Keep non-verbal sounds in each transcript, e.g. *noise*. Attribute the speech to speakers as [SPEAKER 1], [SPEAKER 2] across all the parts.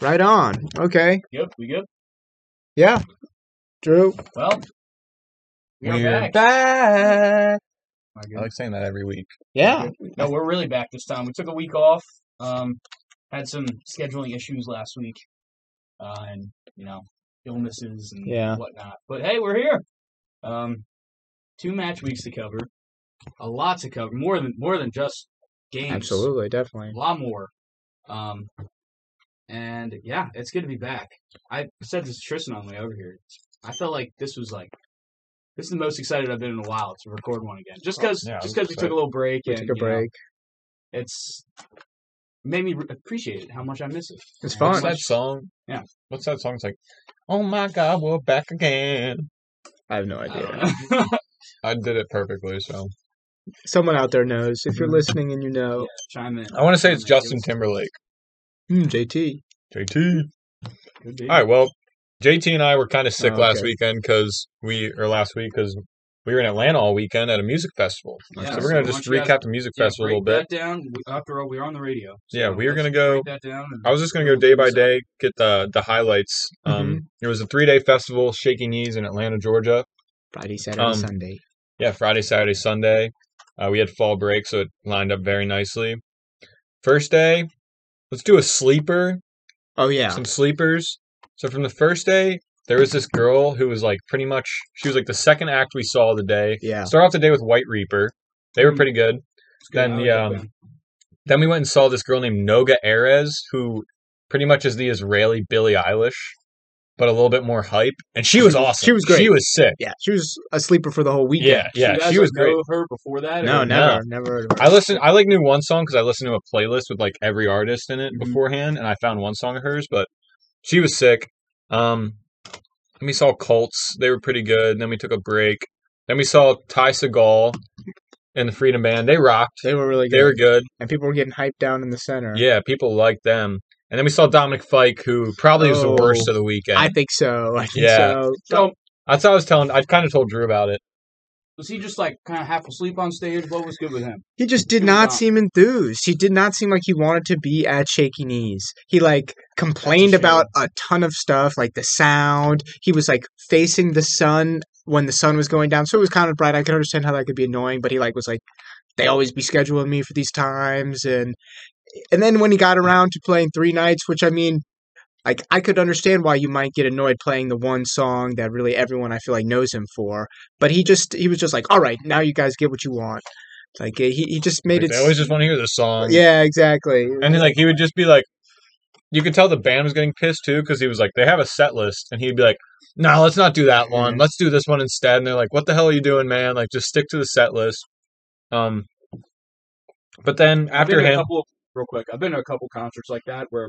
[SPEAKER 1] Right on. Okay.
[SPEAKER 2] Good. We good?
[SPEAKER 1] Yeah. Drew.
[SPEAKER 2] Well, we are
[SPEAKER 3] We're
[SPEAKER 2] back.
[SPEAKER 1] Back.
[SPEAKER 2] My
[SPEAKER 3] I
[SPEAKER 2] goodness.
[SPEAKER 3] like saying that every week.
[SPEAKER 1] Yeah.
[SPEAKER 2] No, we're really back this time. We took a week off. Um, had some scheduling issues last week, uh, and you know, illnesses and
[SPEAKER 1] Yeah.
[SPEAKER 2] whatnot. But hey, we're here. Um, two match weeks to cover, a lot to cover, more than more than just games.
[SPEAKER 1] Absolutely.
[SPEAKER 2] a
[SPEAKER 1] Definitely.
[SPEAKER 2] lot more. Um, and yeah, it's good to be back. I said this to Tristan on the way over here. I felt like this was like this is the most excited I've been in a while to record one again. Just because,
[SPEAKER 3] Oh, Yeah, I
[SPEAKER 2] just
[SPEAKER 3] was
[SPEAKER 2] because we took
[SPEAKER 3] excited.
[SPEAKER 2] a little break
[SPEAKER 1] We
[SPEAKER 2] and
[SPEAKER 1] took a
[SPEAKER 2] you know,
[SPEAKER 1] break.
[SPEAKER 2] it's made me re- appreciate it, how much I miss it.
[SPEAKER 1] It's
[SPEAKER 2] And
[SPEAKER 1] fun.
[SPEAKER 3] What's
[SPEAKER 2] how
[SPEAKER 3] that
[SPEAKER 2] much-
[SPEAKER 3] song?
[SPEAKER 2] Yeah.
[SPEAKER 3] What's that song? It's like, oh my god, we're back again.
[SPEAKER 1] I have no
[SPEAKER 2] I
[SPEAKER 1] idea. *laughs*
[SPEAKER 2] don't know.
[SPEAKER 3] I did it perfectly. So
[SPEAKER 1] Someone out there knows. If you're listening and you know,
[SPEAKER 2] Chime in.
[SPEAKER 3] I want to say it's
[SPEAKER 2] Chime in.
[SPEAKER 3] Justin Timberlake.
[SPEAKER 1] hmm, JT.
[SPEAKER 3] JT.
[SPEAKER 2] Could be.
[SPEAKER 3] All right. Well, JT and I were kind of sick
[SPEAKER 1] Oh,
[SPEAKER 3] last
[SPEAKER 1] okay.
[SPEAKER 3] weekend because we or last week because we were in Atlanta all weekend at a music festival.
[SPEAKER 2] Yeah,
[SPEAKER 3] so we're gonna
[SPEAKER 2] so
[SPEAKER 3] just
[SPEAKER 2] why don't you
[SPEAKER 3] recap the music
[SPEAKER 2] Yeah,
[SPEAKER 3] festival a little
[SPEAKER 2] break
[SPEAKER 3] bit.
[SPEAKER 2] that down. We- After all, we're on the radio.
[SPEAKER 3] Yeah, we are
[SPEAKER 2] let's
[SPEAKER 3] gonna go.
[SPEAKER 2] break that down.
[SPEAKER 3] I was just gonna go day by day, get the the highlights. Um,
[SPEAKER 2] Mm-hmm.
[SPEAKER 1] Mhm.
[SPEAKER 3] It was a three day festival, Shaking Knees in Atlanta, Georgia.
[SPEAKER 1] Friday, Saturday,
[SPEAKER 3] Um,
[SPEAKER 1] Sunday.
[SPEAKER 3] Yeah, Friday, Saturday, Sunday. Uh, we had fall break, so it lined up very nicely. First day, let's do a sleeper,
[SPEAKER 1] Oh yeah.
[SPEAKER 3] some sleepers. So from the first day, there was this girl who was like pretty much, she was like the second act we saw of the day.
[SPEAKER 1] Yeah.
[SPEAKER 3] Start off the day with White Reaper. They were
[SPEAKER 2] Mhm.
[SPEAKER 3] pretty good. Then the um, then we went and saw this girl named Noga Erez, who pretty much is the Israeli Billie Eilish, but a little bit more hype. And she was awesome.
[SPEAKER 1] she was great.
[SPEAKER 3] She was sick.
[SPEAKER 1] Yeah. She was a sleeper for the whole weekend.
[SPEAKER 3] Yeah, yeah,
[SPEAKER 2] you guys
[SPEAKER 3] she was
[SPEAKER 2] know
[SPEAKER 3] great.
[SPEAKER 2] of her before that?
[SPEAKER 1] No,
[SPEAKER 2] or-
[SPEAKER 1] never, never. heard of her.
[SPEAKER 3] I listen. I like knew one song because I listened to a playlist with like every artist in it
[SPEAKER 1] Mm-hmm.
[SPEAKER 2] Mhm.
[SPEAKER 3] beforehand, and I found one song of hers. But she was sick. Um, then we saw Colts. They were pretty good. Then we took a break. Then we saw Ty Segall and the Freedom Band. They rocked.
[SPEAKER 1] They were really good.
[SPEAKER 3] They were good.
[SPEAKER 1] and people were getting hyped down in the center.
[SPEAKER 3] Yeah, people liked them. And then we saw Dominic Fike, who probably was the
[SPEAKER 1] Oh.
[SPEAKER 3] worst of the weekend.
[SPEAKER 1] I think so. I think
[SPEAKER 3] Yeah.
[SPEAKER 1] so.
[SPEAKER 2] So
[SPEAKER 3] That's what I was telling. I kind of told Drew about it.
[SPEAKER 2] was he just like kind of half asleep on stage? What was good with him?
[SPEAKER 1] He just did
[SPEAKER 2] He was
[SPEAKER 1] not
[SPEAKER 2] not.
[SPEAKER 1] seem enthused. He did not seem like he wanted to be at Shaky Knees. He like complained
[SPEAKER 2] shame.
[SPEAKER 1] about a ton of stuff, like the sound. He was like facing the sun when the sun was going down, so it was kind of bright. I could understand how that could be annoying, but he like was like, they always be scheduling me for these times, and and then when he got around to playing three nights, which I mean. Like I could understand why you might get annoyed playing the one song that really everyone I feel like knows him for, but he just he was just like, all right, now you guys get what you want. Like he he just made it.
[SPEAKER 3] Like, they
[SPEAKER 1] s-
[SPEAKER 3] always just want to hear the song.
[SPEAKER 1] yeah, exactly.
[SPEAKER 3] And then, like he would just be like, you could tell the band was getting pissed too because he was like, they have a set list, and he'd be like, no, let's not do that one.
[SPEAKER 1] Mhm.
[SPEAKER 3] Let's do this one instead. And they're like, what the hell are you doing, man? Like, just stick to the set list. Um, but then
[SPEAKER 2] I've
[SPEAKER 3] after
[SPEAKER 2] been to a
[SPEAKER 3] him,
[SPEAKER 2] couple, real quick. I've been to a couple concerts like that where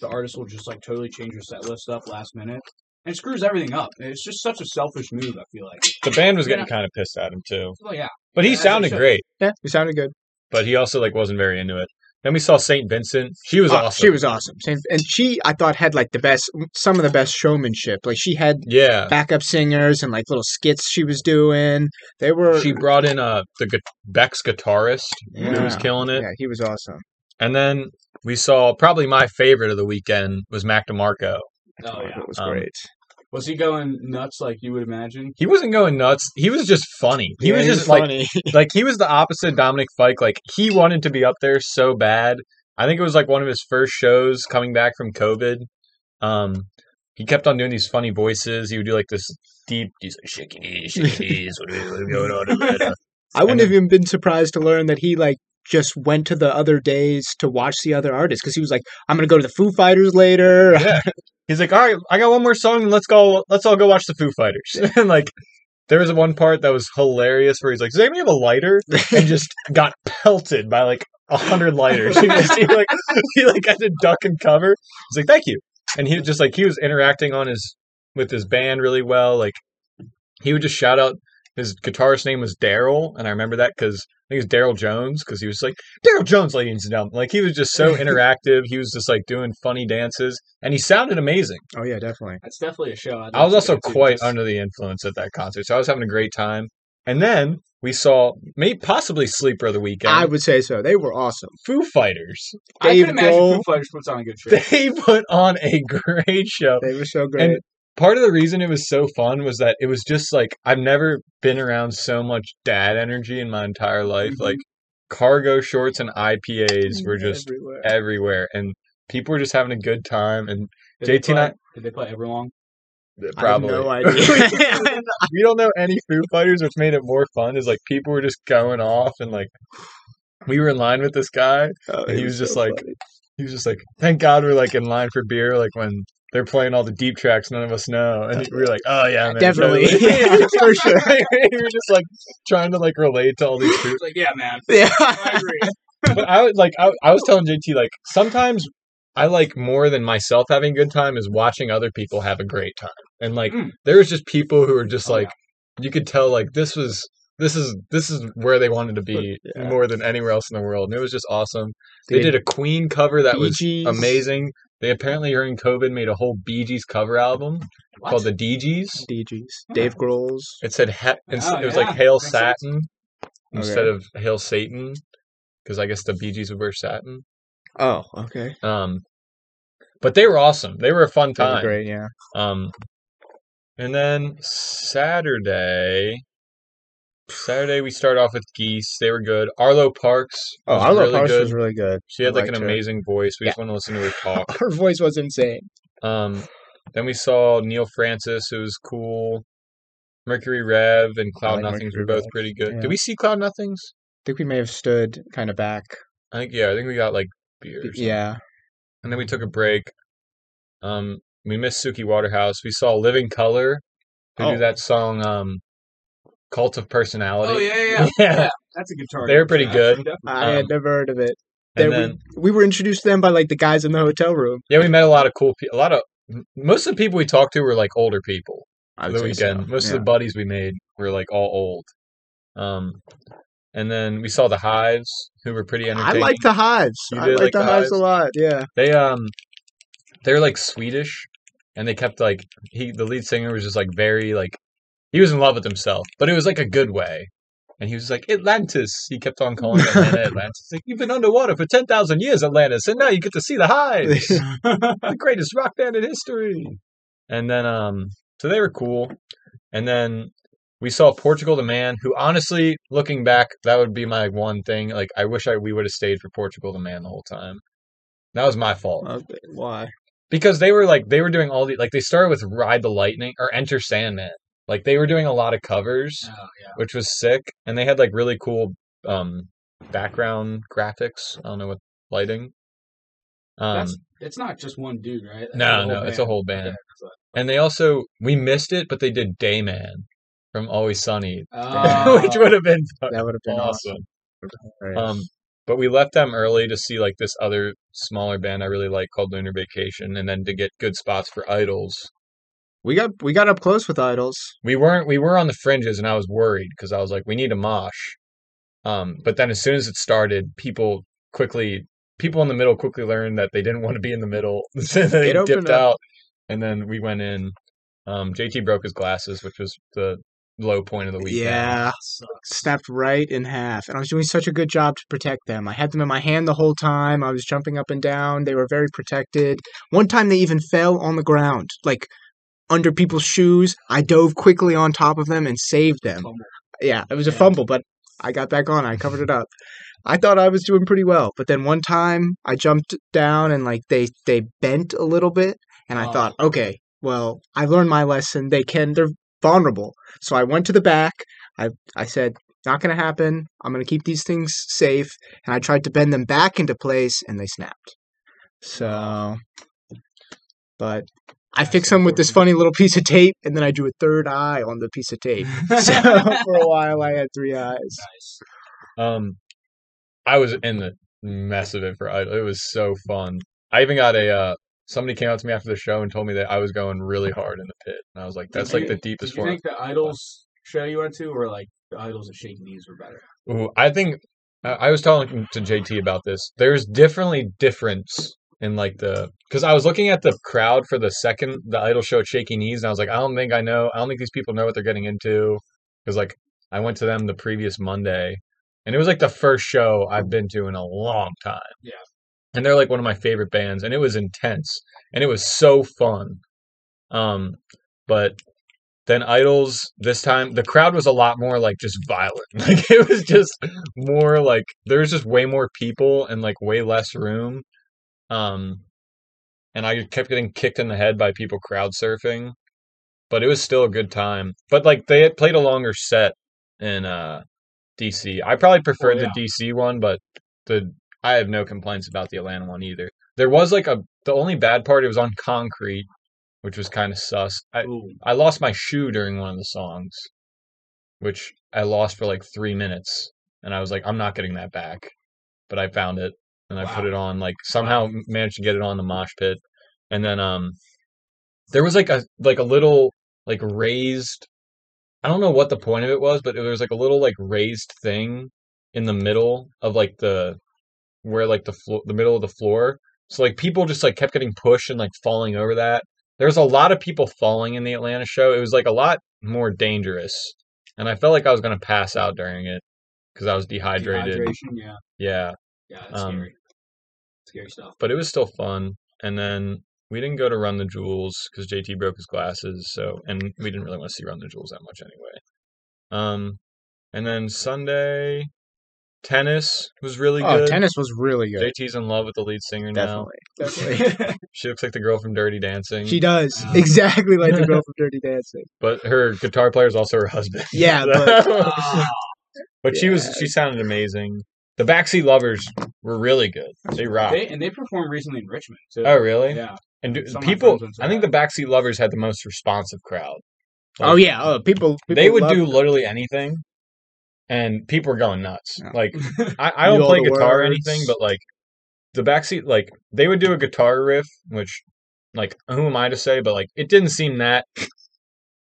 [SPEAKER 2] the artist will just like totally change your set list up last minute and it screws everything up. It's just such a selfish move. I feel like.
[SPEAKER 3] the band was getting
[SPEAKER 2] Yeah.
[SPEAKER 3] kind of pissed at him too.
[SPEAKER 2] Well, Oh, yeah.
[SPEAKER 3] But he
[SPEAKER 2] As it
[SPEAKER 3] sounded
[SPEAKER 2] should.
[SPEAKER 3] great.
[SPEAKER 1] yeah, it sounded good.
[SPEAKER 3] But he also like wasn't very into it. Then we saw Saint Vincent. She was
[SPEAKER 1] Oh,
[SPEAKER 3] awesome.
[SPEAKER 1] She was awesome, Same- and she I thought had like the best, some of the best showmanship. Like she had
[SPEAKER 3] yeah.
[SPEAKER 1] backup singers and like little skits she was doing. They were
[SPEAKER 3] She brought in uh the gu- Beck's guitarist who was
[SPEAKER 1] Yeah.
[SPEAKER 3] killing it.
[SPEAKER 1] yeah, he was awesome.
[SPEAKER 3] And then we saw probably my favorite of the weekend was Mac DeMarco.
[SPEAKER 2] Oh yeah.
[SPEAKER 1] it was
[SPEAKER 3] Um,
[SPEAKER 1] great.
[SPEAKER 2] Was he going nuts like you would imagine?
[SPEAKER 3] He wasn't going nuts. He was just funny. He
[SPEAKER 1] Yeah,
[SPEAKER 3] was just like
[SPEAKER 1] funny.
[SPEAKER 3] like he was the opposite Dominic Fike. Like he wanted to be up there so bad. I think it was like one of his first shows coming back from COVID. Um, he kept on doing these funny voices. He would do like this deep, he's like shaking knees, shaking knees. What are what are going on? over there?"
[SPEAKER 1] *laughs* I wouldn't
[SPEAKER 3] uh, and
[SPEAKER 1] have even been surprised to learn that he like just went to the other days to watch the other artists because he was like, I'm gonna go to the Foo Fighters later. *laughs*
[SPEAKER 3] Yeah. He's like, all right, I got one more song. and Let's go. Let's all go watch the Foo Fighters. *laughs* and like, there was one part that was hilarious where he's like, "Does anybody have a lighter?" and just got pelted by like a hundred lighters. *laughs* He, just, he like he like had to duck and cover. He's like, "Thank you," and he was just like he was interacting on his with his band really well. Like he would just shout out. His guitarist name was Daryl, and I remember that because I think it was Daryl Jones because he was like Daryl Jones, ladies and gentlemen. Like he was just so interactive. he was just like doing funny dances, and he sounded amazing.
[SPEAKER 1] Oh yeah, definitely.
[SPEAKER 2] That's definitely a show. I'd
[SPEAKER 3] I was
[SPEAKER 2] like to
[SPEAKER 3] also
[SPEAKER 2] go to,
[SPEAKER 3] quite
[SPEAKER 2] just-
[SPEAKER 3] under the influence at that concert, so I was having a great time. And then We saw maybe possibly Sleeper of the Weekend.
[SPEAKER 1] I would say so. They were awesome.
[SPEAKER 3] Foo Fighters. *laughs*
[SPEAKER 2] I
[SPEAKER 1] Dave
[SPEAKER 2] can imagine Foo
[SPEAKER 1] Grohl.
[SPEAKER 2] Fighters puts on a good show.
[SPEAKER 3] They put on a great show.
[SPEAKER 1] They were so great.
[SPEAKER 3] Part of the reason it was so fun was that it was just like I've never been around so much dad energy in my entire life.
[SPEAKER 1] Mm-hmm.
[SPEAKER 2] Mhm.
[SPEAKER 3] Like cargo shorts and
[SPEAKER 1] Mm,
[SPEAKER 3] IPAs were just
[SPEAKER 1] everywhere.
[SPEAKER 3] everywhere and people were just having a good time and
[SPEAKER 2] Did
[SPEAKER 3] JT
[SPEAKER 2] they play,
[SPEAKER 3] not-
[SPEAKER 2] Did they play
[SPEAKER 3] *laughs*
[SPEAKER 2] Everlong?
[SPEAKER 1] I
[SPEAKER 3] probably
[SPEAKER 1] have no
[SPEAKER 3] *laughs*
[SPEAKER 1] idea. *laughs*
[SPEAKER 3] we don't know any Foo Fighters, which made it more fun. Is like people were just going off and like we were in line with this guy. And Oh, he was just like- He was just like, "Thank God we're like in line for beer." Like when they're playing all the deep tracks, none of us know, and we were like, "Oh yeah, man,
[SPEAKER 1] Definitely.
[SPEAKER 3] totally."
[SPEAKER 1] Yeah, *laughs* for sure.
[SPEAKER 3] *laughs* we were just like trying to like relate to all these. Foo-
[SPEAKER 2] It's like, yeah, man. *laughs* I
[SPEAKER 1] *laughs* yeah.
[SPEAKER 2] agree.
[SPEAKER 3] But I was like, I, I was telling JT like sometimes. I like more than myself having a good time is watching other people have a great time. And like
[SPEAKER 1] Hmm.
[SPEAKER 2] Mm.
[SPEAKER 3] there was just people who were just
[SPEAKER 2] Oh,
[SPEAKER 3] like you could tell like this was this is this is where they wanted to be
[SPEAKER 1] Yeah.
[SPEAKER 3] more than anywhere else in the world. And it was just awesome. They did a Queen cover that was
[SPEAKER 1] Bee Gees.
[SPEAKER 3] amazing. They apparently during COVID made a whole Bee Gees cover album
[SPEAKER 2] What?
[SPEAKER 3] called
[SPEAKER 1] *laughs*
[SPEAKER 3] the DGs.
[SPEAKER 1] DGs. Dave Grohl's.
[SPEAKER 3] It said he- ins-
[SPEAKER 2] Oh,
[SPEAKER 3] it was
[SPEAKER 2] yeah.
[SPEAKER 3] like Hail
[SPEAKER 2] Makes sense.
[SPEAKER 3] Satin instead of Hail Satan because I guess the Bee Gees would wear satin.
[SPEAKER 1] Oh, okay.
[SPEAKER 3] Um, but they were awesome. They were a fun
[SPEAKER 1] They were
[SPEAKER 3] time.
[SPEAKER 1] great, yeah.
[SPEAKER 3] Um, and then Saturday, Saturday we start off with Geese. They were good. Arlo Parks
[SPEAKER 1] Oh,
[SPEAKER 3] was
[SPEAKER 1] Arlo
[SPEAKER 3] really
[SPEAKER 1] Parks
[SPEAKER 3] good. Oh.
[SPEAKER 1] was really good.
[SPEAKER 3] she had
[SPEAKER 1] I
[SPEAKER 3] like an
[SPEAKER 1] liked her.
[SPEAKER 3] amazing voice. We just want to listen to her
[SPEAKER 1] *laughs*
[SPEAKER 3] talk.
[SPEAKER 1] Her voice was insane.
[SPEAKER 3] Um, then we saw Neil Francis. It was cool. Mercury Rev and Cloud
[SPEAKER 1] like
[SPEAKER 3] Nothings
[SPEAKER 1] Mercury
[SPEAKER 3] were both
[SPEAKER 1] Rev.
[SPEAKER 3] pretty good.
[SPEAKER 1] Yeah.
[SPEAKER 3] Did we see Cloud Nothings?
[SPEAKER 1] I think we may have stood kind of back.
[SPEAKER 3] I think yeah. I think we got like beer. Or something.
[SPEAKER 1] Yeah.
[SPEAKER 3] And then we took a break. Um, we missed Suki Waterhouse. We saw Living Color, who
[SPEAKER 1] Oh.
[SPEAKER 3] do that song, um, Cult of Personality.
[SPEAKER 2] Oh yeah, yeah,
[SPEAKER 3] *laughs*
[SPEAKER 2] yeah.
[SPEAKER 3] Yeah.
[SPEAKER 2] Yeah, That's a good target.
[SPEAKER 3] They were pretty good.
[SPEAKER 2] Definitely.
[SPEAKER 1] I
[SPEAKER 3] Um,
[SPEAKER 1] had never heard of it. They
[SPEAKER 3] And
[SPEAKER 1] were-
[SPEAKER 3] then,
[SPEAKER 1] we were introduced to them by like the guys in the hotel room.
[SPEAKER 3] yeah, we met a lot of cool people. A lot of m- most of the people we talked to were like older people. The weekend, most of the buddies we made were like all old. Um, and then we saw the Hives, who were pretty
[SPEAKER 1] I
[SPEAKER 3] entertaining.
[SPEAKER 1] like the hives.
[SPEAKER 3] You
[SPEAKER 1] I
[SPEAKER 3] did
[SPEAKER 1] like
[SPEAKER 3] like
[SPEAKER 1] the,
[SPEAKER 3] the
[SPEAKER 1] hives
[SPEAKER 3] Hives?
[SPEAKER 1] a lot. *laughs* Yeah.
[SPEAKER 3] They um they're like Swedish and they kept like he the lead singer was just like very like he was in love with himself, but it was like a good way. And he was like, Atlantis. He kept on calling Atlanta Atlantis. Like, you've been underwater for 10,000 years, Atlantis, and now you get to see the hives.
[SPEAKER 1] *laughs*
[SPEAKER 3] the greatest rock band in history. And then, um, so they were cool. And then we saw Portugal the Man, who honestly, looking back, that would be my one thing. Like, I wish I we would have stayed for Portugal the Man the whole time. That was my fault
[SPEAKER 1] Uh, why?
[SPEAKER 3] because they were like they were doing all the like they started with Ride the Lightning or Enter Sandman. Like they were doing a lot of covers,
[SPEAKER 2] Oh, yeah.
[SPEAKER 3] which was sick, and they had like really cool um background graphics. I don't know what lighting. Um,
[SPEAKER 2] That's it's not just one dude, right? That's
[SPEAKER 3] no,
[SPEAKER 2] the
[SPEAKER 3] no, it's a whole band.
[SPEAKER 2] Okay, so-
[SPEAKER 3] *laughs* and they also we missed it, but they did Dayman from Always Sunny, *laughs*
[SPEAKER 2] Oh,
[SPEAKER 3] which would have been
[SPEAKER 1] That would have been awesome.
[SPEAKER 3] awesome. Um, but we left them early to see like this other smaller band I really like called Lunar Vacation, and then to get good spots for Idols.
[SPEAKER 1] we got we got up close with idols.
[SPEAKER 3] we weren't we were on the fringes and i was worried because i was like we need a mosh um but then as soon as it started people quickly people in the middle quickly learned that they didn't *laughs* want to be in the middle so they
[SPEAKER 1] It opened
[SPEAKER 3] dipped
[SPEAKER 1] up.
[SPEAKER 3] out and then we went in um jt broke his glasses which was the low point of the weekend
[SPEAKER 1] Oh, Yeah,
[SPEAKER 3] *laughs*
[SPEAKER 2] sucks.
[SPEAKER 1] snapped right in half, and I was doing such a good job to protect them. I had them in my hand the whole time. I was jumping up and down. They were very protected. One time, they even fell on the ground, like under people's shoes. I dove quickly on top of them and saved them.
[SPEAKER 2] Fumble.
[SPEAKER 1] Yeah, it was a
[SPEAKER 2] Yeah.
[SPEAKER 1] fumble, but I got back on. I covered it up. I thought I was doing pretty well, but then one time I jumped down and like they they bent a little bit, and I
[SPEAKER 2] Oh.
[SPEAKER 1] thought, okay, well I learned my lesson. They can they're vulnerable, so I went to the back. I I said. Not gonna happen. I'm gonna keep these things safe, and I tried to bend them back into place, and they snapped. So, but I
[SPEAKER 2] That's
[SPEAKER 1] fixed them with this
[SPEAKER 2] unfortunate.
[SPEAKER 1] funny little piece of tape, and then I drew a third eye on the piece of tape *laughs*
[SPEAKER 2] *laughs*
[SPEAKER 3] *laughs*
[SPEAKER 1] so for a while I had three eyes.
[SPEAKER 2] nice.
[SPEAKER 3] um i was in the mess of it for idol it was so fun i even got a uh somebody came up to me after the show and told me that i was going really hard in the pit and i was like
[SPEAKER 2] Did
[SPEAKER 3] that's
[SPEAKER 2] you-
[SPEAKER 3] like the deepest
[SPEAKER 2] Did you
[SPEAKER 3] form
[SPEAKER 2] think the Idols show you went to, or like the Idols at Shake Knees were better?
[SPEAKER 3] Ooh, I think I, I was talking to JT about this. There's definitely difference in like the because I was looking at the crowd for the second the Idol show at Shaky Knees, and I was like, I don't think I know. I don't think these people know what they're getting into because like I went to them the previous Monday, and it was like the first show I've been to in a long time.
[SPEAKER 2] Yeah.
[SPEAKER 3] and they're like one of my favorite bands, and it was intense, and it was so fun. Um, but then Idols this time, the crowd was a lot more like just violent. *laughs* Like it was just more like there was just way more people and like way less room. Um, and I kept getting kicked in the head by people crowd surfing, but it was still a good time. But like they had played a longer set in uh DC. I probably preferred
[SPEAKER 2] yeah.
[SPEAKER 3] the DC one, but the I have no complaints about the Atlanta one either. There was like a the only bad part it was on concrete, which was kind of sus. I,
[SPEAKER 2] Ooh,
[SPEAKER 3] I lost my shoe during one of the songs, which I lost for like three minutes, and I was like, I'm not getting that back. But I found it and I put
[SPEAKER 2] Wow.
[SPEAKER 3] it on. Like somehow m- managed to get it on the mosh pit, and then um, there was like a like a little like raised. I don't know what the point of it was, but it was like a little like raised thing in the middle of like the where like the floor the middle of the floor. So like people just like kept getting pushed and like falling over that. There was a lot of people falling in the Atlanta show. It was like a lot more dangerous, and I felt like I was gonna pass out during it because I was dehydrated.
[SPEAKER 2] dehydration, yeah,
[SPEAKER 3] Yeah,
[SPEAKER 2] yeah, that's
[SPEAKER 3] Um,
[SPEAKER 2] scary, scary
[SPEAKER 3] *laughs*
[SPEAKER 2] stuff.
[SPEAKER 3] but it was still fun. And then we didn't go to Run the Jewels because JT broke his glasses, so and we didn't really want to see Run the Jewels that much anyway. Um, and then Sunday, tennis was really
[SPEAKER 1] Oh,
[SPEAKER 3] good.
[SPEAKER 1] tennis was really good.
[SPEAKER 3] JT's in love with the lead singer now.
[SPEAKER 1] Definitely. Definitely.
[SPEAKER 3] *laughs* She looks like the girl from Dirty Dancing,
[SPEAKER 1] She
[SPEAKER 3] *laughs*
[SPEAKER 1] does
[SPEAKER 2] Um,
[SPEAKER 1] exactly like the *laughs* girl from Dirty Dancing.
[SPEAKER 3] but her guitar player is also her husband. *laughs*
[SPEAKER 1] Yeah,
[SPEAKER 3] Oh,
[SPEAKER 2] Ah,
[SPEAKER 3] But she was
[SPEAKER 1] Yeah.
[SPEAKER 3] she sounded amazing. The backseat lovers were really good. They rocked.
[SPEAKER 2] they, and they performed recently in Richmond too.
[SPEAKER 3] oh really?
[SPEAKER 2] yeah,
[SPEAKER 3] And do,
[SPEAKER 2] Some of my
[SPEAKER 3] people,
[SPEAKER 2] friends went to
[SPEAKER 3] I think the
[SPEAKER 2] that.
[SPEAKER 3] backseat lovers had the most responsive crowd.
[SPEAKER 1] Oh yeah, oh people. people
[SPEAKER 3] they would
[SPEAKER 1] love-
[SPEAKER 3] do literally anything, and people were going nuts.
[SPEAKER 1] Yeah. *laughs*
[SPEAKER 3] Like I, I
[SPEAKER 1] Knew
[SPEAKER 3] don't
[SPEAKER 1] all
[SPEAKER 3] play
[SPEAKER 1] the
[SPEAKER 3] guitar or
[SPEAKER 1] words.
[SPEAKER 3] anything, but like the backseat, like they would do a guitar riff, which like who am I to say? But like it didn't seem that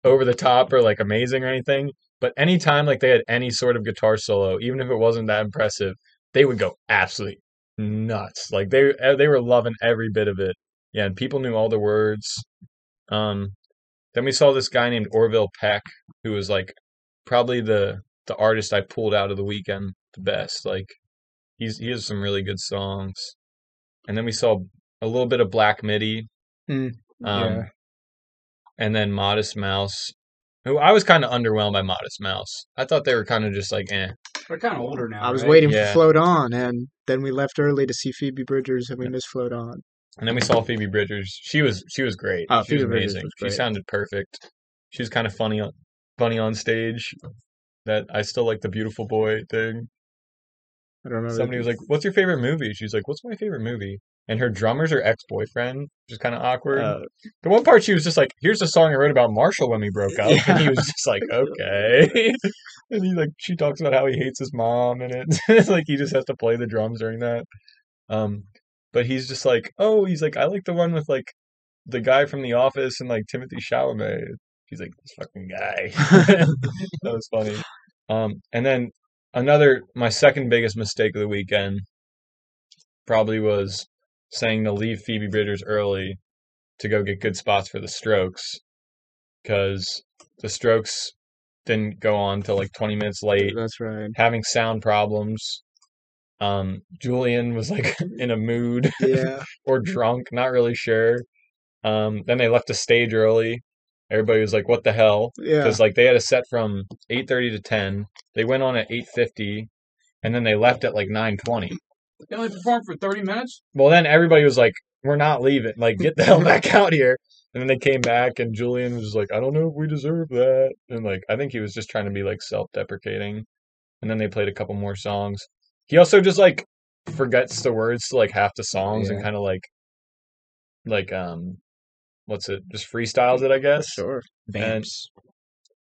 [SPEAKER 3] over the top or like amazing or anything. But anytime like they had any sort of guitar solo, even if it wasn't that impressive, they would go absolutely nuts. Like they eh, they were loving every bit of it. Yeah, and people knew all the words. Um, then we saw this guy named Orville Peck, who was like probably the the artist I pulled out of the weekend the best. Like he's he has some really good songs. And then we saw a little bit of Black Midi.
[SPEAKER 1] Mm,
[SPEAKER 3] um,
[SPEAKER 1] yeah.
[SPEAKER 3] And then Modest Mouse, who I was kind of underwhelmed by Modest Mouse. I thought they were kind of just like, eh.
[SPEAKER 2] they're kind of older now.
[SPEAKER 1] I was
[SPEAKER 2] right?
[SPEAKER 1] waiting
[SPEAKER 3] Yeah.
[SPEAKER 1] for Float On, and then we left early to see Phoebe Bridgers, and we missed Float On.
[SPEAKER 3] And then we saw Phoebe Bridgers. She was she was great.
[SPEAKER 1] Oh,
[SPEAKER 3] she was
[SPEAKER 1] Phoebe Bridgers
[SPEAKER 3] amazing.
[SPEAKER 1] was
[SPEAKER 3] She
[SPEAKER 1] great.
[SPEAKER 3] sounded perfect. She was kind of funny on funny on stage. That I still like the beautiful boy thing.
[SPEAKER 1] I don't remember.
[SPEAKER 3] Somebody was like, "What's your favorite movie?" She's like, "What's my favorite movie?" And her drummer's her ex boyfriend, which is kind of awkward.
[SPEAKER 1] Uh,
[SPEAKER 3] the one part she was just like, "Here's a song I wrote about Marshall when we broke up,"
[SPEAKER 1] Yeah.
[SPEAKER 3] and he was just like, "Okay." *laughs* and he like she talks about how he hates his mom, and it *laughs* it's like he just has to play the drums during that. Um, but he's just like, "Oh, he's like, I like the one with like the guy from The Office and like Timothy Chalamet." He's like, "This fucking guy." *laughs* that was funny. Um, and then another, my second biggest mistake of the weekend probably was saying to leave Phoebe Bridgers early to go get good spots for the Strokes because the Strokes didn't go on till like 20 minutes late,
[SPEAKER 1] That's right.
[SPEAKER 3] having sound problems. Um, Julian was like *laughs* in a mood *laughs*
[SPEAKER 1] Yeah,
[SPEAKER 3] or drunk, not really sure. Um, then they left the stage early. Everybody was like, "What the hell?"
[SPEAKER 1] yeah.
[SPEAKER 3] because like they had a set from 8.30 to 10 they went on at 8.50 and then they left at like 9.20
[SPEAKER 2] They only performed for thirty minutes.
[SPEAKER 3] well then everybody was like we're not leaving like get the hell *laughs* back out here and then they came back and julian was like i don't know if we deserve that and like i think he was just trying to be like self-deprecating and then they played a couple more songs he also just like forgets the words to like half the songs and
[SPEAKER 1] Yeah.
[SPEAKER 3] kind of like like um what's it just freestyles it i guess
[SPEAKER 1] Sure.
[SPEAKER 3] Vamps.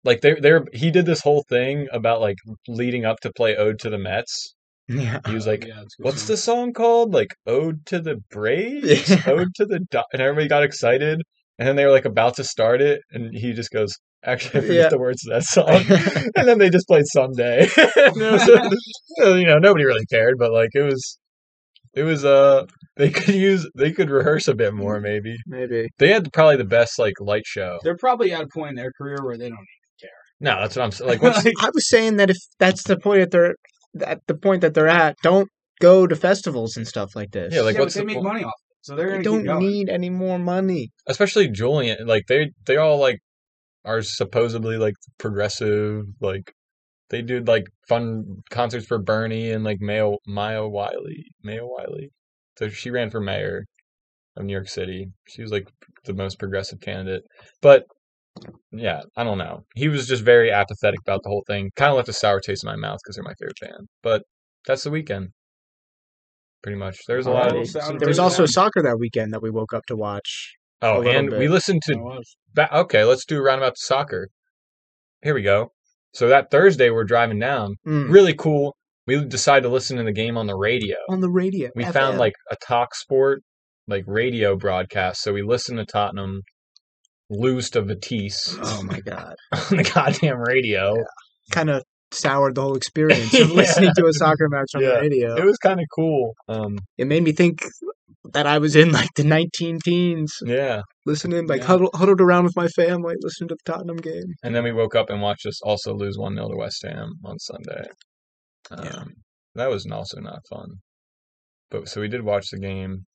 [SPEAKER 3] like they they were he did this whole thing about like leading up to play Ode to the Mets.
[SPEAKER 1] *laughs* Yeah.
[SPEAKER 3] He was like,
[SPEAKER 2] Yeah, that's a good
[SPEAKER 3] "What's
[SPEAKER 2] song.
[SPEAKER 3] the song called? Like Ode to the Braves,
[SPEAKER 1] Mm-hmm. Yeah.
[SPEAKER 3] Ode to the," Do-" and everybody got excited. And then they were like about to start it, and he just goes, "Actually, I forget
[SPEAKER 1] Yeah.
[SPEAKER 3] the words to that song."
[SPEAKER 1] *laughs*
[SPEAKER 3] and then they just played "Someday." *laughs* And it was- you know, nobody really cared, but like it was, it was uh, they could use they could rehearse a bit
[SPEAKER 1] Mm-hmm.
[SPEAKER 3] more. Maybe
[SPEAKER 1] Maybe.
[SPEAKER 3] they had probably the best like light show.
[SPEAKER 2] They're probably at a point in their career where they don't.
[SPEAKER 3] No, that's what I'm saying. Like, what's
[SPEAKER 1] I was saying that if that's the point that they're at the point that they're at, don't go to festivals and stuff like this.
[SPEAKER 3] Yeah, like,
[SPEAKER 2] yeah, but
[SPEAKER 3] what's
[SPEAKER 2] they
[SPEAKER 3] the
[SPEAKER 2] make
[SPEAKER 3] point?
[SPEAKER 2] money off it, so they're
[SPEAKER 1] they
[SPEAKER 2] gonna
[SPEAKER 1] don't
[SPEAKER 2] keep going.
[SPEAKER 1] need any more money.
[SPEAKER 3] especially Julian? Like they they all like are supposedly like progressive. Like they did like fun concerts for Bernie and like Mayo Maya Wiley Maya Wiley. So she ran for mayor of New York City. She was like the most progressive candidate, but. Yeah, I don't know. He was just very apathetic about the whole thing. Kind of left a sour taste in my mouth because they're my favorite band. But that's the weekend, pretty much. There's a lot of
[SPEAKER 1] Alright.
[SPEAKER 2] Sound
[SPEAKER 1] There was
[SPEAKER 2] good.
[SPEAKER 1] also soccer that weekend that we woke up to watch. a
[SPEAKER 3] Oh,
[SPEAKER 1] little
[SPEAKER 3] and we
[SPEAKER 1] bit.
[SPEAKER 3] listened
[SPEAKER 2] I
[SPEAKER 3] to.
[SPEAKER 2] was.
[SPEAKER 3] Ba- okay, let's do a roundabout to soccer. Here we go. So that Thursday, we're driving down.
[SPEAKER 1] Mm.
[SPEAKER 3] Really cool. We decided to listen to the game on the radio.
[SPEAKER 1] On the radio,
[SPEAKER 3] We
[SPEAKER 1] FM.
[SPEAKER 3] found like a talk sport, like radio broadcast. So we listened to Tottenham lose to
[SPEAKER 1] *clears throat*
[SPEAKER 3] Matisse *laughs*
[SPEAKER 1] oh my god,
[SPEAKER 3] on the goddamn radio.
[SPEAKER 1] kind of soured the whole experience of
[SPEAKER 3] *laughs* Yeah.
[SPEAKER 1] listening to a soccer match on
[SPEAKER 3] Yeah.
[SPEAKER 1] the radio.
[SPEAKER 3] It was kind of cool. Um,
[SPEAKER 1] It made me think that I was in like the 19 teens,
[SPEAKER 3] yeah.
[SPEAKER 1] listening like
[SPEAKER 2] Yeah.
[SPEAKER 1] huddle, huddled around with my family, listening to the Tottenham game.
[SPEAKER 3] And then we woke up and watched us also lose 1 0 to West Ham on Sunday. Um,
[SPEAKER 1] Yeah.
[SPEAKER 3] That was n- also not fun. But so we did watch the game.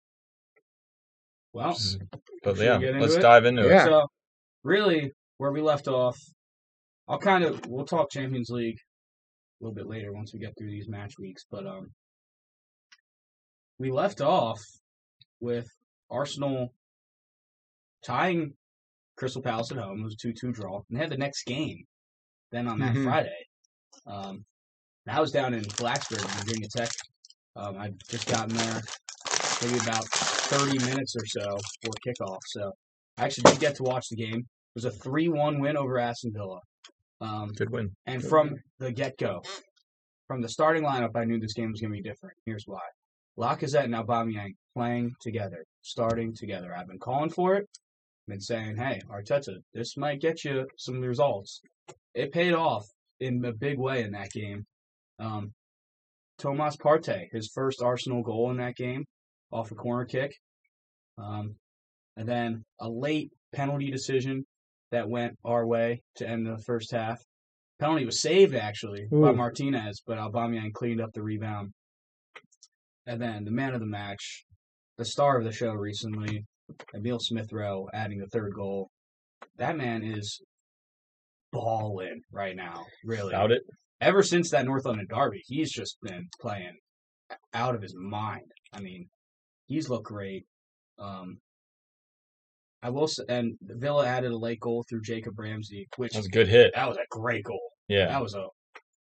[SPEAKER 2] Well,
[SPEAKER 3] s- But
[SPEAKER 2] should we
[SPEAKER 3] yeah,
[SPEAKER 2] get into
[SPEAKER 3] let's
[SPEAKER 2] it?
[SPEAKER 3] dive into it.
[SPEAKER 1] Yeah.
[SPEAKER 2] So, really, where we left off, I'll kind of we'll talk Champions League a little bit later once we get through these match weeks. But um, we left off with Arsenal tying Crystal Palace at home. It was a two-two draw, and they had the next game then on that
[SPEAKER 1] Mhm.
[SPEAKER 2] Friday. Um, and I was down in Blacksburg, Virginia Tech. Um, I'd just gotten there maybe about 30 minutes or so before kickoff. So I actually did get to watch the game. It was a 3 1 win over Aston Villa. Um,
[SPEAKER 3] Good win.
[SPEAKER 2] and from the get go, from the starting lineup, I knew this game was going to be different. Here's why Lacazette and Aubameyang playing together, starting together. I've been calling for it, been saying, hey, Arteta, this might get you some results. It paid off in a big way in that game. Um, Tomas Partey, his first Arsenal goal in that game off a corner kick. Um, and then a late penalty decision that went our way to end the first half. Penalty was saved actually by
[SPEAKER 1] Ooh.
[SPEAKER 2] Martinez, but Aubameyang cleaned up the rebound. And then the man of the match, the star of the show recently, Emil Smith Rowe adding the third goal. That man is balling right now, really
[SPEAKER 3] Doubt it.
[SPEAKER 2] ever since that North London derby, he's just been playing out of his mind. I mean, he's looked great. Um, I will, s- and Villa added a late goal through Jacob Ramsey, which
[SPEAKER 3] That was a good hit.
[SPEAKER 2] that was a great goal.
[SPEAKER 3] Yeah.
[SPEAKER 2] That was a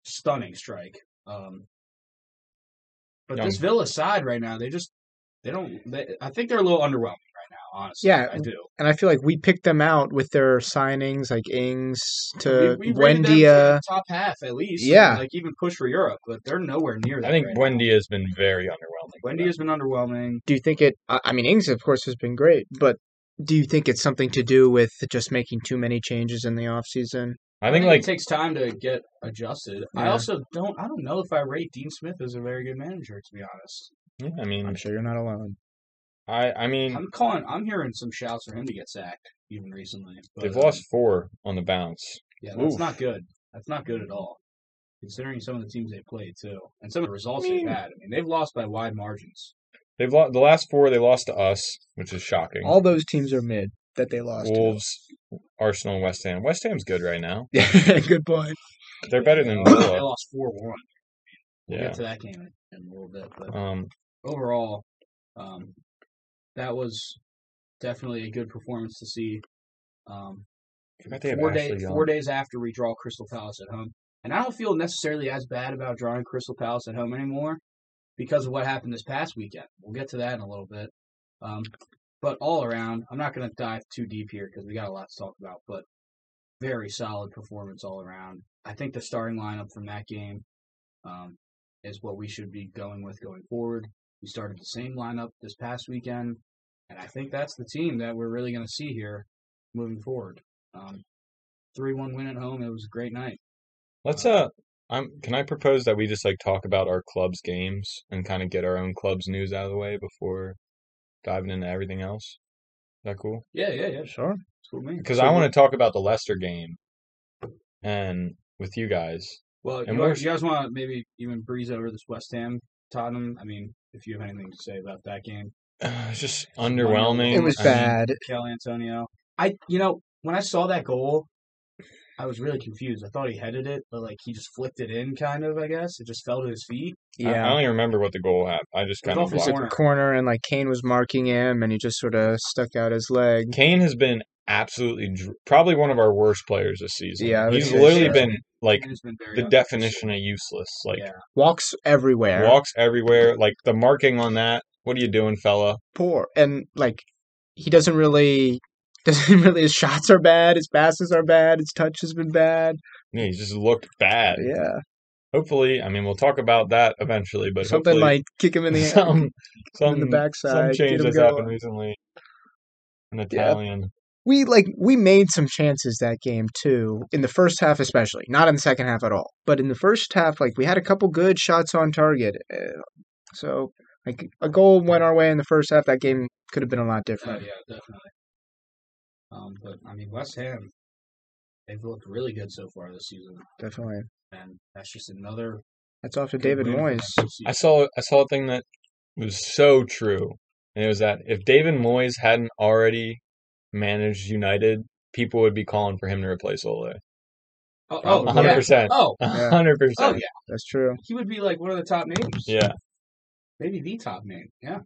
[SPEAKER 2] stunning strike. Um, but
[SPEAKER 3] Young.
[SPEAKER 2] this Villa side right now, they just they don't. They, I think they're a little underwhelming right now. Honestly,
[SPEAKER 1] Yeah.
[SPEAKER 2] I do.
[SPEAKER 1] And I feel like we picked them out with their signings, like Ings to
[SPEAKER 2] we, we rated them
[SPEAKER 1] Wendia.
[SPEAKER 2] for the top half at least.
[SPEAKER 1] Yeah.
[SPEAKER 2] like even push for Europe, but they're nowhere near that.
[SPEAKER 3] I think
[SPEAKER 2] right now.
[SPEAKER 3] Wendy has been very underwhelming.
[SPEAKER 2] Wendy has been underwhelming.
[SPEAKER 1] Do you think it? I I mean, Ings of course has been great, but do you think it's something to do with just making too many changes in the off season?
[SPEAKER 3] I think like
[SPEAKER 2] it takes time to get adjusted. I
[SPEAKER 1] Yeah.
[SPEAKER 2] also don't I don't know if I rate Dean Smith as a very good manager to be honest.
[SPEAKER 3] yeah, I mean
[SPEAKER 1] I'm sure you're not alone.
[SPEAKER 3] I I mean
[SPEAKER 2] I'm calling I'm hearing some shouts for him to get sacked even recently. but,
[SPEAKER 3] they've
[SPEAKER 2] um,
[SPEAKER 3] lost four on the bounce.
[SPEAKER 2] Yeah, that's
[SPEAKER 3] Oof.
[SPEAKER 2] not good. That's not good at all. Considering some of the teams they played too, and some of the results
[SPEAKER 3] Mean.
[SPEAKER 2] they've had. I mean, they've lost by wide
[SPEAKER 3] *clears throat*
[SPEAKER 2] margins.
[SPEAKER 3] They've lost the last four. They lost to us, which is shocking.
[SPEAKER 1] *laughs* All those teams are mid that they lost. to.
[SPEAKER 3] Wolves, Arsenal, and West Ham. West Ham's good right now.
[SPEAKER 1] Yeah, *laughs* good
[SPEAKER 3] *laughs*
[SPEAKER 1] point.
[SPEAKER 3] They're better than
[SPEAKER 2] They lost- they
[SPEAKER 3] Villa.
[SPEAKER 2] lost four one. We'll
[SPEAKER 3] Yeah.
[SPEAKER 2] get to that game in, in a little bit, but
[SPEAKER 3] Um.
[SPEAKER 2] overall, um, that was definitely a good performance to see. Um,
[SPEAKER 3] I forgot they have
[SPEAKER 2] four,
[SPEAKER 3] Ashley
[SPEAKER 2] day,
[SPEAKER 3] Young.
[SPEAKER 2] four days after we draw Crystal Palace at home. And I don't feel necessarily as bad about drawing Crystal Palace at home anymore because of what happened this past weekend. We'll get to that in a little bit. Um, but all around, I'm not going to dive too deep here because we got a lot to talk about, but very solid performance all around. I think the starting lineup from that game um, is what we should be going with going forward. We started the same lineup this past weekend, and I think that's the team that we're really going to see here moving forward. Um, three-one win at home. It was a great night.
[SPEAKER 3] Let's uh. I'm. Can I propose that we just like talk about our club's games and kind of get our own club's news out of the way before diving into everything else? Is that cool?
[SPEAKER 2] Yeah, yeah, yeah.
[SPEAKER 1] Sure.
[SPEAKER 2] It's cool with me.
[SPEAKER 3] Because I want to talk about the Leicester game and with you guys. *sighs*
[SPEAKER 2] Well,
[SPEAKER 3] And
[SPEAKER 2] you,
[SPEAKER 3] we're-
[SPEAKER 2] you guys want to maybe even breeze over this West Ham Tottenham? I mean, if you have anything to say about that game,
[SPEAKER 3] Uh, it's just underwhelming.
[SPEAKER 1] It was
[SPEAKER 3] I mean,
[SPEAKER 1] bad.
[SPEAKER 2] Cal Antonio. I, you know, when I saw that goal, I was really confused. I thought he headed it, but like he just flicked it in, kind of. I guess it just fell to his feet.
[SPEAKER 3] I- I,
[SPEAKER 1] Yeah.
[SPEAKER 3] don't even remember what the goal happened. I just
[SPEAKER 2] The
[SPEAKER 3] kind
[SPEAKER 2] goal
[SPEAKER 3] of
[SPEAKER 2] for
[SPEAKER 1] It was
[SPEAKER 3] blocked.
[SPEAKER 1] like a
[SPEAKER 2] Corner.
[SPEAKER 1] corner, and like Kane was marking him, and he just sort of stuck out his leg.
[SPEAKER 3] Kane has been absolutely dr- probably one of our worst players this season.
[SPEAKER 1] Yeah, I would
[SPEAKER 3] he's
[SPEAKER 1] say
[SPEAKER 3] literally
[SPEAKER 1] so.
[SPEAKER 3] been like
[SPEAKER 2] He's been very
[SPEAKER 3] the
[SPEAKER 2] under-
[SPEAKER 3] definition of useless. Like
[SPEAKER 2] Yeah.
[SPEAKER 1] Walks everywhere.
[SPEAKER 3] walks everywhere. Like the marking on that. What are you doing, fella?
[SPEAKER 1] poor and like he doesn't really *laughs* doesn't really his shots are bad his passes are bad his touch has been bad
[SPEAKER 3] Yeah, he just looked bad.
[SPEAKER 1] yeah
[SPEAKER 3] Hopefully, I mean, we'll talk about that eventually. But
[SPEAKER 1] something
[SPEAKER 3] hopefully,
[SPEAKER 1] like kick him in the
[SPEAKER 3] *laughs*
[SPEAKER 1] *laughs*
[SPEAKER 3] some
[SPEAKER 1] in
[SPEAKER 3] some
[SPEAKER 1] the
[SPEAKER 3] some
[SPEAKER 1] backside get
[SPEAKER 3] change
[SPEAKER 1] him
[SPEAKER 3] has
[SPEAKER 1] going.
[SPEAKER 3] happened recently. An Italian.
[SPEAKER 1] we like we made some chances that game too in the first half especially not in the second half at all but in the first half like we had a couple good shots on target uh, so like a goal went our way in the first half that game could have been a lot
[SPEAKER 2] Oh,
[SPEAKER 1] different
[SPEAKER 2] yeah, definitely. Um, but I mean, West Ham, they've looked really good so far this season,
[SPEAKER 1] definitely
[SPEAKER 2] and that's just another.
[SPEAKER 1] that's off to
[SPEAKER 2] good
[SPEAKER 1] david
[SPEAKER 2] win for them
[SPEAKER 1] moyes
[SPEAKER 2] this season.
[SPEAKER 3] I saw I saw a thing that was so true, and it was that if David Moyes hadn't already managed United, people would be calling for him to replace Ole.
[SPEAKER 2] Oh,
[SPEAKER 1] Oh,
[SPEAKER 2] oh, yeah.
[SPEAKER 3] 100%.
[SPEAKER 2] oh,
[SPEAKER 1] Yeah.
[SPEAKER 3] hundred
[SPEAKER 2] oh,
[SPEAKER 3] percent.
[SPEAKER 2] yeah.
[SPEAKER 1] that's true
[SPEAKER 2] He would be like one of the top names.
[SPEAKER 3] Yeah,
[SPEAKER 2] maybe the top name. Yeah.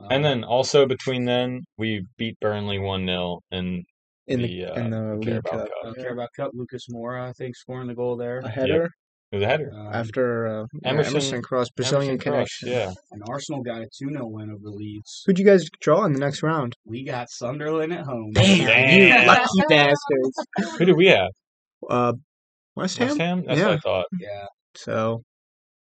[SPEAKER 2] Um,
[SPEAKER 3] and then also between then we beat Burnley one 0 and
[SPEAKER 1] in the,
[SPEAKER 3] The, uh,
[SPEAKER 1] in the league
[SPEAKER 3] Carabao
[SPEAKER 1] cup,
[SPEAKER 3] Cup.
[SPEAKER 2] uh, Carabao Cup, Lucas Moura, I think, scoring the goal there.
[SPEAKER 1] a header
[SPEAKER 3] It was a header.
[SPEAKER 2] Um,
[SPEAKER 1] after uh, yeah,
[SPEAKER 3] Emerson-
[SPEAKER 1] Emerson, Cross Brazilian
[SPEAKER 3] Emerson Crotch,
[SPEAKER 1] connection.
[SPEAKER 3] Yeah,
[SPEAKER 2] and Arsenal got a 2 0 win over Leeds.
[SPEAKER 1] Who'd you guys draw in the next round?
[SPEAKER 2] We got Sunderland at home.
[SPEAKER 3] Damn, you
[SPEAKER 1] you *laughs* lucky bastards.
[SPEAKER 3] who did we have?
[SPEAKER 1] Uh, West Ham.
[SPEAKER 3] West Ham. That's what I
[SPEAKER 1] Yeah.
[SPEAKER 3] thought.
[SPEAKER 2] Yeah.
[SPEAKER 1] So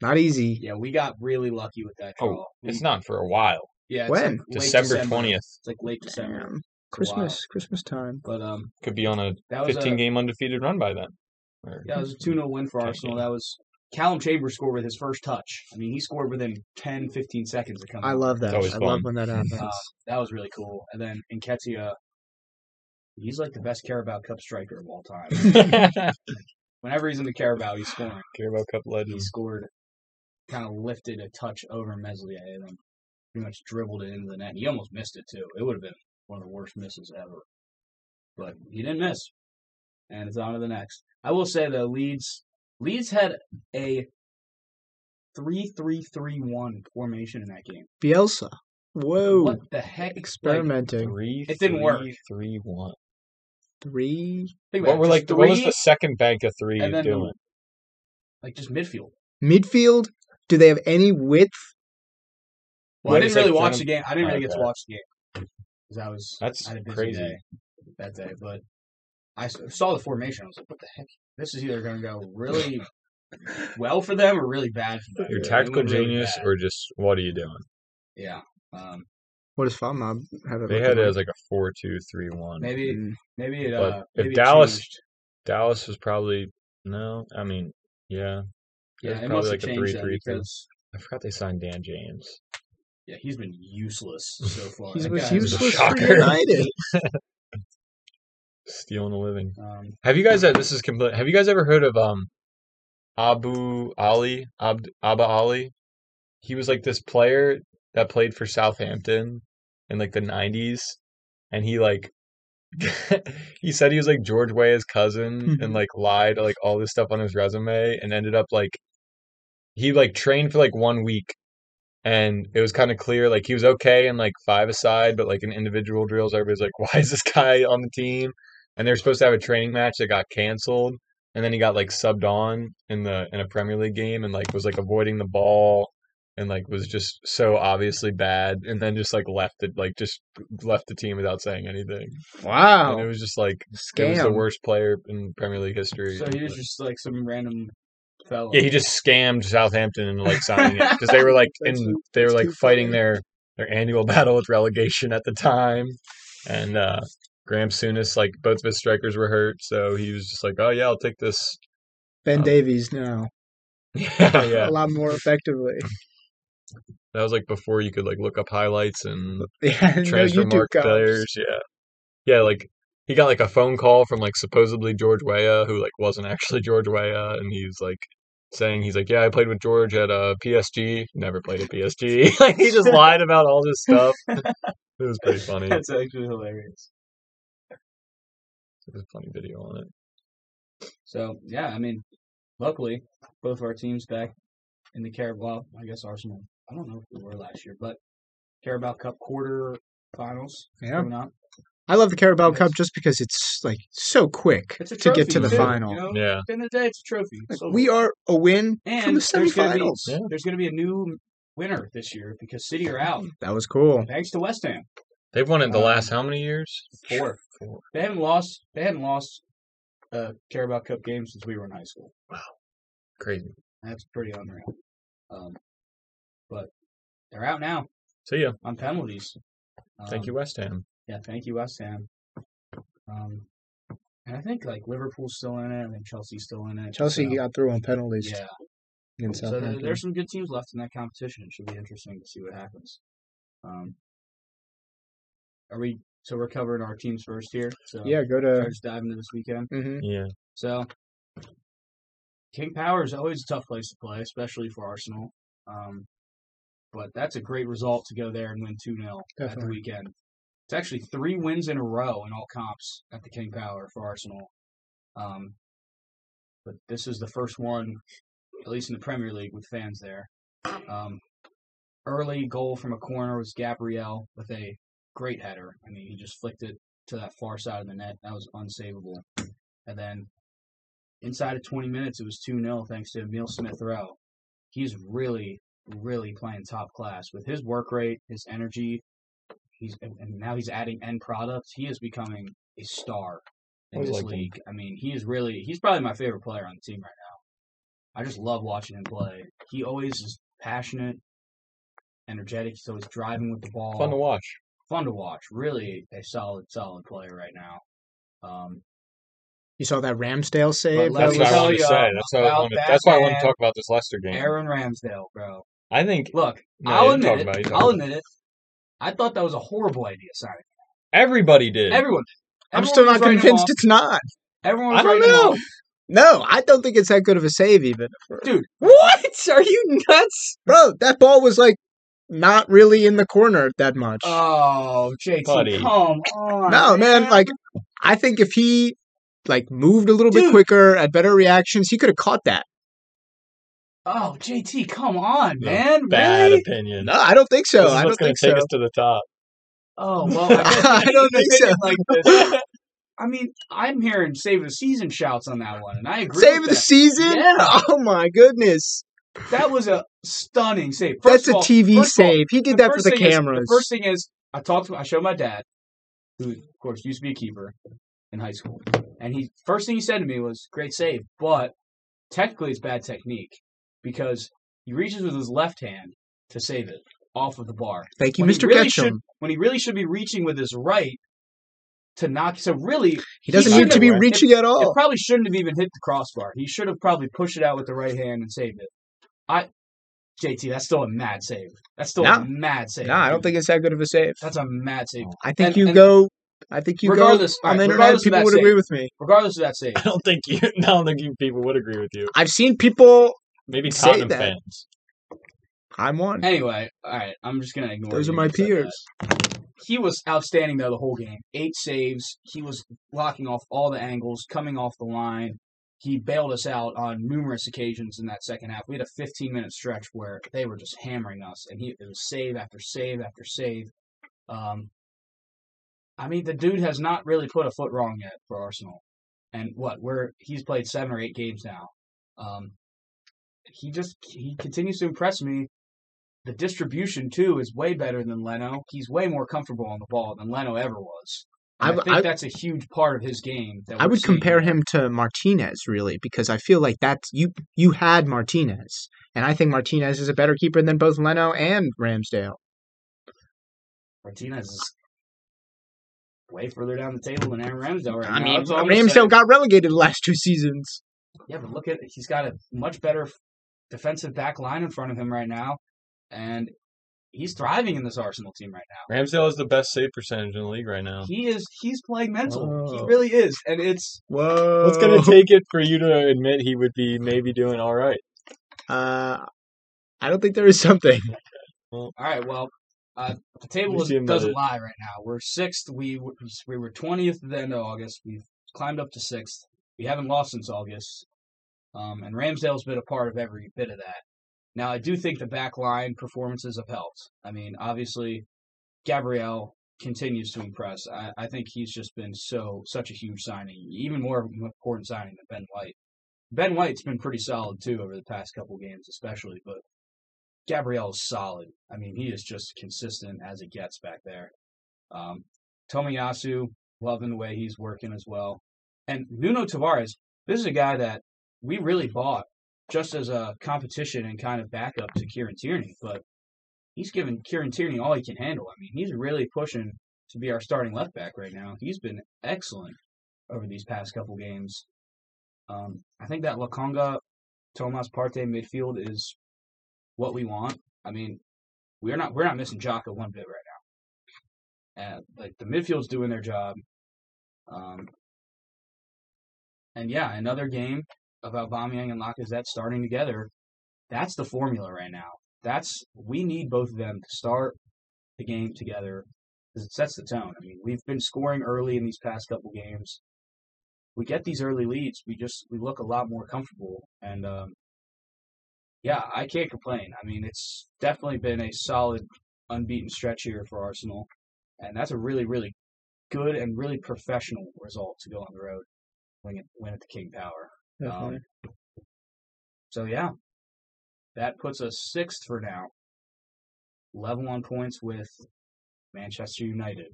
[SPEAKER 1] not easy.
[SPEAKER 2] Yeah, we got really lucky with that
[SPEAKER 3] Oh,
[SPEAKER 2] draw. We-
[SPEAKER 3] It's not for a while.
[SPEAKER 2] yeah, it's
[SPEAKER 1] when?
[SPEAKER 2] like late
[SPEAKER 3] December twentieth
[SPEAKER 2] It's like late December.
[SPEAKER 1] Damn. Christmas, Christmas time.
[SPEAKER 2] But um,
[SPEAKER 3] could be on a
[SPEAKER 2] that was
[SPEAKER 3] fifteen
[SPEAKER 2] a,
[SPEAKER 3] game undefeated run by then. Or-
[SPEAKER 2] yeah, it was a 2 0 win for
[SPEAKER 3] Okay,
[SPEAKER 2] Arsenal.
[SPEAKER 3] yeah.
[SPEAKER 2] That was Callum Chambers scored with his first touch. I mean, he scored within 10, 15 seconds of coming
[SPEAKER 1] I
[SPEAKER 2] on.
[SPEAKER 1] love
[SPEAKER 3] It's
[SPEAKER 1] that. I
[SPEAKER 3] always
[SPEAKER 1] love when
[SPEAKER 3] fun.
[SPEAKER 1] that
[SPEAKER 2] *laughs*
[SPEAKER 1] happens.
[SPEAKER 2] Uh, that was really cool. And then Nketiah, he's like the best Carabao Cup striker of all
[SPEAKER 3] *laughs*
[SPEAKER 2] time.
[SPEAKER 3] Carabao
[SPEAKER 2] Whenever he's in the Carabao, he's scoring.
[SPEAKER 3] Cup
[SPEAKER 2] He
[SPEAKER 3] legends.
[SPEAKER 2] scored, kind of lifted a touch over Meslier and then pretty much dribbled it into the net. He almost missed it too. It would have been one of the worst misses ever, but he didn't miss. And it's on to the next. I will say though, Leeds Leeds had a three-three-three-one formation in that game.
[SPEAKER 1] Bielsa. Whoa.
[SPEAKER 2] What the heck? Like, *laughs*
[SPEAKER 1] Experimenting.
[SPEAKER 3] Three.
[SPEAKER 2] It didn't work.
[SPEAKER 3] three, three, one.
[SPEAKER 1] Three
[SPEAKER 2] think about
[SPEAKER 3] What
[SPEAKER 2] it,
[SPEAKER 3] were
[SPEAKER 2] just
[SPEAKER 3] like? the- What was
[SPEAKER 2] three-
[SPEAKER 3] the second bank of three
[SPEAKER 2] and then the-
[SPEAKER 3] doing?
[SPEAKER 2] like just midfield.
[SPEAKER 1] midfield. Do they have any width?
[SPEAKER 2] Well,
[SPEAKER 3] Wait
[SPEAKER 2] I
[SPEAKER 3] a
[SPEAKER 2] didn't really
[SPEAKER 3] second,
[SPEAKER 2] watch
[SPEAKER 3] Adam.
[SPEAKER 2] the game. I didn't really
[SPEAKER 3] Okay.
[SPEAKER 2] get to watch the game because I was
[SPEAKER 3] That's
[SPEAKER 2] I had a busy
[SPEAKER 3] crazy.
[SPEAKER 2] day that day. But I s- saw the formation. I was like, "What the heck? This is either going to go
[SPEAKER 3] *laughs*
[SPEAKER 2] really well for them or really bad for them."
[SPEAKER 3] Your
[SPEAKER 2] It
[SPEAKER 3] tactical
[SPEAKER 2] went really
[SPEAKER 3] genius,
[SPEAKER 2] bad.
[SPEAKER 3] or just what are you doing?
[SPEAKER 2] yeah. Um,
[SPEAKER 1] What does Fama have? It
[SPEAKER 3] They
[SPEAKER 1] looking
[SPEAKER 3] had it
[SPEAKER 1] like?
[SPEAKER 3] as like a four-two-three-one.
[SPEAKER 2] maybe
[SPEAKER 1] Mm.
[SPEAKER 2] maybe it.
[SPEAKER 3] Mm-hmm. But
[SPEAKER 2] Uh,
[SPEAKER 3] if
[SPEAKER 2] maybe it
[SPEAKER 3] Dallas-
[SPEAKER 2] changed.
[SPEAKER 3] Dallas was probably no. I mean, yeah.
[SPEAKER 2] yeah, it
[SPEAKER 3] was probably
[SPEAKER 2] must
[SPEAKER 3] like a
[SPEAKER 2] have changed them
[SPEAKER 3] 3-3-3.
[SPEAKER 2] because
[SPEAKER 3] I forgot they signed Dan James.
[SPEAKER 2] yeah, he's been useless
[SPEAKER 3] *laughs*
[SPEAKER 2] so far.
[SPEAKER 1] He
[SPEAKER 2] That
[SPEAKER 1] was
[SPEAKER 2] guy is-
[SPEAKER 1] useless for
[SPEAKER 3] shocker. *laughs*
[SPEAKER 1] United.
[SPEAKER 3] Stealing a living.
[SPEAKER 2] Um,
[SPEAKER 3] Have you guys? uh, This is complete. Have you guys ever heard of um, Abu Ali? Abd, Abba Ali. He was like this player that played for Southampton in like the '90s, and he like *laughs* he said he was like George Weah's cousin and
[SPEAKER 1] Mhm.
[SPEAKER 3] like lied like all this stuff on his resume, and ended up like he like trained for like one week. And it was kind of clear, like he was okay in like five aside, but like in individual drills, everybody's like, *laughs* "Why is this guy on the team?" and they were supposed to have a training match that got canceled and then he got like subbed on in the in a Premier League game and like was like avoiding the ball and like was just so obviously bad and then just like left it like just left the team without saying anything and it
[SPEAKER 1] Wow.
[SPEAKER 3] was just like
[SPEAKER 1] Scam.
[SPEAKER 3] it was the worst player in Premier League history
[SPEAKER 2] so he was just like some random fellow.
[SPEAKER 3] yeah he just scammed Southampton into like signing it because they were like
[SPEAKER 1] *laughs* That's
[SPEAKER 3] in
[SPEAKER 1] too-
[SPEAKER 3] they were
[SPEAKER 1] that's
[SPEAKER 3] like
[SPEAKER 1] too
[SPEAKER 3] fighting
[SPEAKER 1] funny.
[SPEAKER 3] their their annual *laughs* battle with relegation at the time and uh Graham Souness like both of his strikers were hurt so he was just like oh yeah I'll take this *laughs*
[SPEAKER 1] Ben
[SPEAKER 3] Um,
[SPEAKER 1] Davies now.
[SPEAKER 3] *laughs*
[SPEAKER 1] A
[SPEAKER 3] yeah,
[SPEAKER 1] lot more
[SPEAKER 3] *laughs*
[SPEAKER 1] effectively.
[SPEAKER 3] That was like before you could like look up highlights and
[SPEAKER 1] Yeah, no
[SPEAKER 3] transfer
[SPEAKER 1] YouTube
[SPEAKER 3] mark
[SPEAKER 1] comments.
[SPEAKER 3] players. Yeah, yeah, like he got like a phone call from like supposedly George Weah, who like wasn't actually *laughs* George Weah, and he's like saying he's like, yeah, I played with George at uh, PSG. Never played at PSG. *laughs* like he just lied about all this *laughs* stuff. It was pretty
[SPEAKER 2] *laughs*
[SPEAKER 3] funny.
[SPEAKER 2] That's actually hilarious.
[SPEAKER 3] There's a funny video on it.
[SPEAKER 2] So yeah, I mean, luckily both of our teams back in the Carabao. Well, I guess Arsenal. I don't know if we were last year, but Carabao Cup quarter finals
[SPEAKER 1] Yeah.
[SPEAKER 2] coming up.
[SPEAKER 1] I love the Carabao
[SPEAKER 2] Yes.
[SPEAKER 1] Cup just because it's like so quick
[SPEAKER 2] It's a
[SPEAKER 1] to
[SPEAKER 2] trophy
[SPEAKER 1] get to the
[SPEAKER 2] too,
[SPEAKER 1] final.
[SPEAKER 2] You know?
[SPEAKER 3] Yeah.
[SPEAKER 2] At the end of the day, it's a trophy.
[SPEAKER 1] Like,
[SPEAKER 2] So-
[SPEAKER 1] we are a win from
[SPEAKER 2] and
[SPEAKER 1] the
[SPEAKER 2] there's gonna be-
[SPEAKER 1] semifinals.
[SPEAKER 3] Yeah.
[SPEAKER 2] There's going to be a new winner this year because City are out
[SPEAKER 1] That was cool.
[SPEAKER 2] thanks to West Ham.
[SPEAKER 3] They've won it the
[SPEAKER 2] Um,
[SPEAKER 3] last how many years?
[SPEAKER 2] Four.
[SPEAKER 3] Four.
[SPEAKER 2] They haven't lost. They haven't lost a Carabao Cup game since we were in high school.
[SPEAKER 3] Crazy.
[SPEAKER 2] That's pretty unreal. Um, but they're out now
[SPEAKER 3] See ya.
[SPEAKER 2] on penalties. Um,
[SPEAKER 3] Thank you, West Ham.
[SPEAKER 2] Yeah, thank you, West Ham. Um, and I think like Liverpool's still in it, and then Chelsea's still in it.
[SPEAKER 1] Chelsea
[SPEAKER 2] so,
[SPEAKER 1] got through on penalties
[SPEAKER 2] yeah.
[SPEAKER 1] against
[SPEAKER 2] So there,
[SPEAKER 1] Southampton.
[SPEAKER 2] there's some good teams left in that competition. It should be interesting to see what happens. Um, are we? So we're covering our teams first here. So
[SPEAKER 1] yeah, go
[SPEAKER 2] we're
[SPEAKER 1] to.
[SPEAKER 2] just dive into this weekend.
[SPEAKER 1] Mhm.
[SPEAKER 3] Yeah.
[SPEAKER 2] So King Power is always a tough place to play, especially for Arsenal. Um, but that's a great result to go there and win 2 0 at the
[SPEAKER 1] Definitely.
[SPEAKER 2] weekend. It's actually three wins in a row in all comps at the King Power for Arsenal. Um, but this is the first one, at least in the Premier League, with fans there. Um, early goal from a corner was Gabriel with a great header. I mean, he just flicked it to that far side of the net. That was unsavable. And then inside of 20 minutes, it was 2 0 thanks to Emil Smith Rowe. He's really, really playing top class with his work rate, his energy. He's and and now he's adding end products. He is becoming a star in
[SPEAKER 3] I
[SPEAKER 2] this
[SPEAKER 3] like him.
[SPEAKER 2] league. I mean, he is really he's probably my favorite player on the team right now. I just love watching him play. He always is passionate, energetic. He's always driving with the ball
[SPEAKER 3] Fun to watch.
[SPEAKER 2] fun to watch. Really a solid, solid player right now. Um,
[SPEAKER 1] You saw that Ramsdale save?
[SPEAKER 2] Let
[SPEAKER 3] That's
[SPEAKER 1] That
[SPEAKER 2] me
[SPEAKER 3] what I
[SPEAKER 1] was,
[SPEAKER 2] tell
[SPEAKER 3] wanted to
[SPEAKER 2] you
[SPEAKER 3] say. That's, what I
[SPEAKER 2] about
[SPEAKER 3] wanted,
[SPEAKER 2] that
[SPEAKER 3] that's why I wanted
[SPEAKER 2] man.
[SPEAKER 3] to talk about this Leicester game.
[SPEAKER 2] Aaron Ramsdale, bro.
[SPEAKER 3] I think
[SPEAKER 2] Look,
[SPEAKER 3] No,
[SPEAKER 2] I'll
[SPEAKER 3] you
[SPEAKER 2] admit
[SPEAKER 3] talk
[SPEAKER 2] it.
[SPEAKER 3] about it, you talk
[SPEAKER 2] I'll
[SPEAKER 3] about
[SPEAKER 2] admit it. I thought that was a horrible idea signing.
[SPEAKER 3] everybody did.
[SPEAKER 2] Everyone. did.
[SPEAKER 1] I'm
[SPEAKER 2] Everyone
[SPEAKER 1] still
[SPEAKER 2] was
[SPEAKER 1] not
[SPEAKER 2] writing him
[SPEAKER 1] convinced
[SPEAKER 2] off.
[SPEAKER 1] it's not.
[SPEAKER 2] Everyone was
[SPEAKER 3] I don't
[SPEAKER 2] writing him
[SPEAKER 3] know.
[SPEAKER 2] off.
[SPEAKER 1] No, I don't think it's that good of a save, even.
[SPEAKER 2] Dude.
[SPEAKER 1] What? Are you nuts? Bro, that ball was like not really in the corner that much.
[SPEAKER 2] Oh, JT,
[SPEAKER 3] Buddy.
[SPEAKER 2] come on.
[SPEAKER 1] No, man, like I think if he like moved a little bit
[SPEAKER 2] Dude.
[SPEAKER 1] quicker, had better reactions, he could have caught that.
[SPEAKER 2] Oh, JT, come on,
[SPEAKER 3] No,
[SPEAKER 2] man.
[SPEAKER 3] Bad
[SPEAKER 2] Really?
[SPEAKER 3] opinion.
[SPEAKER 1] No, I don't think so.
[SPEAKER 3] this is
[SPEAKER 1] I
[SPEAKER 3] what's
[SPEAKER 1] don't
[SPEAKER 3] going
[SPEAKER 1] think
[SPEAKER 3] to take
[SPEAKER 1] so.
[SPEAKER 3] us to the top.
[SPEAKER 1] *laughs*
[SPEAKER 2] Oh, well, I, guess
[SPEAKER 1] I don't think so.
[SPEAKER 2] Like this.
[SPEAKER 1] *laughs*
[SPEAKER 2] I mean, I'm hearing save the season shouts on that one, and I agree.
[SPEAKER 1] Save of
[SPEAKER 2] with
[SPEAKER 1] the
[SPEAKER 2] that.
[SPEAKER 1] season?
[SPEAKER 2] Yeah.
[SPEAKER 1] Oh my goodness.
[SPEAKER 2] That was a stunning save.
[SPEAKER 1] That's
[SPEAKER 2] First of
[SPEAKER 1] a
[SPEAKER 2] all-
[SPEAKER 1] TV
[SPEAKER 2] first of all,
[SPEAKER 1] save. he did
[SPEAKER 2] the
[SPEAKER 1] that for
[SPEAKER 2] first
[SPEAKER 1] the
[SPEAKER 2] thing is-
[SPEAKER 1] cameras.
[SPEAKER 2] the first thing is, I talked to, I showed my dad, who of course used to be a keeper in high school, and he first thing he said to me was, "Great save," but technically it's bad technique because he reaches with his left hand to save it off of the bar.
[SPEAKER 1] Thank you,
[SPEAKER 2] When he
[SPEAKER 1] Mr.
[SPEAKER 2] really
[SPEAKER 1] Ketchum.
[SPEAKER 2] should- when he really should be reaching with his right to knock. So really,
[SPEAKER 1] he doesn't
[SPEAKER 2] shouldn't
[SPEAKER 1] need to be
[SPEAKER 2] have-
[SPEAKER 1] reaching at
[SPEAKER 2] it
[SPEAKER 1] all.
[SPEAKER 2] probably shouldn't have even hit the crossbar. He should have probably pushed it out with the right hand and saved it. I, JT, that's still a mad save. That's still
[SPEAKER 1] No.
[SPEAKER 2] a mad save.
[SPEAKER 1] No, I don't
[SPEAKER 2] dude.
[SPEAKER 1] think Oh. it's that good of a save.
[SPEAKER 2] that's a mad save.
[SPEAKER 1] I think
[SPEAKER 2] And-
[SPEAKER 1] you
[SPEAKER 2] and-
[SPEAKER 1] go I think you go
[SPEAKER 2] Regardless-
[SPEAKER 1] on
[SPEAKER 2] alright,
[SPEAKER 1] the internet
[SPEAKER 2] regardless of
[SPEAKER 1] people
[SPEAKER 2] that
[SPEAKER 1] would
[SPEAKER 2] save.
[SPEAKER 1] agree with me.
[SPEAKER 2] Regardless of that save,
[SPEAKER 3] *laughs* I don't think you. *laughs* I don't think you people would agree with you.
[SPEAKER 1] I've seen people
[SPEAKER 3] Maybe
[SPEAKER 1] Say
[SPEAKER 3] Tottenham
[SPEAKER 1] that.
[SPEAKER 3] fans.
[SPEAKER 1] I'm one.
[SPEAKER 2] anyway, all right, I'm just gonna ignore.
[SPEAKER 1] Those
[SPEAKER 2] you
[SPEAKER 1] are my
[SPEAKER 2] because of
[SPEAKER 1] peers.
[SPEAKER 2] that. He was outstanding though the whole game. Eight saves. He was blocking off all the angles, coming off the line. He bailed us out on numerous occasions in that second half. We had a 15 minute stretch where they were just hammering us, and he it was save after save after save. Um, I mean, the dude has not really put a foot wrong yet for Arsenal, and what we're he's played seven or eight games now. Um, he just he continues to impress me. The distribution too is way better than Leno. He's way more comfortable on the ball than Leno ever was. And I,
[SPEAKER 1] I-
[SPEAKER 2] think
[SPEAKER 1] I-
[SPEAKER 2] that's a huge part of his game. That
[SPEAKER 1] I
[SPEAKER 2] we're
[SPEAKER 1] would
[SPEAKER 2] seeing.
[SPEAKER 1] compare him to Martinez really because I feel like that's you you had Martinez and I think Martinez is a better keeper than both Leno and Ramsdale.
[SPEAKER 2] Martinez is way further down the table than Aaron Ramsdale right
[SPEAKER 1] I
[SPEAKER 2] now.
[SPEAKER 1] mean
[SPEAKER 2] That's all I'm gonna say.
[SPEAKER 1] Ramsdale got relegated the last two seasons.
[SPEAKER 2] Yeah, but look at he's got a much better f- defensive back line in front of him right now, and he's thriving in this Arsenal team right now.
[SPEAKER 3] Ramsdale has the best save percentage in the league right now.
[SPEAKER 2] He is he's playing mental. He
[SPEAKER 1] Whoa.
[SPEAKER 2] really is, and it's
[SPEAKER 1] Whoa.
[SPEAKER 3] What's going to take it for you to admit he would be maybe doing all right?
[SPEAKER 1] Uh, I don't think there is something.
[SPEAKER 2] all right. Well, uh, the table
[SPEAKER 3] You
[SPEAKER 2] is,
[SPEAKER 3] see him
[SPEAKER 2] doesn't
[SPEAKER 3] at it.
[SPEAKER 2] lie right now. We're sixth. We w- we were twentieth at the end of August. We've climbed up to sixth. We haven't lost since August, um, and Ramsdale's been a part of every bit of that. Now, I do think the back line performances have helped. I mean, obviously, Gabriel continues to impress. I, I think he's just been so such a huge signing, even more of an important signing than Ben White. Ben White's been pretty solid too over the past couple games, especially, but Gabriel is solid. I mean, he is just consistent as it gets back there. Um, Tomiyasu, loving the way he's working as well. And Nuno Tavares, this is a guy that we really bought just as a competition and kind of backup to Kieran Tierney, but he's given Kieran Tierney all he can handle. I mean, he's really pushing to be our starting left back right now. He's been excellent over these past couple games. Um, I think that Lakonga, Tomas Partey midfield is what we want. I mean, we're not we're not missing Jocko one bit right now. And like the midfield's doing their job. Um, and yeah, another game about Aubameyang and Lacazette starting together. That's the formula right now. That's we need both of them to start the game together 'cause it sets the tone. I mean, we've been scoring early in these past couple games. We get these early leads, we just we look a lot more comfortable and um yeah, I can't complain. I mean, it's definitely been a solid, unbeaten stretch here for Arsenal, and that's a really, really good and really professional result to go on the road, win it, win at the King Power. Um, so yeah, that puts us sixth for now, level on points with Manchester United.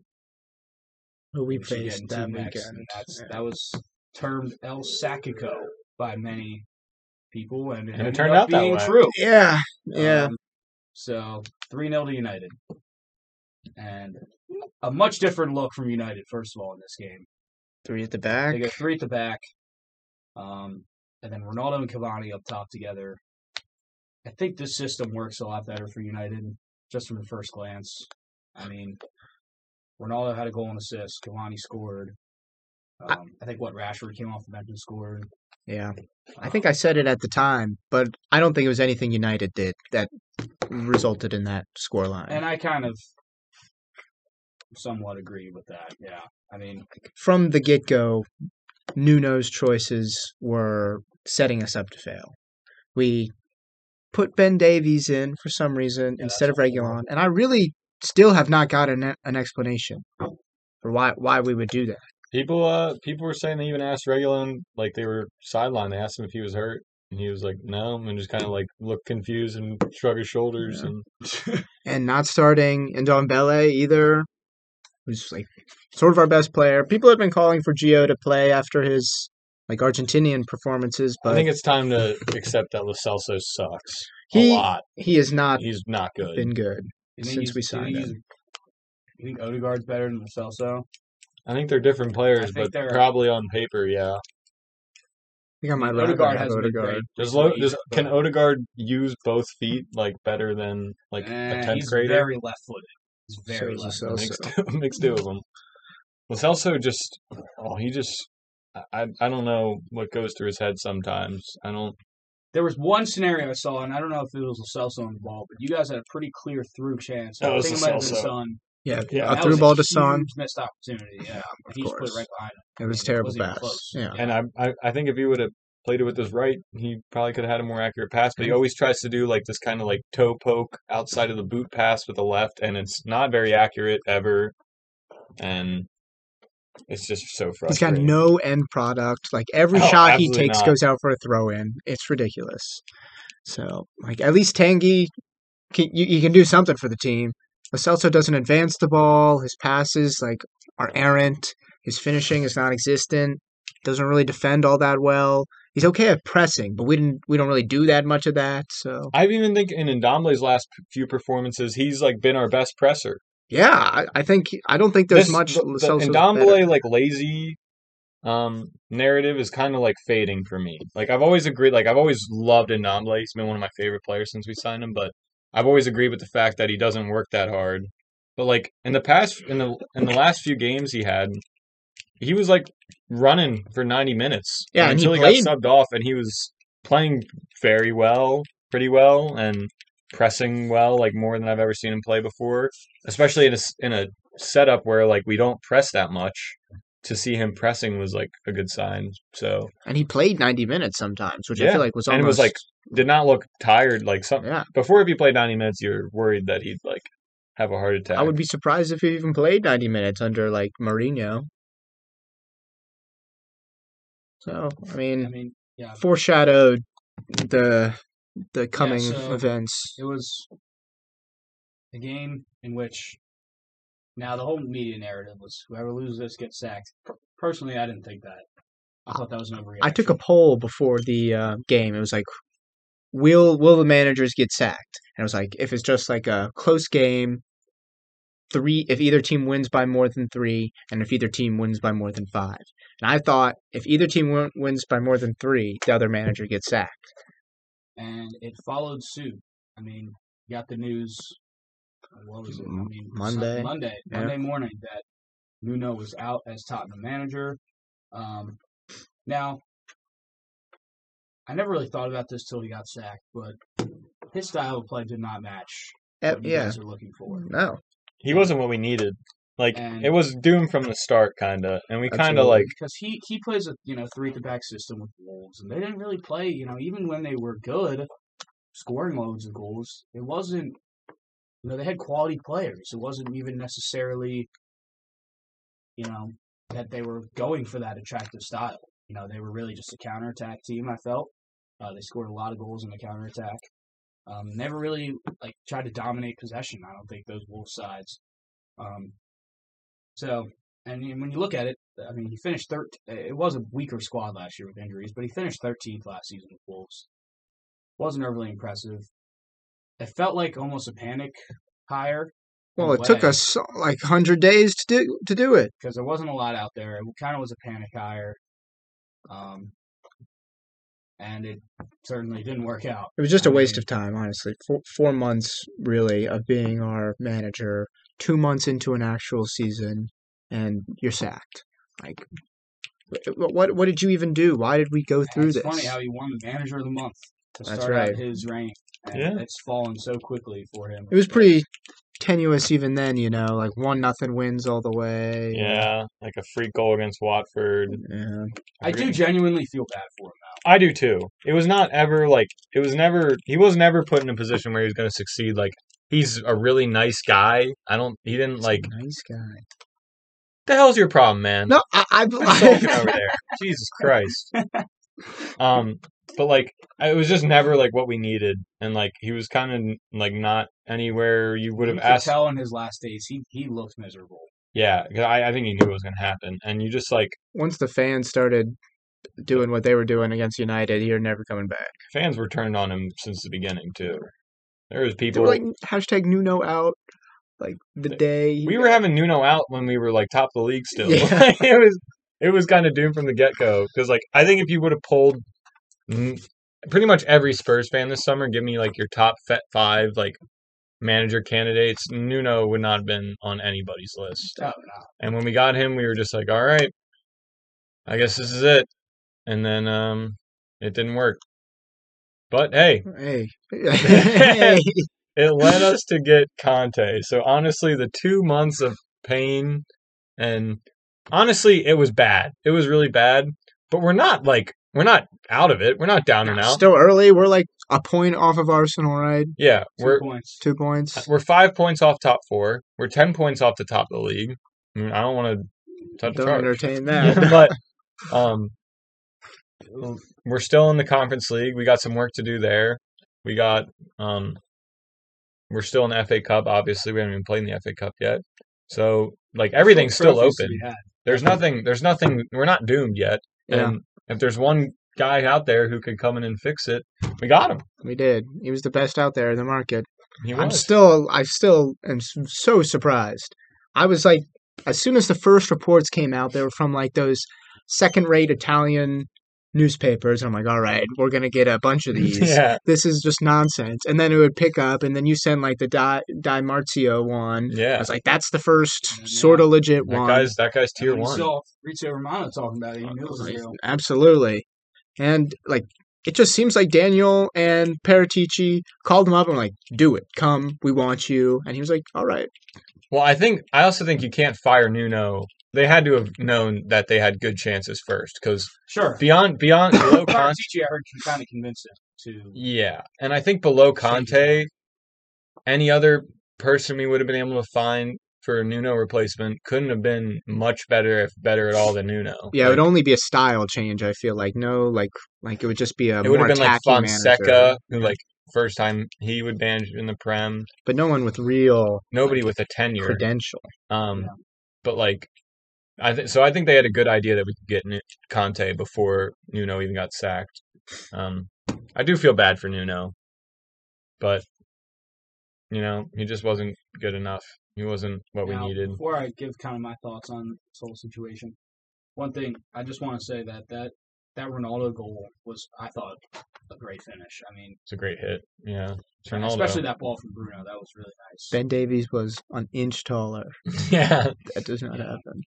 [SPEAKER 1] we
[SPEAKER 2] which you get
[SPEAKER 1] faced
[SPEAKER 2] in two
[SPEAKER 1] that
[SPEAKER 2] next,
[SPEAKER 1] weekend.
[SPEAKER 2] and That's,
[SPEAKER 1] Yeah.
[SPEAKER 2] That was termed El Sacico by many people, and it,
[SPEAKER 3] And it
[SPEAKER 2] ended
[SPEAKER 3] turned
[SPEAKER 2] up
[SPEAKER 3] out that
[SPEAKER 2] being
[SPEAKER 3] way.
[SPEAKER 2] true.
[SPEAKER 1] Yeah, yeah.
[SPEAKER 2] Um, so three 0 to United, and a much different look from United. First of all, in this game,
[SPEAKER 1] Three at the back.
[SPEAKER 2] they go three at the back, um, and then Ronaldo and Cavani up top together. I think this system works a lot better for United just from the first glance. I mean, Ronaldo had a goal and assist. Cavani scored. Um, I think what Rashford came off the bench and scored.
[SPEAKER 1] Yeah, I think I said it at the time, but I don't think it was anything United did that resulted in that scoreline.
[SPEAKER 2] and I kind of somewhat agree with that. Yeah, I mean,
[SPEAKER 1] From the get go, Nuno's choices were setting us up to fail. We put Ben Davies in for some reason
[SPEAKER 2] Yeah,
[SPEAKER 1] instead of
[SPEAKER 2] that's
[SPEAKER 1] Regulon, and I really still have not gotten an, an explanation for why why we would do that.
[SPEAKER 3] People, uh, people were saying they even asked Regulon, like they were sidelined. They asked him if he was hurt, and he was like, "No," and just kind of like looked confused and shrugged his shoulders.
[SPEAKER 1] Yeah.
[SPEAKER 3] And
[SPEAKER 1] and not starting Ndon Bele either, who's like sort of our best player. People have been calling for Gio to play after his like Argentinian performances,
[SPEAKER 3] I
[SPEAKER 1] but
[SPEAKER 3] think it's time to accept that Lacelso sucks
[SPEAKER 1] He-
[SPEAKER 3] a lot.
[SPEAKER 1] he has not
[SPEAKER 3] He's not good.
[SPEAKER 1] been good.
[SPEAKER 2] you
[SPEAKER 1] Since
[SPEAKER 2] think he's-
[SPEAKER 1] we
[SPEAKER 2] you
[SPEAKER 1] signed
[SPEAKER 2] think he's- you think Odegaard's better than Celso?
[SPEAKER 3] I think they're different players,
[SPEAKER 2] I think
[SPEAKER 3] but
[SPEAKER 2] they're-
[SPEAKER 3] probably on paper, yeah.
[SPEAKER 1] I think I might rather
[SPEAKER 2] Odegaard
[SPEAKER 1] have
[SPEAKER 2] hasn't been
[SPEAKER 1] Odegaard.
[SPEAKER 2] great.
[SPEAKER 3] Does,
[SPEAKER 2] recently
[SPEAKER 3] Lo- does
[SPEAKER 2] either,
[SPEAKER 3] can
[SPEAKER 2] but-
[SPEAKER 3] Odegaard use both feet like better than like
[SPEAKER 2] Eh,
[SPEAKER 3] a tenth
[SPEAKER 2] he's
[SPEAKER 3] grader?
[SPEAKER 2] very left-footed. He's
[SPEAKER 1] So
[SPEAKER 2] very
[SPEAKER 1] is
[SPEAKER 2] left.
[SPEAKER 1] Lascelles.
[SPEAKER 3] Mixed, *laughs* mixed two of them. Lacelso just, oh, he just, I- I, I don't know what goes through his head sometimes. I don't.
[SPEAKER 2] There was one scenario I saw, and I don't know if it was Celso on the ball, but you guys had a pretty clear through chance.
[SPEAKER 3] That
[SPEAKER 2] I
[SPEAKER 3] was
[SPEAKER 2] think it might have been
[SPEAKER 3] Lascelles.
[SPEAKER 2] Son. *laughs*
[SPEAKER 1] Yeah,
[SPEAKER 3] Yeah.
[SPEAKER 1] a
[SPEAKER 2] That
[SPEAKER 1] through
[SPEAKER 2] was
[SPEAKER 1] ball to
[SPEAKER 2] huge
[SPEAKER 1] Son.
[SPEAKER 2] missed opportunity. Yeah, he just put it
[SPEAKER 1] course.
[SPEAKER 2] right behind him.
[SPEAKER 1] It was
[SPEAKER 2] It
[SPEAKER 1] terrible
[SPEAKER 2] wasn't even
[SPEAKER 1] pass.
[SPEAKER 2] close.
[SPEAKER 1] Yeah,
[SPEAKER 3] And I, I, I think if he would have played it with his right, he probably could have had a more accurate pass. But he
[SPEAKER 2] Mm.
[SPEAKER 3] always tries to do like this kind of like toe poke outside of the boot pass with the left, and it's not very accurate ever. And it's just so
[SPEAKER 1] he's got
[SPEAKER 3] frustrating.
[SPEAKER 1] no end product. Like every
[SPEAKER 3] No,
[SPEAKER 1] shot he
[SPEAKER 3] absolutely
[SPEAKER 1] takes
[SPEAKER 3] not.
[SPEAKER 1] goes out for a throw in. It's ridiculous. So like at least Tanguy, can, you, you can do something for the team. Lacelso doesn't advance the ball. His passes like are errant. His finishing is non-existent. Doesn't really defend all that well. He's okay at pressing, but we didn't. We don't really do that much of that. So
[SPEAKER 3] I even think in Ndombele's last few performances, he's like been our best presser.
[SPEAKER 1] yeah, I, I think I don't think there's
[SPEAKER 3] This-
[SPEAKER 1] much.
[SPEAKER 3] the, the
[SPEAKER 1] Lacelso's better.
[SPEAKER 3] Ndombele like lazy um narrative is kind of like fading for me. Like I've always agreed, like I've always loved Ndombele. He's been one of my favorite players since we signed him, but I've always agreed with the fact that he doesn't work that hard. But like in the past, in the in the last few games he had, he was like running for ninety minutes.
[SPEAKER 1] Yeah, and he
[SPEAKER 3] until he,
[SPEAKER 1] played-
[SPEAKER 3] got subbed off, and he was playing very well, pretty well, and pressing well, like more than I've ever seen him play before. Especially in a s- in a setup where like we don't press that much. To see him pressing was like a good sign. So
[SPEAKER 1] and he played 90 minutes sometimes, which I
[SPEAKER 3] Yeah,
[SPEAKER 1] feel like was almost
[SPEAKER 3] and it was, like, did not look tired. Like something
[SPEAKER 1] yeah.
[SPEAKER 3] before if he played 90 minutes you're worried that he'd like have a heart attack
[SPEAKER 1] I would be surprised if he even played 90 minutes under like Mourinho. So I
[SPEAKER 2] I
[SPEAKER 1] mean,
[SPEAKER 2] mean, yeah,
[SPEAKER 1] foreshadowed the the coming
[SPEAKER 2] so-
[SPEAKER 1] events.
[SPEAKER 2] it was a game in which now the whole media narrative was whoever loses this gets sacked. Per- Personally, I didn't think that. I thought that was an overreaction.
[SPEAKER 1] I took a poll before the uh, game. It was like, will will the managers get sacked? And it was like, if it's just like a close game, three. If either team wins by more than three, and if either team wins by more than five. And I thought if either team win- wins by more than three, the other manager gets sacked.
[SPEAKER 2] and it followed suit. I mean, you got the news. uh, What was it? I mean,
[SPEAKER 1] Monday.
[SPEAKER 2] Sun- Monday,
[SPEAKER 1] Yeah.
[SPEAKER 2] Monday morning that Nuno was out as Tottenham manager. Um, now, I never really thought about this till he got sacked, but his style of play did not match
[SPEAKER 1] Eh,
[SPEAKER 2] what you
[SPEAKER 1] yeah.
[SPEAKER 2] guys are looking for.
[SPEAKER 1] No.
[SPEAKER 3] he wasn't what we needed like
[SPEAKER 2] And-
[SPEAKER 3] it was doomed from the start kind of and we kind of
[SPEAKER 1] Absolutely.
[SPEAKER 3] like
[SPEAKER 2] because he he plays a you know three at the back system with Wolves, and they didn't really play you know even when they were good, scoring loads of goals. It wasn't you know they had quality players. It wasn't even necessarily you know that they were going for that attractive style. You know they were really just a counterattack team. I felt uh, they scored a lot of goals in the counterattack. Um, never really like tried to dominate possession. I don't think those Wolves sides. Um, so and you- when you look at it, I mean, he finished third. It was a weaker squad last year with injuries, but he finished 13th last season with Wolves. Wasn't overly impressive. It felt like almost a panic hire
[SPEAKER 1] Well, it took
[SPEAKER 2] way.
[SPEAKER 1] us so- like 100 days to do to do it.
[SPEAKER 2] because there wasn't a lot out there. It kind of was a panic hire, um, and it certainly didn't work out.
[SPEAKER 1] It was just a
[SPEAKER 2] I
[SPEAKER 1] waste
[SPEAKER 2] mean-
[SPEAKER 1] of time, honestly. Four, four months, really, of being our manager, two months into an actual season, and you're sacked. Like, wh- wh- what what did you even do? Why did we go
[SPEAKER 2] And
[SPEAKER 1] through
[SPEAKER 2] it's
[SPEAKER 1] this?
[SPEAKER 2] funny how he won the Manager of the Month to
[SPEAKER 1] That's
[SPEAKER 2] start
[SPEAKER 1] right.
[SPEAKER 2] out his reign. And
[SPEAKER 3] Yeah.
[SPEAKER 2] it's fallen so quickly for him.
[SPEAKER 1] it was pretty tenuous even then, you know, like one nothing wins all the way.
[SPEAKER 3] yeah like a free goal against watford
[SPEAKER 1] Yeah.
[SPEAKER 2] I do genuinely feel bad for him.
[SPEAKER 3] i do too it was not ever like it was never he was never put in a position where he was going to succeed like he's a really nice guy i don't he didn't like
[SPEAKER 1] nice guy.
[SPEAKER 3] the hell's your problem man
[SPEAKER 1] No, I, I, *laughs*
[SPEAKER 3] What's talking over there? *laughs* Jesus Christ. Um, but like it was just never like what we needed, and like he was kind of like not anywhere you would have
[SPEAKER 2] you
[SPEAKER 3] asked.
[SPEAKER 2] Could tell in his last days, he he looked miserable.
[SPEAKER 3] Yeah, 'cause I, I think he knew it was gonna happen, and you just like
[SPEAKER 1] once the fans started doing what they were doing against United, you're never coming back.
[SPEAKER 3] fans were turned on him since the beginning too. There was
[SPEAKER 1] They
[SPEAKER 3] people.
[SPEAKER 1] were like hashtag Nuno out, like the day.
[SPEAKER 3] we were having Nuno out when we were like top of the league still.
[SPEAKER 1] Yeah.
[SPEAKER 3] *laughs* Like, it was it was kind of doomed from the get go because like I think if you would have pulled mm, pretty much every Spurs fan this summer, give me like your top fe- five like manager candidates, Nuno would not have been on anybody's list.
[SPEAKER 2] Oh, no.
[SPEAKER 3] And when we got him, we were just like, all right, I guess this is it. And then um, it didn't work. But hey, *laughs*
[SPEAKER 1] Hey. *laughs* Hey.
[SPEAKER 3] it led us to get Conte. So honestly, the two months of pain and honestly, it was bad. It was really bad. But we're not like we're not out of it. We're not down and out.
[SPEAKER 1] Still early. We're like a point off of Arsenal, right?
[SPEAKER 3] Yeah,
[SPEAKER 2] Two
[SPEAKER 3] we're
[SPEAKER 2] points.
[SPEAKER 1] Two points.
[SPEAKER 3] we're five points off top four. We're ten points off the top of the league. I, mean, I don't want to touch the
[SPEAKER 1] Don't
[SPEAKER 3] chart. *laughs*
[SPEAKER 1] entertain that.
[SPEAKER 3] but um, we're still in the conference league. We got some work to do there. We got um, we're still in the FA Cup. Obviously, we haven't even played in the FA Cup yet. So like everything's still
[SPEAKER 2] Trophies to
[SPEAKER 3] open.
[SPEAKER 2] be had.
[SPEAKER 3] There's nothing. There's nothing. We're not doomed yet.
[SPEAKER 1] yeah,
[SPEAKER 3] And if there's one guy out there who could come in and fix it, we got him.
[SPEAKER 1] we did. He was the best out there in the market.
[SPEAKER 3] He
[SPEAKER 1] I'm
[SPEAKER 3] was.
[SPEAKER 1] still, I still am s- so surprised. I was like, as soon as the first reports came out, they were from like those second-rate Italian newspapers. And I'm like, all right, we're gonna get a bunch
[SPEAKER 3] *laughs*
[SPEAKER 1] of these. *laughs*
[SPEAKER 3] Yeah.
[SPEAKER 1] This is just nonsense. And then it would pick up, and then you send like the Di, Di Marzio one. I
[SPEAKER 3] Yeah.
[SPEAKER 1] was like, that's the first
[SPEAKER 2] Yeah.
[SPEAKER 1] sort of legit
[SPEAKER 3] That
[SPEAKER 1] one.
[SPEAKER 3] guy's that guy's tier
[SPEAKER 2] you
[SPEAKER 3] one. Oh,
[SPEAKER 2] saw Rizzio Romano talking about it. You knew it was
[SPEAKER 1] Like,
[SPEAKER 2] real.
[SPEAKER 1] Absolutely. And like it just seems like Daniel and Paratici called him up and were like, do it. Come, we want you. And he was like, All right.
[SPEAKER 3] Well, I think I also think you can't fire Nuno. They had to have known that they had good chances first, because
[SPEAKER 2] Sure. *laughs*
[SPEAKER 3] beyond
[SPEAKER 1] *laughs*
[SPEAKER 3] beyond below Conte,
[SPEAKER 2] Paratici, I heard, you kind of convinced him to.
[SPEAKER 3] yeah, and I think below Conte, any other person we would have been able to find for a Nuno replacement couldn't have been much better, if better at all, than Nuno.
[SPEAKER 1] Yeah, it
[SPEAKER 3] Like,
[SPEAKER 1] would only be a style change, I feel like. No, like like it would just be a
[SPEAKER 3] it would
[SPEAKER 1] more
[SPEAKER 3] have been like
[SPEAKER 1] attacking
[SPEAKER 3] Fonseca,
[SPEAKER 1] manager.
[SPEAKER 3] who like first time he would manage in the Prem.
[SPEAKER 1] But no one with real
[SPEAKER 3] Nobody with a tenure.
[SPEAKER 1] credential.
[SPEAKER 3] Um,
[SPEAKER 2] Yeah.
[SPEAKER 3] but like, I th- so I think they had a good idea that we could get Nu- Conte before Nuno even got sacked. Um, I do feel bad for Nuno, but you know he just wasn't good enough. He wasn't what
[SPEAKER 2] Now,
[SPEAKER 3] we needed.
[SPEAKER 2] Before I give kind of my thoughts on this whole situation, one thing I just want to say that that that Ronaldo goal was, I thought, a great finish. I mean,
[SPEAKER 3] It's a great hit. Yeah, It's Ronaldo.
[SPEAKER 2] especially that ball from Bruno. That was really nice.
[SPEAKER 1] Ben Davies was an inch taller.
[SPEAKER 3] *laughs* yeah.
[SPEAKER 1] That does not
[SPEAKER 2] Yeah.
[SPEAKER 1] happen.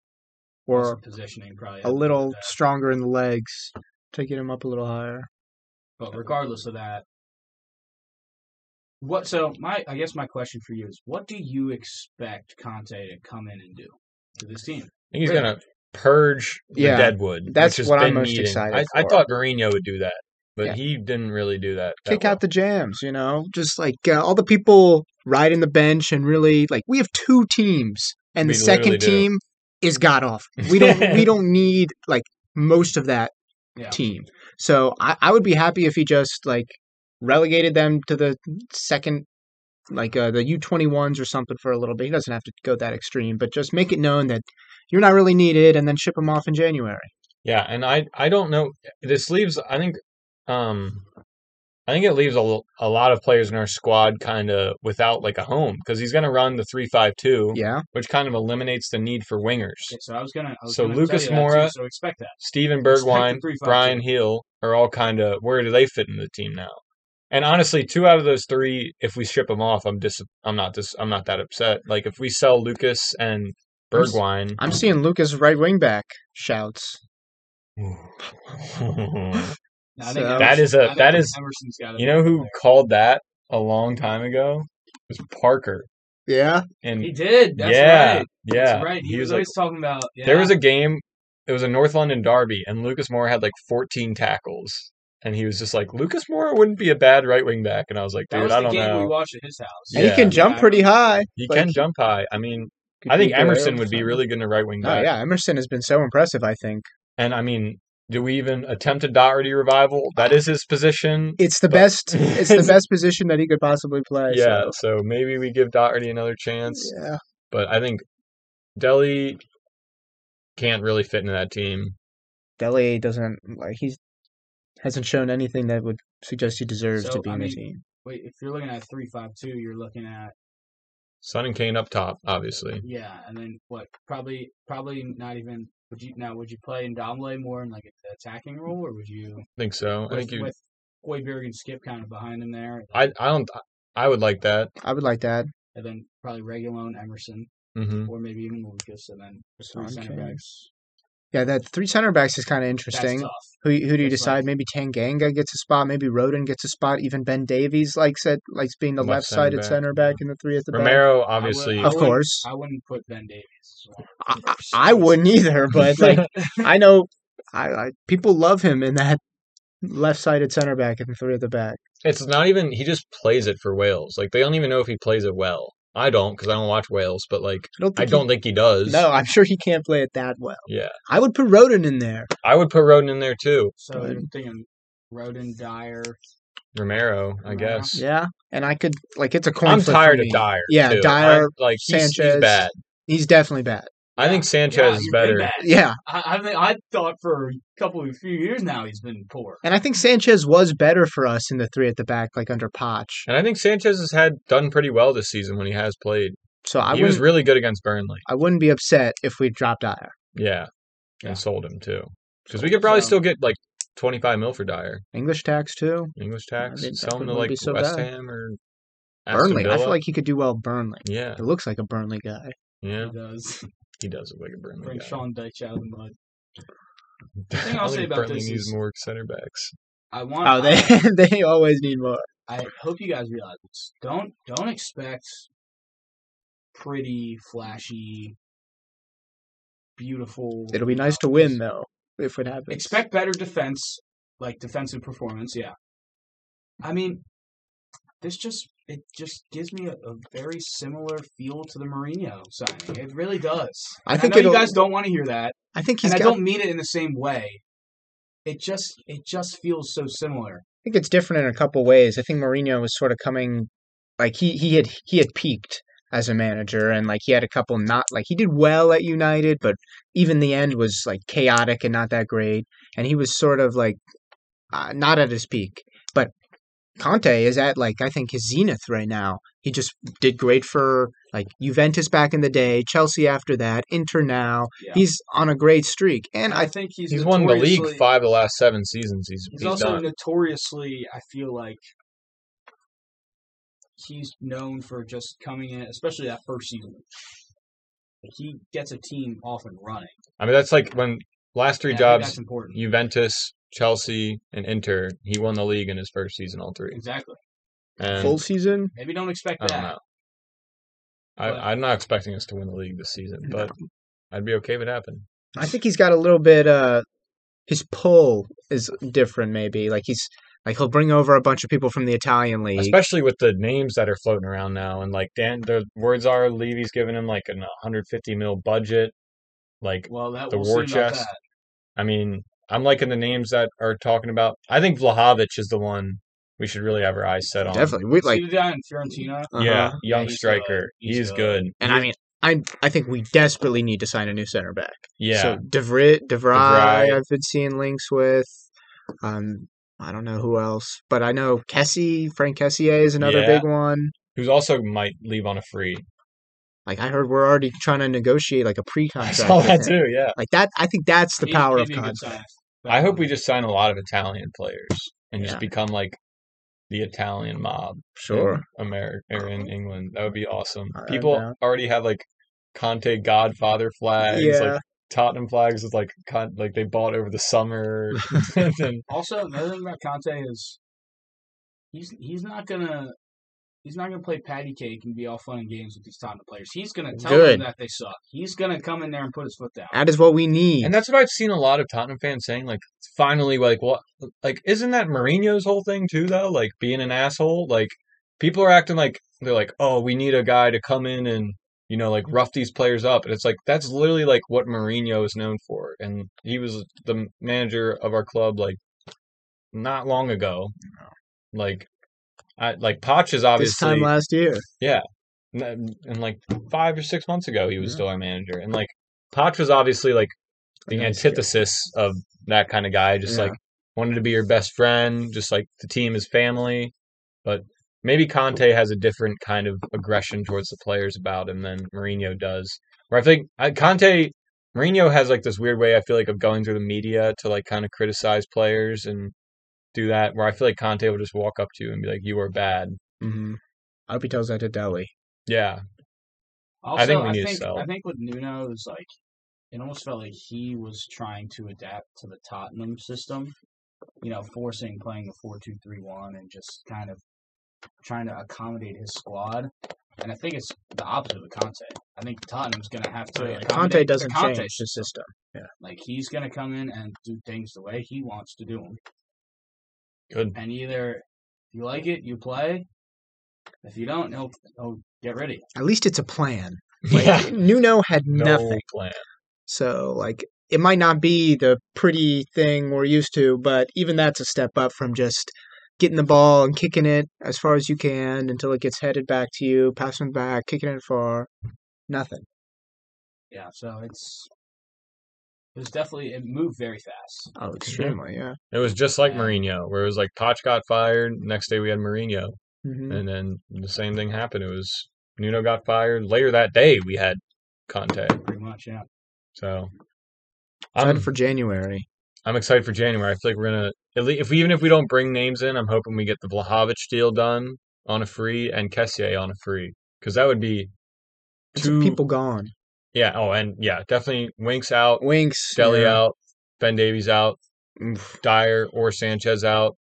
[SPEAKER 2] Also
[SPEAKER 1] Or
[SPEAKER 2] positioning probably
[SPEAKER 1] a little stronger in the legs to get him up a little higher.
[SPEAKER 2] But regardless of that, what? So my, I guess my question for you is, what do you expect Conte to come in and do to this team?
[SPEAKER 3] I think he's
[SPEAKER 2] Really?
[SPEAKER 3] gonna purge the
[SPEAKER 1] Yeah,
[SPEAKER 3] deadwood.
[SPEAKER 1] that's
[SPEAKER 3] which has
[SPEAKER 1] what I'm
[SPEAKER 3] been
[SPEAKER 1] most
[SPEAKER 3] needing.
[SPEAKER 1] excited
[SPEAKER 3] I, I
[SPEAKER 1] for.
[SPEAKER 3] thought Mourinho would do that, but
[SPEAKER 1] Yeah.
[SPEAKER 3] he didn't really do that. that
[SPEAKER 1] kick out the jams, you know, just like uh, all the people riding the bench and really like we have two teams, and
[SPEAKER 3] We
[SPEAKER 1] the second
[SPEAKER 3] literally do.
[SPEAKER 1] team is god off. We
[SPEAKER 3] *laughs*
[SPEAKER 1] don't we don't need like most of that
[SPEAKER 2] Yeah.
[SPEAKER 1] team. So I, I would be happy if he just like relegated them to the second. Like uh, the U twenty ones or something for a little bit. He doesn't have to go that extreme, but just make it known that you're not really needed, and then ship him off in January.
[SPEAKER 3] Yeah, and I I don't know. This leaves I think um I think it leaves a, l- a lot of players in our squad kind of without like a home because he's going to run the three five two,
[SPEAKER 1] Yeah,
[SPEAKER 3] which kind of eliminates the need for wingers.
[SPEAKER 2] Okay, so I was gonna. I was
[SPEAKER 3] So
[SPEAKER 2] gonna
[SPEAKER 3] Lucas
[SPEAKER 2] tell you that too,
[SPEAKER 3] Moura-
[SPEAKER 2] so expect that.
[SPEAKER 3] Steven
[SPEAKER 2] Expect the
[SPEAKER 3] Bergwijn,
[SPEAKER 2] 3-5-2.
[SPEAKER 3] Brian Hill are all kind of where do they fit in the team now? And honestly, two out of those three, if we ship them off, I'm dis I'm not dis I'm not that upset. Like if we sell Lucas and
[SPEAKER 1] I'm s-
[SPEAKER 3] Bergwijn,
[SPEAKER 1] I'm seeing Lucas right wing back shouts.
[SPEAKER 3] *laughs*
[SPEAKER 2] Now, I think
[SPEAKER 1] So-
[SPEAKER 2] Emerson-
[SPEAKER 3] That is a-
[SPEAKER 2] I think
[SPEAKER 3] that is-
[SPEAKER 2] Emerson's got it.
[SPEAKER 3] You know who called that a long time ago? It was Parker.
[SPEAKER 1] Yeah,
[SPEAKER 3] And
[SPEAKER 2] He did. That's
[SPEAKER 3] yeah,
[SPEAKER 2] right.
[SPEAKER 3] yeah,
[SPEAKER 2] That's right. He,
[SPEAKER 3] he
[SPEAKER 2] was,
[SPEAKER 3] was like-
[SPEAKER 2] always talking about. Yeah.
[SPEAKER 3] there was a game. It was a North London derby, and Lucas Moore had like 14 tackles, and he was just like, "Lucas Moore wouldn't be a bad right wing back." And I was like,
[SPEAKER 2] That
[SPEAKER 3] "Dude,
[SPEAKER 2] was
[SPEAKER 3] I
[SPEAKER 2] the
[SPEAKER 3] don't
[SPEAKER 2] game we
[SPEAKER 3] know.
[SPEAKER 2] watched at his house.
[SPEAKER 1] And he
[SPEAKER 3] Yeah.
[SPEAKER 1] can jump pretty high.
[SPEAKER 3] He
[SPEAKER 1] Like,
[SPEAKER 3] can jump high. I mean, I think Emerson would be really good in a right wing
[SPEAKER 1] Oh
[SPEAKER 3] back.
[SPEAKER 1] yeah, Emerson has been so impressive. I think
[SPEAKER 3] And I mean, do we even attempt a Doherty revival? That is his position.
[SPEAKER 1] it's the
[SPEAKER 3] But-
[SPEAKER 1] best. It's
[SPEAKER 3] *laughs*
[SPEAKER 1] the best position that he could possibly play.
[SPEAKER 3] Yeah,
[SPEAKER 1] so,
[SPEAKER 3] so maybe we give Doherty another chance.
[SPEAKER 1] yeah.
[SPEAKER 3] But I think Delhi can't really fit into that team.
[SPEAKER 1] Dele doesn't like he's hasn't shown anything that would suggest he deserves
[SPEAKER 2] So,
[SPEAKER 1] to be
[SPEAKER 2] I
[SPEAKER 1] in the
[SPEAKER 2] mean-
[SPEAKER 1] team.
[SPEAKER 2] Wait, if you're looking at three five two, you're looking at
[SPEAKER 3] Son and Kane up top, obviously.
[SPEAKER 2] yeah, and then what? Probably, probably not even. Would you now? Would you play in Domlay more in like an attacking role, or would you
[SPEAKER 3] I think so. I
[SPEAKER 2] with,
[SPEAKER 3] think you.
[SPEAKER 2] with Hoiberg and Skip kind of behind him there,
[SPEAKER 3] I I don't. I would like that.
[SPEAKER 1] I would like that.
[SPEAKER 2] and then probably Regulon, Emerson,
[SPEAKER 3] hmm
[SPEAKER 2] or maybe even Lucas, and then just three
[SPEAKER 1] Son,
[SPEAKER 2] center
[SPEAKER 1] Kane.
[SPEAKER 2] backs.
[SPEAKER 1] Yeah, that three center backs is kind of
[SPEAKER 2] That's
[SPEAKER 1] interesting.
[SPEAKER 2] tough.
[SPEAKER 1] Who who do you
[SPEAKER 2] That's
[SPEAKER 1] decide? Maybe Tanganga gets a spot. Maybe Roden gets a spot. Even Ben Davies likes it, likes being the
[SPEAKER 3] Left
[SPEAKER 1] left sided
[SPEAKER 3] center
[SPEAKER 1] center back
[SPEAKER 3] back,
[SPEAKER 1] and the three at the back.
[SPEAKER 3] Romero, obviously.
[SPEAKER 1] Of
[SPEAKER 2] I would- Oh.
[SPEAKER 1] course,
[SPEAKER 2] I wouldn't put Ben Davies. as well.
[SPEAKER 1] I, I, I wouldn't
[SPEAKER 2] *laughs*
[SPEAKER 1] either. *laughs* But like. I know I, I people love him in that left sided center back and three at the back.
[SPEAKER 3] it's not even. He just plays it for Wales. Like they don't even know if he plays it well. I don't because I don't watch Wales, but like
[SPEAKER 1] I don't
[SPEAKER 3] I
[SPEAKER 1] think
[SPEAKER 3] don't think he does.
[SPEAKER 1] he, No, I'm sure he can't play it that well.
[SPEAKER 3] Yeah,
[SPEAKER 1] I would put Roden in there.
[SPEAKER 3] I would put Roden in there too.
[SPEAKER 1] *laughs*
[SPEAKER 2] So you're thinking Roden, Dyer.
[SPEAKER 3] Romero, I
[SPEAKER 2] Romero.
[SPEAKER 3] guess.
[SPEAKER 1] Yeah. And I could like it's a coin.
[SPEAKER 3] I'm
[SPEAKER 1] flip for
[SPEAKER 3] tired of
[SPEAKER 1] me.
[SPEAKER 3] Dyer.
[SPEAKER 1] Yeah,
[SPEAKER 3] too.
[SPEAKER 1] Dyer,
[SPEAKER 3] I- like he's, he's
[SPEAKER 1] Sanchez.
[SPEAKER 3] bad.
[SPEAKER 1] He's definitely bad.
[SPEAKER 3] I think Sanchez
[SPEAKER 2] Yeah,
[SPEAKER 3] is
[SPEAKER 2] he's been
[SPEAKER 3] better.
[SPEAKER 2] bad.
[SPEAKER 1] Yeah.
[SPEAKER 2] I, I mean, I thought for a couple of few years now he's been poor.
[SPEAKER 1] And I think Sanchez was better for us in the three at the back, like under Potch.
[SPEAKER 3] And I think Sanchez has had done pretty well this season when he has played.
[SPEAKER 1] So I
[SPEAKER 3] he was
[SPEAKER 1] wouldn't
[SPEAKER 3] really good against Burnley.
[SPEAKER 1] I wouldn't be upset if we dropped Dyer.
[SPEAKER 3] Yeah.
[SPEAKER 2] Yeah.
[SPEAKER 3] And sold him too. Because we could probably
[SPEAKER 2] So-
[SPEAKER 3] still get like 25 mil for Dyer.
[SPEAKER 1] English tax too.
[SPEAKER 3] English tax.
[SPEAKER 1] mean, that
[SPEAKER 3] Sell him to
[SPEAKER 1] wouldn't
[SPEAKER 3] like
[SPEAKER 1] be so
[SPEAKER 3] West
[SPEAKER 1] bad.
[SPEAKER 3] Ham or Aston
[SPEAKER 1] Burnley. I
[SPEAKER 3] Villa.
[SPEAKER 1] feel like he could do well at Burnley.
[SPEAKER 3] yeah,
[SPEAKER 1] He looks like a Burnley guy.
[SPEAKER 3] yeah, Oh
[SPEAKER 2] He does.
[SPEAKER 3] he does look like a Burnley.
[SPEAKER 2] Bring
[SPEAKER 3] guy. *laughs*
[SPEAKER 2] Sean Dyche out of the mud.
[SPEAKER 3] I
[SPEAKER 2] thing I'll
[SPEAKER 3] think
[SPEAKER 2] say about
[SPEAKER 3] Burnley
[SPEAKER 2] this
[SPEAKER 3] needs
[SPEAKER 2] is-
[SPEAKER 3] more center backs.
[SPEAKER 2] I want.
[SPEAKER 1] Oh, they they *laughs* always need more.
[SPEAKER 2] I hope you guys realize this. Don't don't expect pretty, flashy, beautiful.
[SPEAKER 1] It'll be nice to win though if it happens.
[SPEAKER 2] Expect better defense, like defensive performance. Yeah, I mean, this just it just gives me a, a very similar feel to the Mourinho signing. It really does.
[SPEAKER 1] I
[SPEAKER 2] And
[SPEAKER 1] think
[SPEAKER 2] I know
[SPEAKER 1] it'll-
[SPEAKER 2] you guys don't want to hear that,
[SPEAKER 1] I think he's
[SPEAKER 2] and I
[SPEAKER 1] got.
[SPEAKER 2] don't mean it in the same way. It just it just feels so similar.
[SPEAKER 1] I think it's different in a couple ways. I think Mourinho was sort of coming, like he he had he had peaked as a manager, and like he had a couple not like he did well at United, but even the end was like chaotic and not that great, and he was sort of like uh, not at his peak. But Conte is at like I think his zenith right now. He just did great for like Juventus back in the day, Chelsea after that, Inter now.
[SPEAKER 2] Yeah.
[SPEAKER 1] He's on a great streak, and I
[SPEAKER 2] think he's
[SPEAKER 3] He's won the league
[SPEAKER 2] notoriously-
[SPEAKER 3] five of the last seven seasons. He's
[SPEAKER 2] He's,
[SPEAKER 3] he's,
[SPEAKER 2] also
[SPEAKER 3] done.
[SPEAKER 2] notoriously, I feel like, he's known for just coming in, especially that first season. He gets a team off and running.
[SPEAKER 3] I mean, that's like when last three
[SPEAKER 2] And I think
[SPEAKER 3] jobs
[SPEAKER 2] That's important.
[SPEAKER 3] Juventus, Chelsea, and Inter. He won the league in his first season, all three.
[SPEAKER 2] exactly.
[SPEAKER 3] And
[SPEAKER 1] full season.
[SPEAKER 2] Maybe don't expect
[SPEAKER 3] I
[SPEAKER 2] that.
[SPEAKER 3] don't know. I,
[SPEAKER 2] But-
[SPEAKER 3] I'm not expecting us to win the league this season, but I'd be okay if it happened.
[SPEAKER 1] I think he's got a little bit uh his pull is different maybe. Like he's like he'll bring over a bunch of people from the Italian league.
[SPEAKER 3] Especially with the names that are floating around now, and like Dan, the words are Levy's giving him like an 150 mil budget. Like,
[SPEAKER 2] Well, that
[SPEAKER 3] The
[SPEAKER 2] we'll
[SPEAKER 3] war
[SPEAKER 2] see about
[SPEAKER 3] chest.
[SPEAKER 2] that.
[SPEAKER 3] I mean, I'm liking the names that are talking about. I think Vlahovic is the one we should really have our eyes set on.
[SPEAKER 1] Definitely. We like
[SPEAKER 2] see the guy in Fiorentina.
[SPEAKER 1] uh-huh.
[SPEAKER 3] Yeah,
[SPEAKER 2] Yeah,
[SPEAKER 3] young
[SPEAKER 2] he's
[SPEAKER 3] striker.
[SPEAKER 2] good. He's
[SPEAKER 3] He's
[SPEAKER 2] good.
[SPEAKER 3] good.
[SPEAKER 1] And I mean I I think we desperately need to sign a new center back.
[SPEAKER 3] Yeah,
[SPEAKER 1] So DeVry, DeVry
[SPEAKER 3] DeVry.
[SPEAKER 1] I've been seeing links with um I don't know who else, but I know Kessie, Frank Kessier is another
[SPEAKER 3] Yeah.
[SPEAKER 1] big one.
[SPEAKER 3] who's also might leave on a free. *laughs*
[SPEAKER 1] Like I heard we're already trying to negotiate like a
[SPEAKER 3] I
[SPEAKER 1] pre-contract.
[SPEAKER 3] saw
[SPEAKER 1] with
[SPEAKER 3] that
[SPEAKER 1] him.
[SPEAKER 3] too. Yeah,
[SPEAKER 1] Like that I think that's the
[SPEAKER 2] He-
[SPEAKER 1] power
[SPEAKER 2] he'd
[SPEAKER 1] of
[SPEAKER 2] be a good
[SPEAKER 1] contract.
[SPEAKER 2] sign.
[SPEAKER 3] I hope we just sign a lot of Italian players and
[SPEAKER 1] Yeah.
[SPEAKER 3] just become like the Italian mob.
[SPEAKER 1] Sure.
[SPEAKER 3] in America or in England. That would be awesome.
[SPEAKER 1] Alright,
[SPEAKER 3] People
[SPEAKER 1] man.
[SPEAKER 3] already have like Conte Godfather flags,
[SPEAKER 1] Yeah.
[SPEAKER 3] like Tottenham flags with like con- like they bought over
[SPEAKER 1] *laughs*
[SPEAKER 3] the summer. *laughs* and *laughs* then
[SPEAKER 2] Also, another thing about Conte is he's he's not gonna he's not gonna play patty cake and be all fun and games with these Tottenham players. He's gonna tell
[SPEAKER 1] Good.
[SPEAKER 2] them that they suck. He's gonna come in there and put his foot down.
[SPEAKER 1] That is what we need.
[SPEAKER 3] and that's what I've seen a lot of Tottenham fans saying like finally like what like isn't that Mourinho's whole thing too though? Like being an asshole? Like people are acting like they're like, "Oh, we need a guy to come in and you know, like rough these players up, and it's like that's literally like what Mourinho is known for, and he was the manager of our club like not long ago. Like, I like Poch is
[SPEAKER 1] this
[SPEAKER 3] obviously
[SPEAKER 1] time last year.
[SPEAKER 3] and and, like five or six months ago he was
[SPEAKER 1] Yeah.
[SPEAKER 3] still our manager, and like Poch was obviously like the
[SPEAKER 1] Okay, that's good.
[SPEAKER 3] antithesis of that kind of guy, just
[SPEAKER 1] Yeah.
[SPEAKER 3] like wanted to be your best friend, just like the team is family, but. Maybe Conte has a different kind of aggression towards the players about him than Mourinho does. Where I think I, Conte, Mourinho has like this weird way I feel like of going through the media to like kind of criticize players and do that. Where I feel like Conte will just walk up to you and be like, "You are bad."
[SPEAKER 1] Mm-hmm. I hope he tells that to Delhi.
[SPEAKER 3] Yeah, *laughs*
[SPEAKER 2] Also,
[SPEAKER 3] think we need to sell.
[SPEAKER 2] I think with Nuno it was like it almost felt like he was trying to adapt to the Tottenham system. You know, forcing playing the four two three one and just kind of trying to accommodate his squad. And I think it's the opposite of Conte. I think Tottenham's going to have to.
[SPEAKER 1] Like,
[SPEAKER 2] accommodate
[SPEAKER 1] Oh, Conte
[SPEAKER 2] the
[SPEAKER 1] doesn't
[SPEAKER 2] Conte
[SPEAKER 1] change the
[SPEAKER 2] system.
[SPEAKER 1] system.
[SPEAKER 2] Like he's gonna come in and do things the way he wants to do them,
[SPEAKER 3] good.
[SPEAKER 2] and either you like it, you play. If you don't, he'll he'll get rid of you.
[SPEAKER 1] At least it's a plan. *laughs* Like,
[SPEAKER 3] Yeah,
[SPEAKER 1] Nuno had
[SPEAKER 3] no
[SPEAKER 1] nothing.
[SPEAKER 3] plan.
[SPEAKER 1] So, like, it might not be the pretty thing we're used to, but even that's a step up from just getting the ball and kicking it as far as you can until it gets headed back to you, passing back, kicking it far. Nothing.
[SPEAKER 2] Yeah, so it's it was definitely it moved very fast.
[SPEAKER 1] Oh, extremely, yeah.
[SPEAKER 3] It was just like
[SPEAKER 2] Yeah.
[SPEAKER 3] Mourinho, where it was like Poch got fired. Next day we had Mourinho,
[SPEAKER 1] hmm
[SPEAKER 3] and then the same thing happened. It was Nuno got fired. Later that day we had Conte.
[SPEAKER 2] Pretty much, yeah.
[SPEAKER 3] So
[SPEAKER 1] Excited
[SPEAKER 3] I'm
[SPEAKER 1] for January.
[SPEAKER 3] I'm excited for January. I feel like we're gonna at least if we, even if we don't bring names in, I'm hoping we get the Vlahovic deal done on a free and Kessier on a free because that would be
[SPEAKER 1] It's
[SPEAKER 3] two
[SPEAKER 1] people gone.
[SPEAKER 3] Yeah. Oh, and yeah, definitely Winks out,
[SPEAKER 1] Winks.
[SPEAKER 3] Deli
[SPEAKER 1] yeah.
[SPEAKER 3] out, Ben Davies out, Dyer or Sanchez out.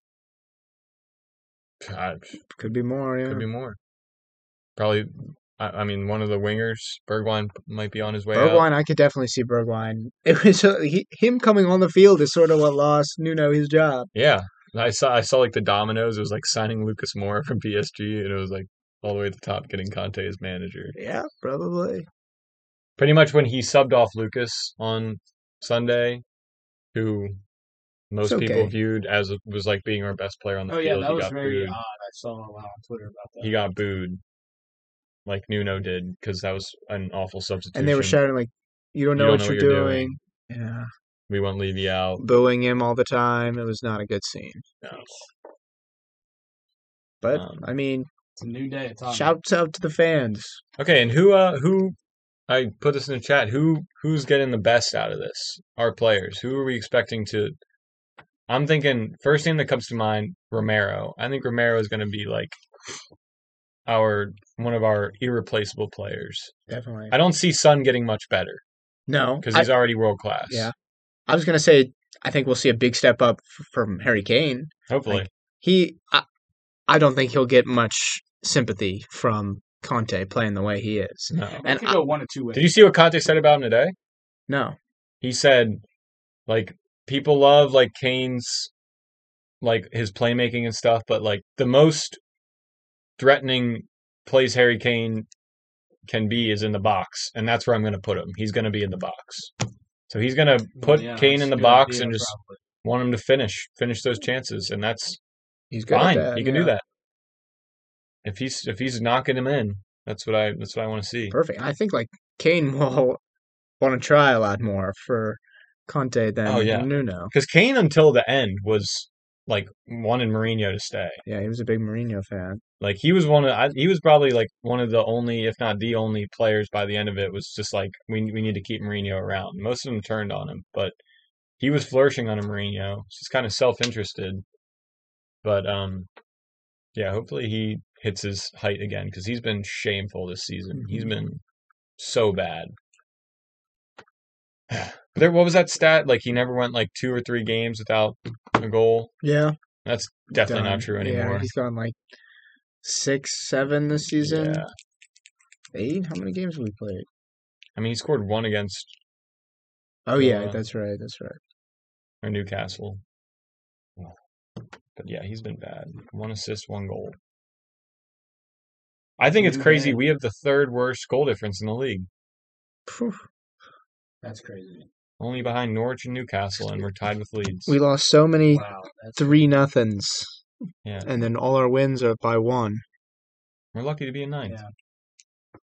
[SPEAKER 3] God,
[SPEAKER 1] Could be more. Yeah.
[SPEAKER 3] could be more. Probably. I, I mean, one of the wingers, Bergwijn, might be on his way out.
[SPEAKER 1] Bergwijn, I could definitely see Bergwijn. It was uh, he, him coming on the field is sort of what lost Nuno his job.
[SPEAKER 3] Yeah, I saw. I saw like the dominoes. It was like signing Lucas Moore from PSG, and it was like all the way at the top, getting Conte as manager.
[SPEAKER 1] Yeah, probably.
[SPEAKER 3] pretty much when he subbed off Lucas on Sunday, who most
[SPEAKER 1] It's
[SPEAKER 3] people
[SPEAKER 1] okay.
[SPEAKER 3] viewed as was like being our best player on the
[SPEAKER 2] Oh yeah,
[SPEAKER 3] field.
[SPEAKER 2] that
[SPEAKER 3] he
[SPEAKER 2] was
[SPEAKER 3] got
[SPEAKER 2] very
[SPEAKER 3] booed.
[SPEAKER 2] odd. I saw a lot on Twitter about that.
[SPEAKER 3] He got booed, like Nuno did, because that was an awful substitution.
[SPEAKER 1] And they were shouting like, "You don't know,
[SPEAKER 3] You
[SPEAKER 1] what,
[SPEAKER 3] don't know
[SPEAKER 1] you're
[SPEAKER 3] what you're
[SPEAKER 1] doing. Yeah,
[SPEAKER 3] We want Levy out.
[SPEAKER 1] booing him all the time. It was not a good scene.
[SPEAKER 3] No.
[SPEAKER 1] But
[SPEAKER 3] Um,
[SPEAKER 1] I mean,
[SPEAKER 2] It's a new day at Tottenham.
[SPEAKER 1] shouts out to the fans.
[SPEAKER 3] Okay, and who? uh Who? I put this in the chat. Who? Who's getting the best out of this? Our players. Who are we expecting to? I'm thinking first name that comes to mind, Romero. I think Romero is going to be like our one of our irreplaceable players.
[SPEAKER 1] Definitely.
[SPEAKER 3] I don't see Sun getting much better
[SPEAKER 1] no,
[SPEAKER 3] because
[SPEAKER 1] I-
[SPEAKER 3] he's already world class.
[SPEAKER 1] Yeah. I was gonna say I think we'll see a big step up f- from Harry Kane.
[SPEAKER 3] hopefully.
[SPEAKER 1] He, I, I don't think he'll get much sympathy from Conte playing the way he is.
[SPEAKER 3] no.
[SPEAKER 2] It
[SPEAKER 1] and
[SPEAKER 2] could
[SPEAKER 1] I-
[SPEAKER 2] go one of two ways.
[SPEAKER 3] Did you see what Conte said about him today?
[SPEAKER 1] No,
[SPEAKER 3] He said, like, people love like Kane's, like his playmaking and stuff, but like the most threatening plays Harry Kane can be is in the box, and that's where I'm going to put him. He's going to be in the box, so he's going to put
[SPEAKER 2] Yeah,
[SPEAKER 3] Kane
[SPEAKER 2] it's
[SPEAKER 3] in
[SPEAKER 2] a
[SPEAKER 3] the
[SPEAKER 2] good
[SPEAKER 3] box
[SPEAKER 2] idea,
[SPEAKER 3] and just
[SPEAKER 2] probably.
[SPEAKER 3] want him to finish, finish those chances, and that's
[SPEAKER 1] he's good. at
[SPEAKER 3] fine.
[SPEAKER 1] that,
[SPEAKER 3] he can
[SPEAKER 1] yeah.
[SPEAKER 3] do that. If he's if he's knocking him in, that's what I that's what I want to see.
[SPEAKER 1] Perfect. I think like Kane will *laughs* want to try a lot more for Conte than
[SPEAKER 3] Oh, yeah.
[SPEAKER 1] Nuno.
[SPEAKER 3] Because Kane until the end was like wanted Mourinho to stay.
[SPEAKER 1] Yeah, he was a big Mourinho fan.
[SPEAKER 3] Like he was one of I, he was probably like one of the only, if not the only, players by the end of it was just like we we need to keep Mourinho around. Most of them turned on him, but he was flourishing under Mourinho. Just kind of self interested, but um, yeah. Hopefully he hits his height again because he's been shameful this season. He's
[SPEAKER 1] Mm-hmm.
[SPEAKER 3] been so bad. *sighs* There, what was that stat? Like he never went like two or three games without a goal.
[SPEAKER 1] Yeah,
[SPEAKER 3] That's definitely
[SPEAKER 1] done.
[SPEAKER 3] not true anymore.
[SPEAKER 1] Yeah, he's gone like six, seven this season.
[SPEAKER 3] Yeah.
[SPEAKER 1] Eight? How many games have we played?
[SPEAKER 3] I mean, he scored one against
[SPEAKER 1] Oh yeah,
[SPEAKER 3] Uh,
[SPEAKER 1] that's right. That's right.
[SPEAKER 3] or Newcastle. But yeah, he's been bad. One assist, one goal. I think it's
[SPEAKER 2] New
[SPEAKER 3] crazy.
[SPEAKER 2] day.
[SPEAKER 3] We have the third worst goal difference in the league,
[SPEAKER 1] Phew.
[SPEAKER 2] That's crazy.
[SPEAKER 3] only behind Norwich and Newcastle, and we're tied with Leeds.
[SPEAKER 1] We lost so many
[SPEAKER 2] Wow. That's
[SPEAKER 1] three nothings,
[SPEAKER 3] Yeah,
[SPEAKER 1] and then all our wins are by one.
[SPEAKER 3] we're lucky to be in ninth.
[SPEAKER 2] Yeah.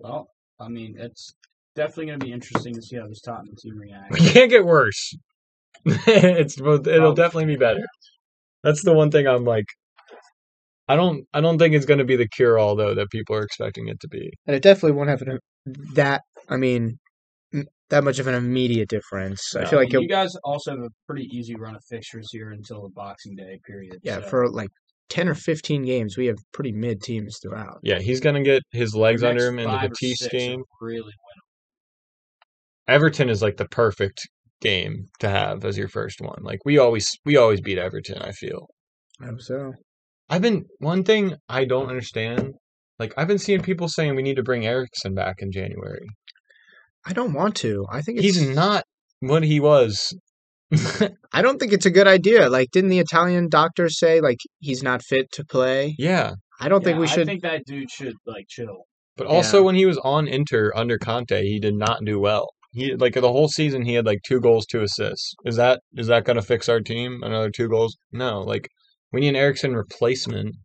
[SPEAKER 2] well. I mean, it's definitely going to be interesting to see how this Tottenham
[SPEAKER 1] *laughs*
[SPEAKER 2] team reacts.
[SPEAKER 3] *laughs* We can't get worse. *laughs* it's both- it'll
[SPEAKER 2] Um,
[SPEAKER 3] definitely be better. That's the one thing I'm like. I don't. I don't think it's going to be the cure all though that people are expecting it to be.
[SPEAKER 1] And it definitely won't have an, that. I mean, m- that much of an immediate difference. I
[SPEAKER 3] No.
[SPEAKER 1] feel like
[SPEAKER 2] And
[SPEAKER 1] it,
[SPEAKER 2] you guys also have a pretty easy run of fixtures here until the Boxing Day period.
[SPEAKER 1] yeah,
[SPEAKER 2] so-
[SPEAKER 1] for like ten or fifteen games, we have pretty mid teams throughout.
[SPEAKER 3] Yeah, he's going to get his legs
[SPEAKER 2] The next
[SPEAKER 3] under him in the
[SPEAKER 2] five or
[SPEAKER 3] Batiste
[SPEAKER 2] six
[SPEAKER 3] game.
[SPEAKER 2] are Really
[SPEAKER 3] Everton is like the perfect game to have as your first one. Like we always we always beat Everton, I feel.
[SPEAKER 1] I hope so.
[SPEAKER 3] I've been one thing I don't understand, like I've been seeing people saying we need to bring Ericsson back in January.
[SPEAKER 1] I don't want to. I think it's,
[SPEAKER 3] He's not what he was.
[SPEAKER 1] I don't think it's a good idea. Like, didn't the Italian doctor say like he's not fit to play?
[SPEAKER 3] yeah.
[SPEAKER 1] I don't
[SPEAKER 2] don't
[SPEAKER 1] think we should.
[SPEAKER 2] I think that dude should like chill.
[SPEAKER 3] But also
[SPEAKER 1] Yeah.
[SPEAKER 3] when he was on Inter under Conte, he did not do well. He like the whole season he had like two goals, two assists. Is that is that gonna fix our team? Another two goals? No. Like we need an Ericsson replacement.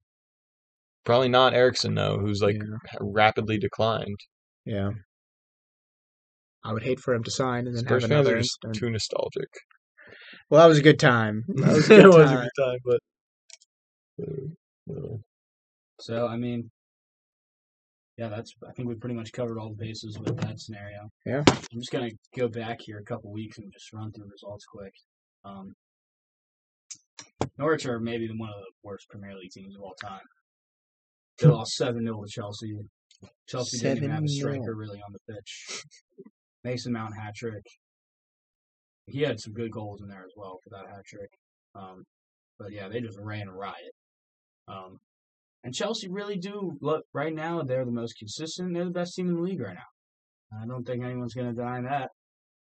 [SPEAKER 3] Probably not Ericsson though, who's like
[SPEAKER 1] yeah,
[SPEAKER 3] rapidly declined.
[SPEAKER 1] yeah. I would hate for him to sign and then
[SPEAKER 3] Spurs
[SPEAKER 1] have
[SPEAKER 3] fans
[SPEAKER 1] another.
[SPEAKER 3] are just
[SPEAKER 1] incident.
[SPEAKER 3] too nostalgic.
[SPEAKER 1] Well, that was a good time. That
[SPEAKER 2] *laughs*
[SPEAKER 1] was a good
[SPEAKER 3] *laughs* It was a
[SPEAKER 1] time.
[SPEAKER 3] good time, but. uh, uh,
[SPEAKER 2] So I mean, yeah, that's. I think we pretty much covered all the bases with that scenario.
[SPEAKER 1] Yeah.
[SPEAKER 2] I'm just gonna go back here a couple weeks and just run through results quick. Um, Norwich are maybe one of the worst Premier League teams of all time. They lost seven 0 to Chelsea. Chelsea didn't even have a
[SPEAKER 1] 7-0.
[SPEAKER 2] striker really on the pitch. Mason Mount hat trick. He had some good goals in there as well for that hat trick. Um, but yeah, they just ran a riot. Um, and Chelsea really do look right now. They're the most consistent. They're the best team in the league right now. I don't think anyone's going to deny that,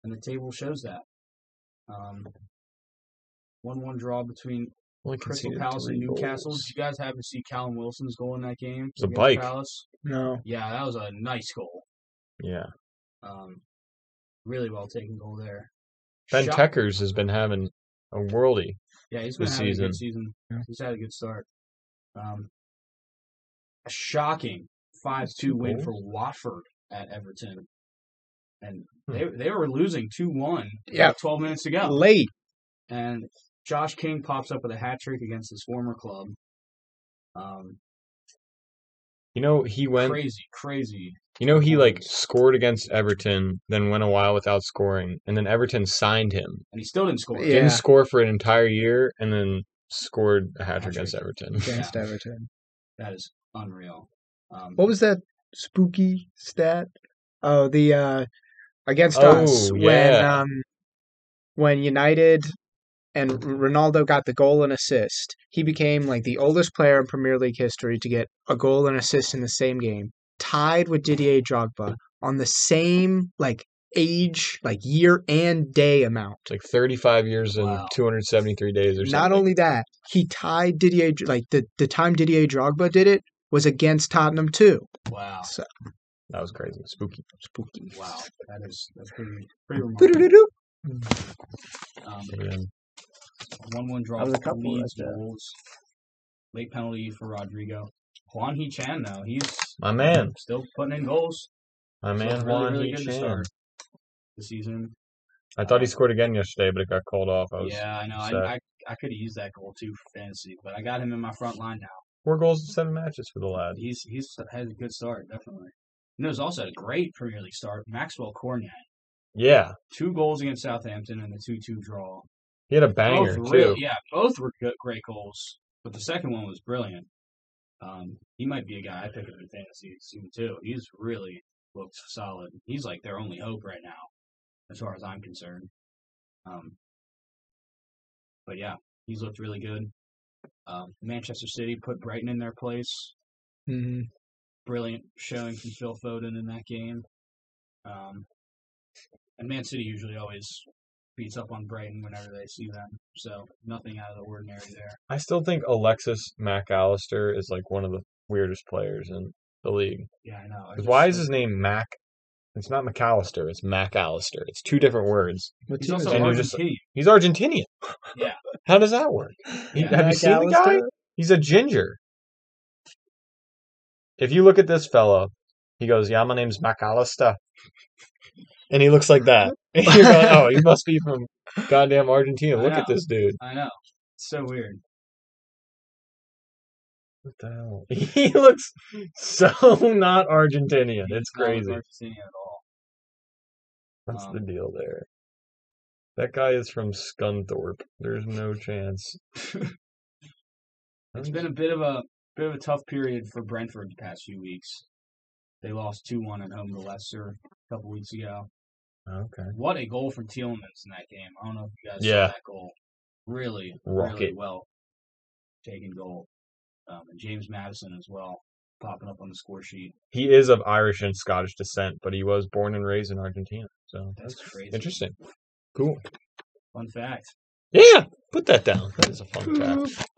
[SPEAKER 2] and the table shows that. Um, one-one draw between
[SPEAKER 3] Only
[SPEAKER 2] Crystal
[SPEAKER 3] conceded
[SPEAKER 2] Palace and
[SPEAKER 3] three
[SPEAKER 2] Newcastle.
[SPEAKER 3] goals.
[SPEAKER 2] Did you guys happen to see Callum Wilson's goal in that game?
[SPEAKER 3] It's a
[SPEAKER 2] against
[SPEAKER 3] bike.
[SPEAKER 2] Palace?
[SPEAKER 1] No.
[SPEAKER 2] Yeah, that was a nice goal.
[SPEAKER 3] Yeah.
[SPEAKER 2] Um, really well taken goal there.
[SPEAKER 3] Ben
[SPEAKER 2] Shot-
[SPEAKER 3] Teckers has been having a worldie.
[SPEAKER 2] Yeah, he's been
[SPEAKER 3] this
[SPEAKER 2] having a good
[SPEAKER 3] season.
[SPEAKER 2] season.
[SPEAKER 1] Yeah.
[SPEAKER 2] He's had a good start. Um, a shocking five-two
[SPEAKER 3] Two
[SPEAKER 2] win
[SPEAKER 3] goals?
[SPEAKER 2] for Watford at Everton, and
[SPEAKER 3] Hmm.
[SPEAKER 2] they they were losing two-one.
[SPEAKER 1] Yeah.
[SPEAKER 2] twelve minutes to go,
[SPEAKER 1] Late.
[SPEAKER 2] and Josh King pops up with a hat trick against his former club. Um,
[SPEAKER 3] You know, he went
[SPEAKER 2] crazy, crazy.
[SPEAKER 3] You know, he like
[SPEAKER 2] Nice.
[SPEAKER 3] scored against Everton, then went a while without scoring, and then Everton signed him.
[SPEAKER 2] And he still didn't score.
[SPEAKER 1] Yeah.
[SPEAKER 3] Didn't score for an entire year, and then scored a hat
[SPEAKER 2] Hat-trick.
[SPEAKER 3] trick against Everton. *laughs*
[SPEAKER 1] Against Everton.
[SPEAKER 2] That is unreal. Um,
[SPEAKER 1] What was that spooky stat? Oh, the uh against
[SPEAKER 3] Oh,
[SPEAKER 1] us when
[SPEAKER 3] yeah.
[SPEAKER 1] um when United and R- Ronaldo got the goal and assist. He became like the oldest player in Premier League history to get a goal and assist in the same game, tied with Didier Drogba on the same like age, like year and day amount.
[SPEAKER 3] It's like 35 years and
[SPEAKER 2] Wow.
[SPEAKER 3] 273 days or something.
[SPEAKER 1] Not only that, he tied Didier like the, the time Didier Drogba did it was against Tottenham too.
[SPEAKER 2] wow,
[SPEAKER 1] So
[SPEAKER 3] that was crazy, spooky.
[SPEAKER 1] spooky.
[SPEAKER 2] wow. That is that's pretty pretty remarkable.
[SPEAKER 1] Boo-doo-doo-doo.
[SPEAKER 2] Um,
[SPEAKER 3] Yeah.
[SPEAKER 2] One-one draw
[SPEAKER 1] That was a
[SPEAKER 2] for
[SPEAKER 1] couple
[SPEAKER 2] Leeds
[SPEAKER 1] right
[SPEAKER 2] to
[SPEAKER 1] there.
[SPEAKER 2] Wolves. Late penalty for Rodrigo. Juan He Chan though, he's
[SPEAKER 3] My man,
[SPEAKER 2] still putting in goals.
[SPEAKER 3] my
[SPEAKER 2] So
[SPEAKER 3] man
[SPEAKER 2] really,
[SPEAKER 3] Juan
[SPEAKER 2] really
[SPEAKER 3] Hee
[SPEAKER 2] good to
[SPEAKER 3] Chan.
[SPEAKER 2] start the season.
[SPEAKER 3] I thought he scored again yesterday, but it got called off. I was
[SPEAKER 2] yeah, I know.
[SPEAKER 3] upset.
[SPEAKER 2] I, I I could have used that goal too for fantasy, but I got him in my front line now.
[SPEAKER 3] four goals in seven matches for the lad.
[SPEAKER 2] He's he's had a good start definitely. And there's also a great Premier League start. Maxwell Cornet,
[SPEAKER 3] Yeah,
[SPEAKER 2] two goals against Southampton and the two-two draw.
[SPEAKER 3] he had a
[SPEAKER 2] both
[SPEAKER 3] banger too.
[SPEAKER 2] Oh, real- yeah, both were good, great goals, but the second one was brilliant. Um, he might be a guy I pick up in fantasy soon too. He's really looked solid. He's like their only hope right now, as far as I'm concerned. Um, but yeah, he's looked really good. Um, Manchester City put Brighton in their place.
[SPEAKER 1] Mhm.
[SPEAKER 2] Brilliant showing from Phil Foden in that game. Um, and Man City usually always beats up on Brighton whenever they see them. So nothing out of the ordinary there.
[SPEAKER 3] I still think Alexis MacAllister is like one of the weirdest players in the league.
[SPEAKER 2] Yeah, I know. I
[SPEAKER 3] 'Cause
[SPEAKER 2] just-
[SPEAKER 3] Why is his name Mac? It's not McAllister. It's MacAllister. It's two different words.
[SPEAKER 1] What
[SPEAKER 2] He's
[SPEAKER 1] team
[SPEAKER 2] also
[SPEAKER 1] is it?
[SPEAKER 3] And they're
[SPEAKER 2] Argentinian.
[SPEAKER 3] just- He's Argentinian.
[SPEAKER 2] Yeah.
[SPEAKER 3] *laughs* How does that work? *laughs* He-
[SPEAKER 2] Yeah.
[SPEAKER 3] have you seen the guy?
[SPEAKER 1] McAllister?
[SPEAKER 3] He's a ginger. If you look at this fellow, he goes, "Yeah, my name's MacAllister," and he looks like that. *laughs* And you're going, "Oh, he must be from goddamn Argentina." Look at
[SPEAKER 2] Yeah.
[SPEAKER 3] this dude.
[SPEAKER 2] I know. It's so weird.
[SPEAKER 3] What the hell? *laughs* He looks so *laughs* not Argentinian. It's
[SPEAKER 2] He's not
[SPEAKER 3] crazy.
[SPEAKER 2] Argentinian at all.
[SPEAKER 3] What's the
[SPEAKER 2] Um,
[SPEAKER 3] deal there? That guy is from Scunthorpe. There's no chance.
[SPEAKER 2] *laughs* It's been a bit of a bit of a tough period for Brentford the past few weeks. They lost two one at home to Leicester a couple weeks ago.
[SPEAKER 3] okay.
[SPEAKER 2] What a goal from Tielemans in that game. I don't know if you guys
[SPEAKER 3] Yeah.
[SPEAKER 2] saw that goal. Really, really
[SPEAKER 3] Rocket.
[SPEAKER 2] well taken goal. Um, and James Madison as well, popping up on the score sheet.
[SPEAKER 3] He is of Irish and Scottish descent, but he was born and raised in Argentina. So
[SPEAKER 2] That's crazy.
[SPEAKER 3] interesting. Cool.
[SPEAKER 2] Fun fact.
[SPEAKER 3] Yeah, put that down. That is a fun fact.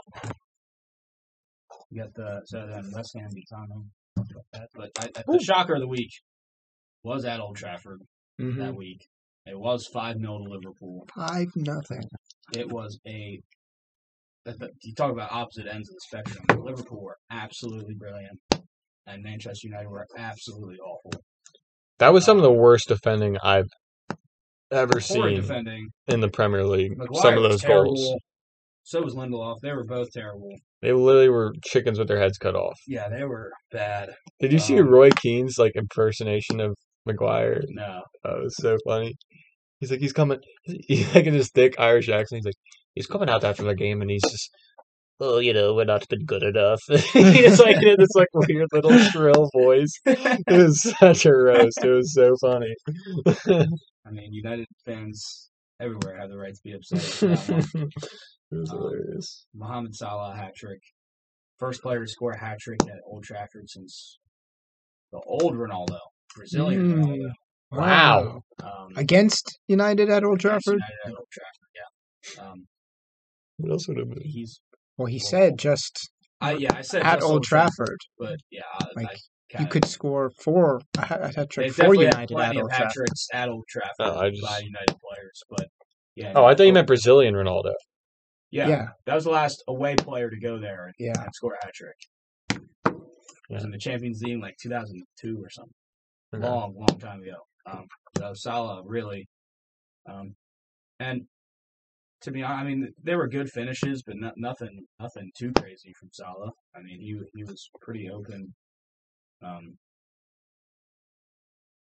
[SPEAKER 2] You got the so then West Ham beats on them. But I, I, the shocker of the week was at Old Trafford
[SPEAKER 1] Mhm.
[SPEAKER 3] Mm-hmm.
[SPEAKER 2] that week. It was five 0 to Liverpool.
[SPEAKER 1] Five nothing.
[SPEAKER 2] It was a that- that- you talk about opposite ends of the spectrum. Liverpool were absolutely brilliant, and Manchester United were absolutely awful.
[SPEAKER 3] That was some of the worst defending I've ever
[SPEAKER 2] Poor
[SPEAKER 3] seen
[SPEAKER 2] defending.
[SPEAKER 3] in the Premier League.
[SPEAKER 2] Maguire
[SPEAKER 3] some of
[SPEAKER 2] was
[SPEAKER 3] those
[SPEAKER 2] terrible.
[SPEAKER 3] goals.
[SPEAKER 2] So was Lindelof. They were both terrible.
[SPEAKER 3] They literally were chickens with their heads cut off.
[SPEAKER 2] Yeah, they were bad.
[SPEAKER 3] Did you see
[SPEAKER 2] Um,
[SPEAKER 3] Roy Keane's like impersonation of McGuire?
[SPEAKER 2] No.
[SPEAKER 3] Oh, it was so funny. He's like, he's coming. *laughs* He's like in his thick Irish accent. He's like, he's coming out after the game, and he's just, oh, you know, we're not been good enough. *laughs* he's like in this like weird little shrill voice. It was *laughs* such a roast. It was so
[SPEAKER 2] *laughs*
[SPEAKER 3] funny.
[SPEAKER 2] I mean, United fans everywhere have the right to be upset. about
[SPEAKER 3] *laughs*
[SPEAKER 2] that one.
[SPEAKER 3] It was
[SPEAKER 2] Um,
[SPEAKER 3] hilarious.
[SPEAKER 2] Mohamed Salah hat trick. First player to score a hat trick at Old Trafford since the old Ronaldo, Brazilian
[SPEAKER 1] Mm.
[SPEAKER 2] Ronaldo.
[SPEAKER 3] Wow.
[SPEAKER 2] Um,
[SPEAKER 1] Against United at Old
[SPEAKER 2] against
[SPEAKER 1] Trafford?
[SPEAKER 2] United at Old Trafford, yeah. Um,
[SPEAKER 3] What else would it be?
[SPEAKER 2] he's,
[SPEAKER 1] Well, he said just
[SPEAKER 2] I, yeah, I said
[SPEAKER 1] at
[SPEAKER 2] just
[SPEAKER 1] Old Trafford.
[SPEAKER 2] but yeah,
[SPEAKER 1] Like,
[SPEAKER 2] I
[SPEAKER 1] You
[SPEAKER 2] kinda-
[SPEAKER 1] could score four a ha- a hat
[SPEAKER 2] They
[SPEAKER 1] trick for
[SPEAKER 2] definitely had
[SPEAKER 1] United at
[SPEAKER 2] plenty of
[SPEAKER 1] Old
[SPEAKER 2] hat
[SPEAKER 1] Trafford.
[SPEAKER 2] tricks at Old Trafford
[SPEAKER 3] Oh, I just-
[SPEAKER 2] by United players, but yeah.
[SPEAKER 3] Oh, I thought you meant Brazilian Ronaldo. *laughs*
[SPEAKER 2] Yeah,
[SPEAKER 1] Yeah.
[SPEAKER 2] that was the last away player to go there and,
[SPEAKER 1] Yeah.
[SPEAKER 2] and score a hat trick. It was in the Champions League in like 2002 or something. long, long time ago. Um, so Salah really, um, and to be honest, I mean, there were good finishes, but no, nothing, nothing too crazy from Salah. I mean, he he was pretty open, um,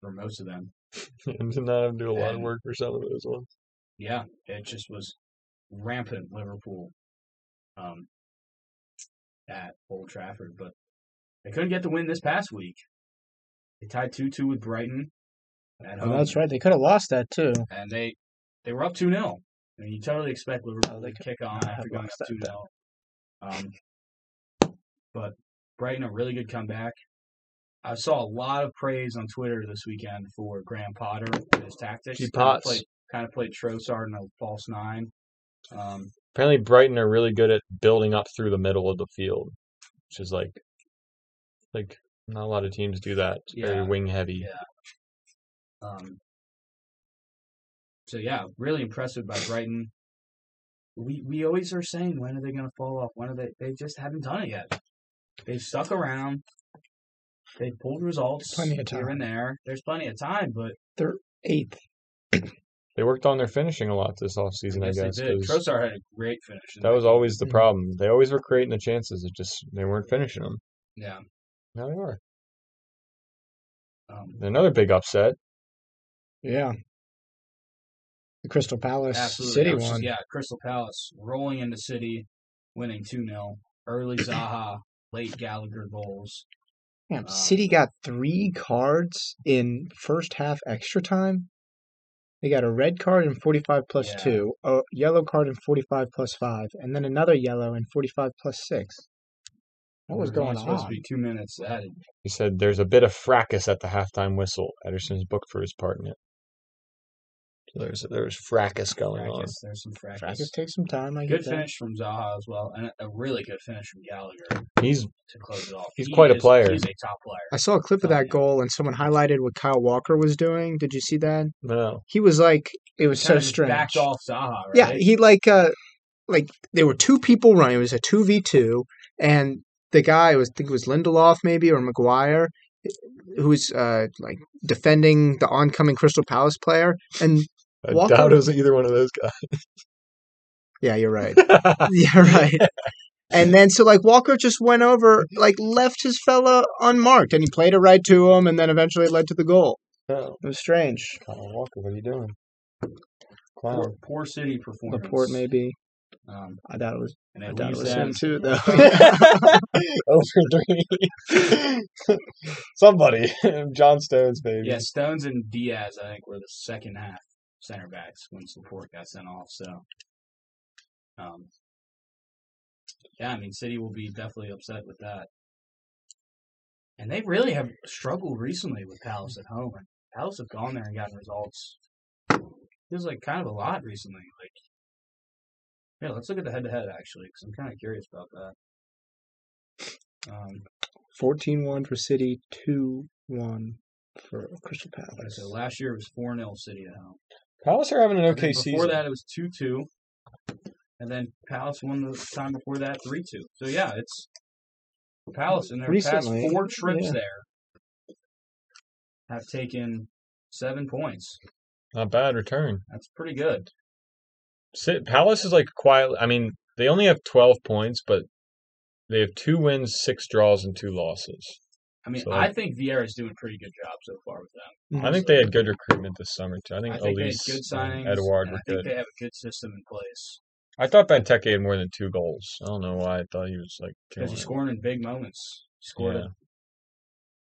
[SPEAKER 2] for most of them.
[SPEAKER 3] and to not have to do a lot of
[SPEAKER 2] And-
[SPEAKER 3] work for some of those ones.
[SPEAKER 2] Yeah, it just was rampant Liverpool, um, at Old Trafford, but they couldn't get the win this past week. They tied two two with Brighton. At home.
[SPEAKER 1] Oh, that's right. They could have lost that too.
[SPEAKER 2] and they they were up two 0 I mean, you totally expect Liverpool
[SPEAKER 1] Oh, they
[SPEAKER 2] to
[SPEAKER 1] could
[SPEAKER 2] kick on
[SPEAKER 1] not
[SPEAKER 2] after
[SPEAKER 1] have
[SPEAKER 2] going
[SPEAKER 1] lost
[SPEAKER 2] up two 0 Um, but Brighton a really good comeback. I saw a lot of praise on Twitter this weekend for Graham Potter and his tactics.
[SPEAKER 3] Gee,
[SPEAKER 2] Kind of
[SPEAKER 3] Potts.
[SPEAKER 2] played, kind of played Trossard in a false nine. Um,
[SPEAKER 3] Apparently, Brighton are really good at building up through the middle of the field, which is like, like not a lot of teams do that. It's very
[SPEAKER 2] Yeah.
[SPEAKER 3] wing heavy.
[SPEAKER 2] Yeah. Um, so yeah, really impressive by Brighton. We we always are saying when are they going to fall off? When are they? They just haven't done it yet. They've stuck around. They've pulled results
[SPEAKER 1] Plenty of
[SPEAKER 2] here and there. There's plenty of time, but
[SPEAKER 1] Eighth.
[SPEAKER 3] They worked on their finishing a lot this offseason, I
[SPEAKER 2] yes,
[SPEAKER 3] guess.
[SPEAKER 2] they did. Mm-hmm.
[SPEAKER 3] 'cause
[SPEAKER 2] Trossard had a great finish. in
[SPEAKER 3] that
[SPEAKER 2] that
[SPEAKER 3] was always the
[SPEAKER 1] Mhm.
[SPEAKER 3] problem. They always were creating the chances. It just they weren't finishing them.
[SPEAKER 2] game. Yeah.
[SPEAKER 3] Now they are.
[SPEAKER 2] Um,
[SPEAKER 3] Another big upset.
[SPEAKER 1] Yeah. The Crystal Palace
[SPEAKER 2] absolutely. I
[SPEAKER 1] City
[SPEAKER 2] was just-
[SPEAKER 1] one.
[SPEAKER 2] Yeah, Crystal Palace rolling into City, winning 2 0.
[SPEAKER 1] *clears throat*
[SPEAKER 2] Early Zaha, late Gallagher goals.
[SPEAKER 1] Damn,
[SPEAKER 2] Uh,
[SPEAKER 1] City got three cards in first half extra time. They got a red card in 45 plus
[SPEAKER 2] Yeah.
[SPEAKER 1] 2, a yellow card in 45 plus 5, and then another yellow in 45 plus 6. What was
[SPEAKER 2] There's only
[SPEAKER 1] going
[SPEAKER 2] Mm, supposed to
[SPEAKER 1] on?
[SPEAKER 2] be two minutes added.
[SPEAKER 3] He said there's a bit of fracas at the halftime whistle. Ederson's booked for his part in it. So there's there's fracas going on.
[SPEAKER 2] Fracas. There's some fracas.
[SPEAKER 1] Practice takes some time, I
[SPEAKER 2] Good
[SPEAKER 1] get that.
[SPEAKER 2] finish from Zaha as well, and a- a really good finish from Gallagher
[SPEAKER 3] He's
[SPEAKER 2] to close it off.
[SPEAKER 3] He's quite a
[SPEAKER 2] is-
[SPEAKER 3] player.
[SPEAKER 2] He's a top player.
[SPEAKER 1] I saw a clip of
[SPEAKER 2] Oh,
[SPEAKER 1] that
[SPEAKER 2] yeah.
[SPEAKER 1] goal and someone highlighted what Kyle Walker was doing. Did you see that?
[SPEAKER 3] no.
[SPEAKER 1] He was like, it was so
[SPEAKER 2] Kinda just
[SPEAKER 1] strange.
[SPEAKER 2] Backed off Zaha, right?
[SPEAKER 1] Yeah, he like uh like there were two people running. It was a two v two, and the guy was I think it was Lindelof maybe or McGuire, who was uh like defending the oncoming Crystal Palace player. And
[SPEAKER 3] I
[SPEAKER 1] Walker-
[SPEAKER 3] doubt it was either one of those guys. *laughs*
[SPEAKER 1] yeah, you're *laughs* right. yeah, right. And then so like Walker just went over, like left his fella unmarked, and he played it right to him, and then eventually it led to the goal.
[SPEAKER 3] no.
[SPEAKER 1] It was strange.
[SPEAKER 3] Kyle Walker, what are you doing?
[SPEAKER 2] poor,
[SPEAKER 3] *laughs* Clown.
[SPEAKER 2] poor City performance.
[SPEAKER 1] Laporte maybe.
[SPEAKER 2] Um,
[SPEAKER 1] I doubt it was.
[SPEAKER 2] and
[SPEAKER 1] I
[SPEAKER 2] it
[SPEAKER 1] doubt it
[SPEAKER 2] leaves
[SPEAKER 1] was
[SPEAKER 2] them.
[SPEAKER 1] him too, though. *laughs*
[SPEAKER 3] Over three. Somebody. *laughs* John Stones, baby.
[SPEAKER 2] Yeah, Stones and Diaz, I think, were the second half center backs once Laporte got sent off. So, um, yeah, I mean, City will be definitely upset with that. And they really have struggled recently with Palace at home. And Palace have gone there and gotten results. Feels like kind of a lot recently. Like, yeah, let's look at the head-to-head actually, because I'm kind of curious about that. Um,
[SPEAKER 1] 14-1 for City, 2-1 for Crystal
[SPEAKER 2] okay,
[SPEAKER 1] Palace.
[SPEAKER 2] so last year it was four 0 City at home.
[SPEAKER 3] Palace are having an
[SPEAKER 2] And then
[SPEAKER 3] okay
[SPEAKER 2] before
[SPEAKER 3] season.
[SPEAKER 2] that, it was two two, and then Palace won the time before that three two. So yeah, it's Palace in their
[SPEAKER 1] Recently,
[SPEAKER 2] past four trips
[SPEAKER 1] yeah.
[SPEAKER 2] there have taken seven points.
[SPEAKER 3] Not bad return.
[SPEAKER 2] That's pretty good.
[SPEAKER 3] Sit, Palace is like quietly. I mean, They only have 12 points, but they have two wins, six draws, and two losses.
[SPEAKER 2] I mean,
[SPEAKER 3] So-
[SPEAKER 2] I think Vieira's doing a pretty good job so far with them.
[SPEAKER 1] Mm-hmm.
[SPEAKER 3] I think they had good recruitment this summer, too. I think,
[SPEAKER 2] I think they had
[SPEAKER 3] Elise
[SPEAKER 2] good signings.
[SPEAKER 3] and Edouard
[SPEAKER 2] and
[SPEAKER 3] were
[SPEAKER 2] I think
[SPEAKER 3] good.
[SPEAKER 2] they have a good system in place
[SPEAKER 3] I thought Benteke had more than two goals. I don't know why I thought he was like
[SPEAKER 2] because
[SPEAKER 3] killing
[SPEAKER 2] he's
[SPEAKER 3] it.
[SPEAKER 2] scoring in big moments. He scored.
[SPEAKER 3] Yeah.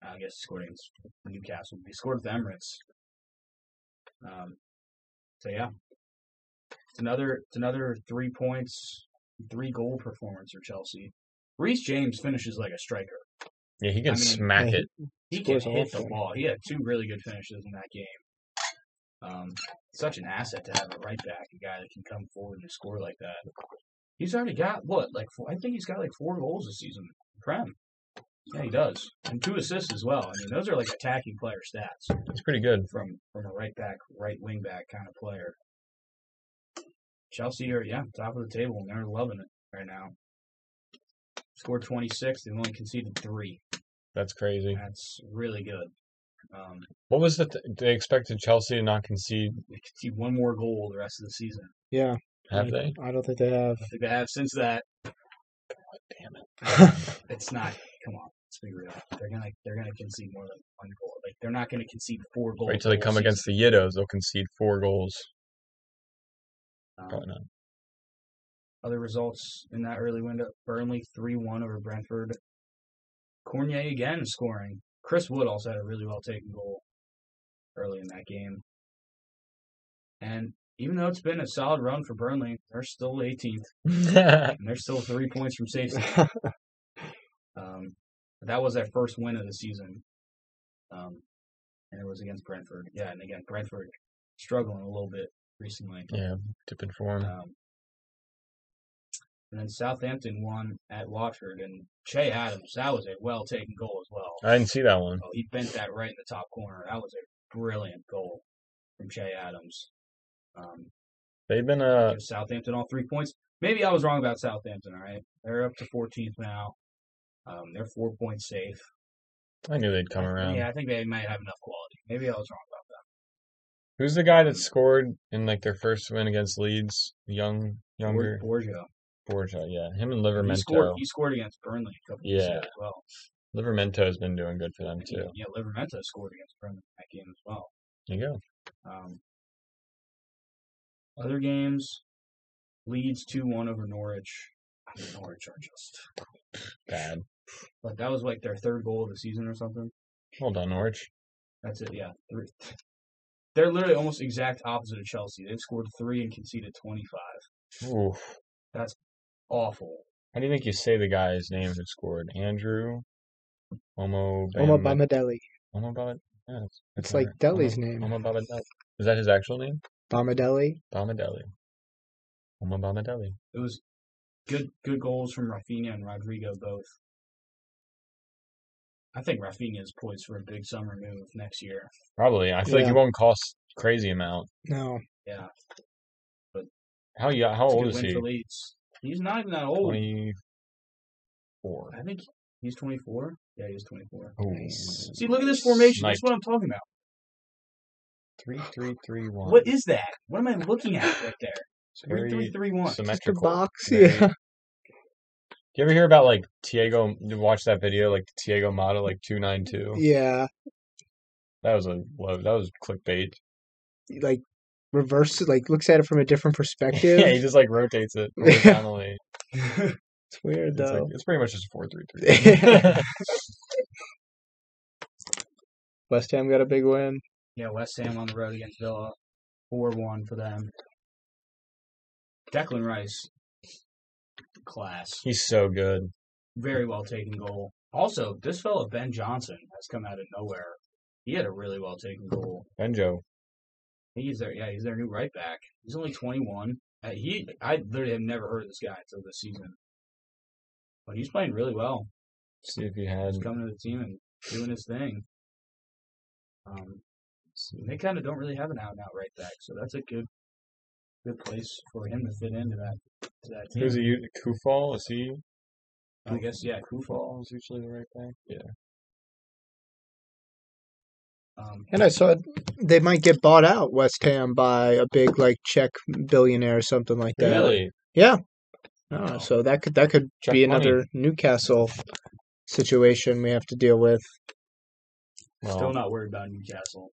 [SPEAKER 2] A, I guess he scored against Newcastle. He scored with the Emirates. Um, so yeah, it's another it's another three points, three goal performance for Chelsea. Reece James finishes like a striker.
[SPEAKER 3] Yeah, he can
[SPEAKER 2] I mean,
[SPEAKER 3] smack
[SPEAKER 1] yeah,
[SPEAKER 3] it.
[SPEAKER 2] He can
[SPEAKER 1] Scores a
[SPEAKER 2] hit
[SPEAKER 1] lot
[SPEAKER 2] the
[SPEAKER 1] for him.
[SPEAKER 2] ball. He had two really good finishes in that game. Um, such an asset to have a right back, a guy that can come forward and score like that. He's already got what, like four, I think he's got like four goals this season. Prem, yeah, he does, and two assists as well. I mean, those are like attacking player stats
[SPEAKER 3] It's pretty good.
[SPEAKER 2] from from a right back, right wing back kind of player. Chelsea are yeah top of the table and they're loving it right now. Scored twenty six, they've only conceded three.
[SPEAKER 3] That's crazy.
[SPEAKER 2] That's really good. Um,
[SPEAKER 3] What was the th- they expected Chelsea to not concede?
[SPEAKER 2] they could see one more goal the rest of the season.
[SPEAKER 1] Yeah,
[SPEAKER 3] Have
[SPEAKER 1] I-
[SPEAKER 3] they?
[SPEAKER 1] I don't think they have.
[SPEAKER 2] I think they have since that.
[SPEAKER 3] Damn it.
[SPEAKER 2] It's not. Come on, let's be real. They're gonna they're gonna concede more than one goal. Like they're not gonna concede four goals.
[SPEAKER 3] Wait till they
[SPEAKER 2] the
[SPEAKER 3] come
[SPEAKER 2] whole
[SPEAKER 3] against the Yiddos. They'll concede four goals.
[SPEAKER 2] season. Um,
[SPEAKER 3] Probably not.
[SPEAKER 2] Other results in that early window: Burnley three one over Brentford. Cornier again scoring. Chris Wood also had a really well taken goal early in that game. And even though it's been a solid run for Burnley, they're still 18th and they're still three points from safety. Um, that was their first win of the season, um, and it was against Brentford. Yeah, and again, Brentford struggling a little bit recently.
[SPEAKER 3] *laughs* yeah, tipping form.
[SPEAKER 2] Um, and then Southampton won at Watford, and Che Adams. That was a well taken goal as well.
[SPEAKER 3] I didn't see that one.
[SPEAKER 2] Oh, he bent that right in the top corner. That was a brilliant goal from Che Adams. Um,
[SPEAKER 3] They've been uh
[SPEAKER 2] gives Southampton all three points. Maybe I was wrong about Southampton. All right, they're up to 14th now. Um, they're four points safe.
[SPEAKER 3] I knew they'd come around.
[SPEAKER 2] Yeah, I think they might have enough quality. Maybe I was wrong about that.
[SPEAKER 3] Who's the guy that scored in like their first win against Leeds? Young younger
[SPEAKER 2] Bor- Borgia.
[SPEAKER 3] Borgia, yeah. Him and
[SPEAKER 2] He scored.
[SPEAKER 3] Livermento.
[SPEAKER 2] He scored against Burnley a couple years
[SPEAKER 3] Yeah.
[SPEAKER 2] ago as well.
[SPEAKER 3] Livermento's been doing good for them
[SPEAKER 2] And,
[SPEAKER 3] too.
[SPEAKER 2] Yeah, Livermento scored against Burnley in that game as well.
[SPEAKER 3] There you go.
[SPEAKER 2] Um, other games, Leeds two one over Norwich. I mean, Norwich are just
[SPEAKER 3] Bad.
[SPEAKER 2] like that was like their third goal of the season or something.
[SPEAKER 3] Well done, Norwich.
[SPEAKER 2] That's it. Yeah, three. *laughs* They're literally almost exact opposite of Chelsea. They've scored three and conceded twenty five.
[SPEAKER 3] Ooh.
[SPEAKER 2] Awful.
[SPEAKER 3] How do you think you say the guy's name who scored? Andrew Omo
[SPEAKER 1] Oma Bamadeli.
[SPEAKER 3] Omo Bama- yeah, that's-
[SPEAKER 1] It's
[SPEAKER 3] okay.
[SPEAKER 1] like Deli's
[SPEAKER 3] Omo-
[SPEAKER 1] name.
[SPEAKER 3] Omo Bamadeli. Is that his actual name?
[SPEAKER 1] Bamadeli.
[SPEAKER 3] Bamadeli. Omo Bamadeli.
[SPEAKER 2] It was good good goals from Rafinha and Rodrigo both. I think Rafinha is poised for a big summer move next year.
[SPEAKER 3] Probably. I feel like
[SPEAKER 1] Yeah.
[SPEAKER 3] he won't cost crazy amount.
[SPEAKER 1] No,
[SPEAKER 2] Yeah, it's
[SPEAKER 3] How yo- how
[SPEAKER 2] a
[SPEAKER 3] old
[SPEAKER 2] good
[SPEAKER 3] is
[SPEAKER 2] win
[SPEAKER 3] he?
[SPEAKER 2] for Leeds. He's not even that old.
[SPEAKER 3] Twenty four.
[SPEAKER 2] I think he's 24. Yeah, he's 24.
[SPEAKER 1] Nice.
[SPEAKER 2] See, look at this formation. That's
[SPEAKER 3] Sniped.
[SPEAKER 2] what I'm talking about.
[SPEAKER 3] Three three three one.
[SPEAKER 2] What is that? What am I looking at right there?
[SPEAKER 3] It's
[SPEAKER 2] Three,
[SPEAKER 3] *laughs* very
[SPEAKER 2] three, three, one.
[SPEAKER 3] *laughs*
[SPEAKER 1] just a
[SPEAKER 3] symmetrical.
[SPEAKER 1] box.
[SPEAKER 3] Very-
[SPEAKER 1] Yeah.
[SPEAKER 3] Do you ever hear about like Tiago? You watch that video, like Tiago Mata, like two nine two.
[SPEAKER 1] Yeah,
[SPEAKER 3] That was a low. That was clickbait.
[SPEAKER 1] like reverse. Like looks at it from a different perspective.
[SPEAKER 3] *laughs* Yeah, he just like rotates it horizontally.
[SPEAKER 1] it's weird
[SPEAKER 3] it's, like,
[SPEAKER 1] though.
[SPEAKER 3] it's pretty much just four three three.
[SPEAKER 1] West Ham got a big win.
[SPEAKER 2] *laughs* Yeah, West Ham on the road against Villa. 4 1 for them. Declan Rice. Class.
[SPEAKER 3] *laughs* He's so good.
[SPEAKER 2] Very well taken goal. Also, this fellow, Ben Johnson, has come out of nowhere. He had a really well taken goal.
[SPEAKER 3] Benjo.
[SPEAKER 2] He's their yeah, he's their new right back. He's only 21. Uh, he I literally have never heard of this guy until this season, but he's playing really well.
[SPEAKER 3] See if he had.
[SPEAKER 2] He's coming to the team and doing his thing. Um, and they kind of don't really have an out and out right back, so that's a good good place for him to fit into that to that team.
[SPEAKER 3] Who's he? u- Kufal? Is he?
[SPEAKER 2] I guess yeah, Kufal.
[SPEAKER 3] is usually the right back. Yeah.
[SPEAKER 2] Um,
[SPEAKER 1] And I saw they might get bought out West Ham by a big like Czech billionaire or something like that.
[SPEAKER 3] Really?
[SPEAKER 1] Yeah. Uh, so that could that could
[SPEAKER 3] Check
[SPEAKER 1] be
[SPEAKER 3] money.
[SPEAKER 1] another Newcastle situation we have to deal with.
[SPEAKER 2] Still not worried about Newcastle.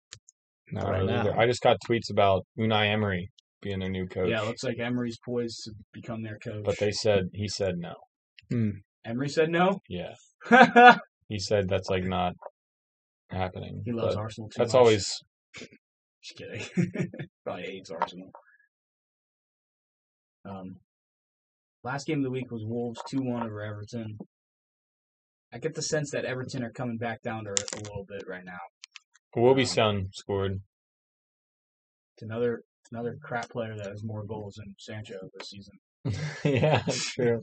[SPEAKER 3] not
[SPEAKER 1] right now.
[SPEAKER 3] I just got tweets about Unai Emery being their new coach.
[SPEAKER 2] Yeah, it looks like Emery's poised to become their coach.
[SPEAKER 3] but they said he said no.
[SPEAKER 2] Emery said no. *laughs*
[SPEAKER 3] Yeah,
[SPEAKER 2] he
[SPEAKER 3] he said that's like not happening.
[SPEAKER 2] loves
[SPEAKER 3] But
[SPEAKER 2] Arsenal too.
[SPEAKER 3] That's
[SPEAKER 2] much.
[SPEAKER 3] always
[SPEAKER 2] Just kidding. *laughs* Probably hates Arsenal. Um, last game of the week was Wolves 2 1 over Everton. I get the sense that Everton are coming back down to earth a little bit right now.
[SPEAKER 3] Wobi Sun scored.
[SPEAKER 2] It's another another crap player that has more goals than Sancho this season.
[SPEAKER 3] *laughs* yeah, *laughs* that's true.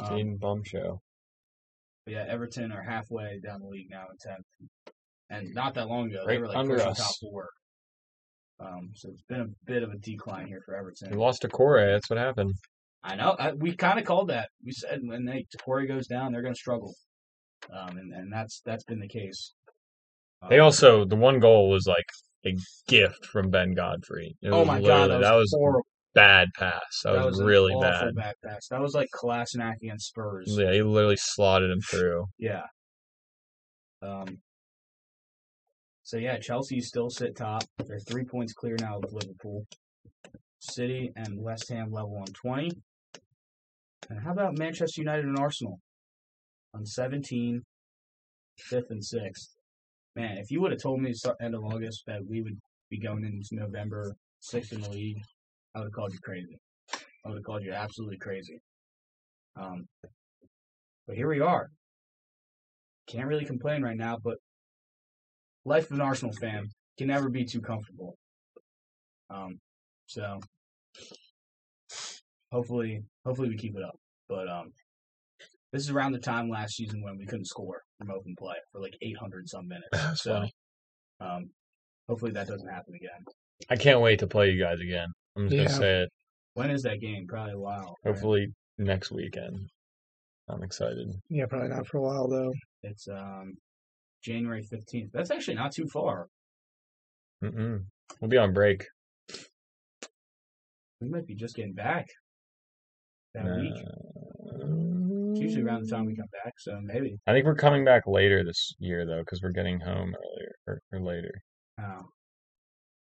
[SPEAKER 2] Um,
[SPEAKER 3] Jaden Bum show.
[SPEAKER 2] but yeah, Everton are halfway down the league now in 10th. And not that long ago, they
[SPEAKER 3] Right
[SPEAKER 2] were like
[SPEAKER 3] under
[SPEAKER 2] pushing
[SPEAKER 3] us.
[SPEAKER 2] top four. Um, so it's been a bit of a decline here for Everton.
[SPEAKER 3] We lost to Corey. That's what happened.
[SPEAKER 2] I know. I, we kind of called that. We said when they Corey goes down, they're going to struggle, um, and and that's that's been the case. Um,
[SPEAKER 3] They also the one goal was like a gift from Ben Godfrey. It
[SPEAKER 2] Oh
[SPEAKER 3] was
[SPEAKER 2] my god,
[SPEAKER 3] literally-
[SPEAKER 2] that was, horrible.
[SPEAKER 3] bad pass. That,
[SPEAKER 2] That
[SPEAKER 3] was,
[SPEAKER 2] an
[SPEAKER 3] really
[SPEAKER 2] awful
[SPEAKER 3] bad.
[SPEAKER 2] back pass. That was like Kolasinac against Spurs.
[SPEAKER 3] Yeah, he literally slotted him through. *laughs*
[SPEAKER 2] Yeah. Um. So yeah, Chelsea still sit top. They're three points clear now of Liverpool. City and West Ham level on twenty. And how about Manchester United and Arsenal on 17, fifth and sixth? Man, if you would have told me start end of August that we would be going into November sixth in the league, I would have called you crazy. I would have called you absolutely crazy. Um, but here we are can't really complain right now, but life of an Arsenal fan can never be too comfortable. Um, so hopefully, hopefully we keep it up. But um, this is around the time last season when we couldn't score from open play for like 800 some minutes.
[SPEAKER 3] That's
[SPEAKER 2] So
[SPEAKER 3] funny.
[SPEAKER 2] um, hopefully that doesn't happen again.
[SPEAKER 3] I can't wait to play you guys again. I'm just
[SPEAKER 1] Yeah.
[SPEAKER 3] gonna say it.
[SPEAKER 2] When is that game? Probably a while. right?
[SPEAKER 3] Hopefully next weekend. I'm excited.
[SPEAKER 1] Yeah, probably not for a while though.
[SPEAKER 2] it's um, January 15th. That's actually not too far.
[SPEAKER 3] Mm-mm. We'll be on break.
[SPEAKER 2] We might be just getting back that
[SPEAKER 3] Uh,
[SPEAKER 2] week. It's usually around
[SPEAKER 3] Mm.
[SPEAKER 2] the time we come back, so maybe.
[SPEAKER 3] I think we're coming back later this year though, because we're getting home earlier or, or later.
[SPEAKER 2] Oh,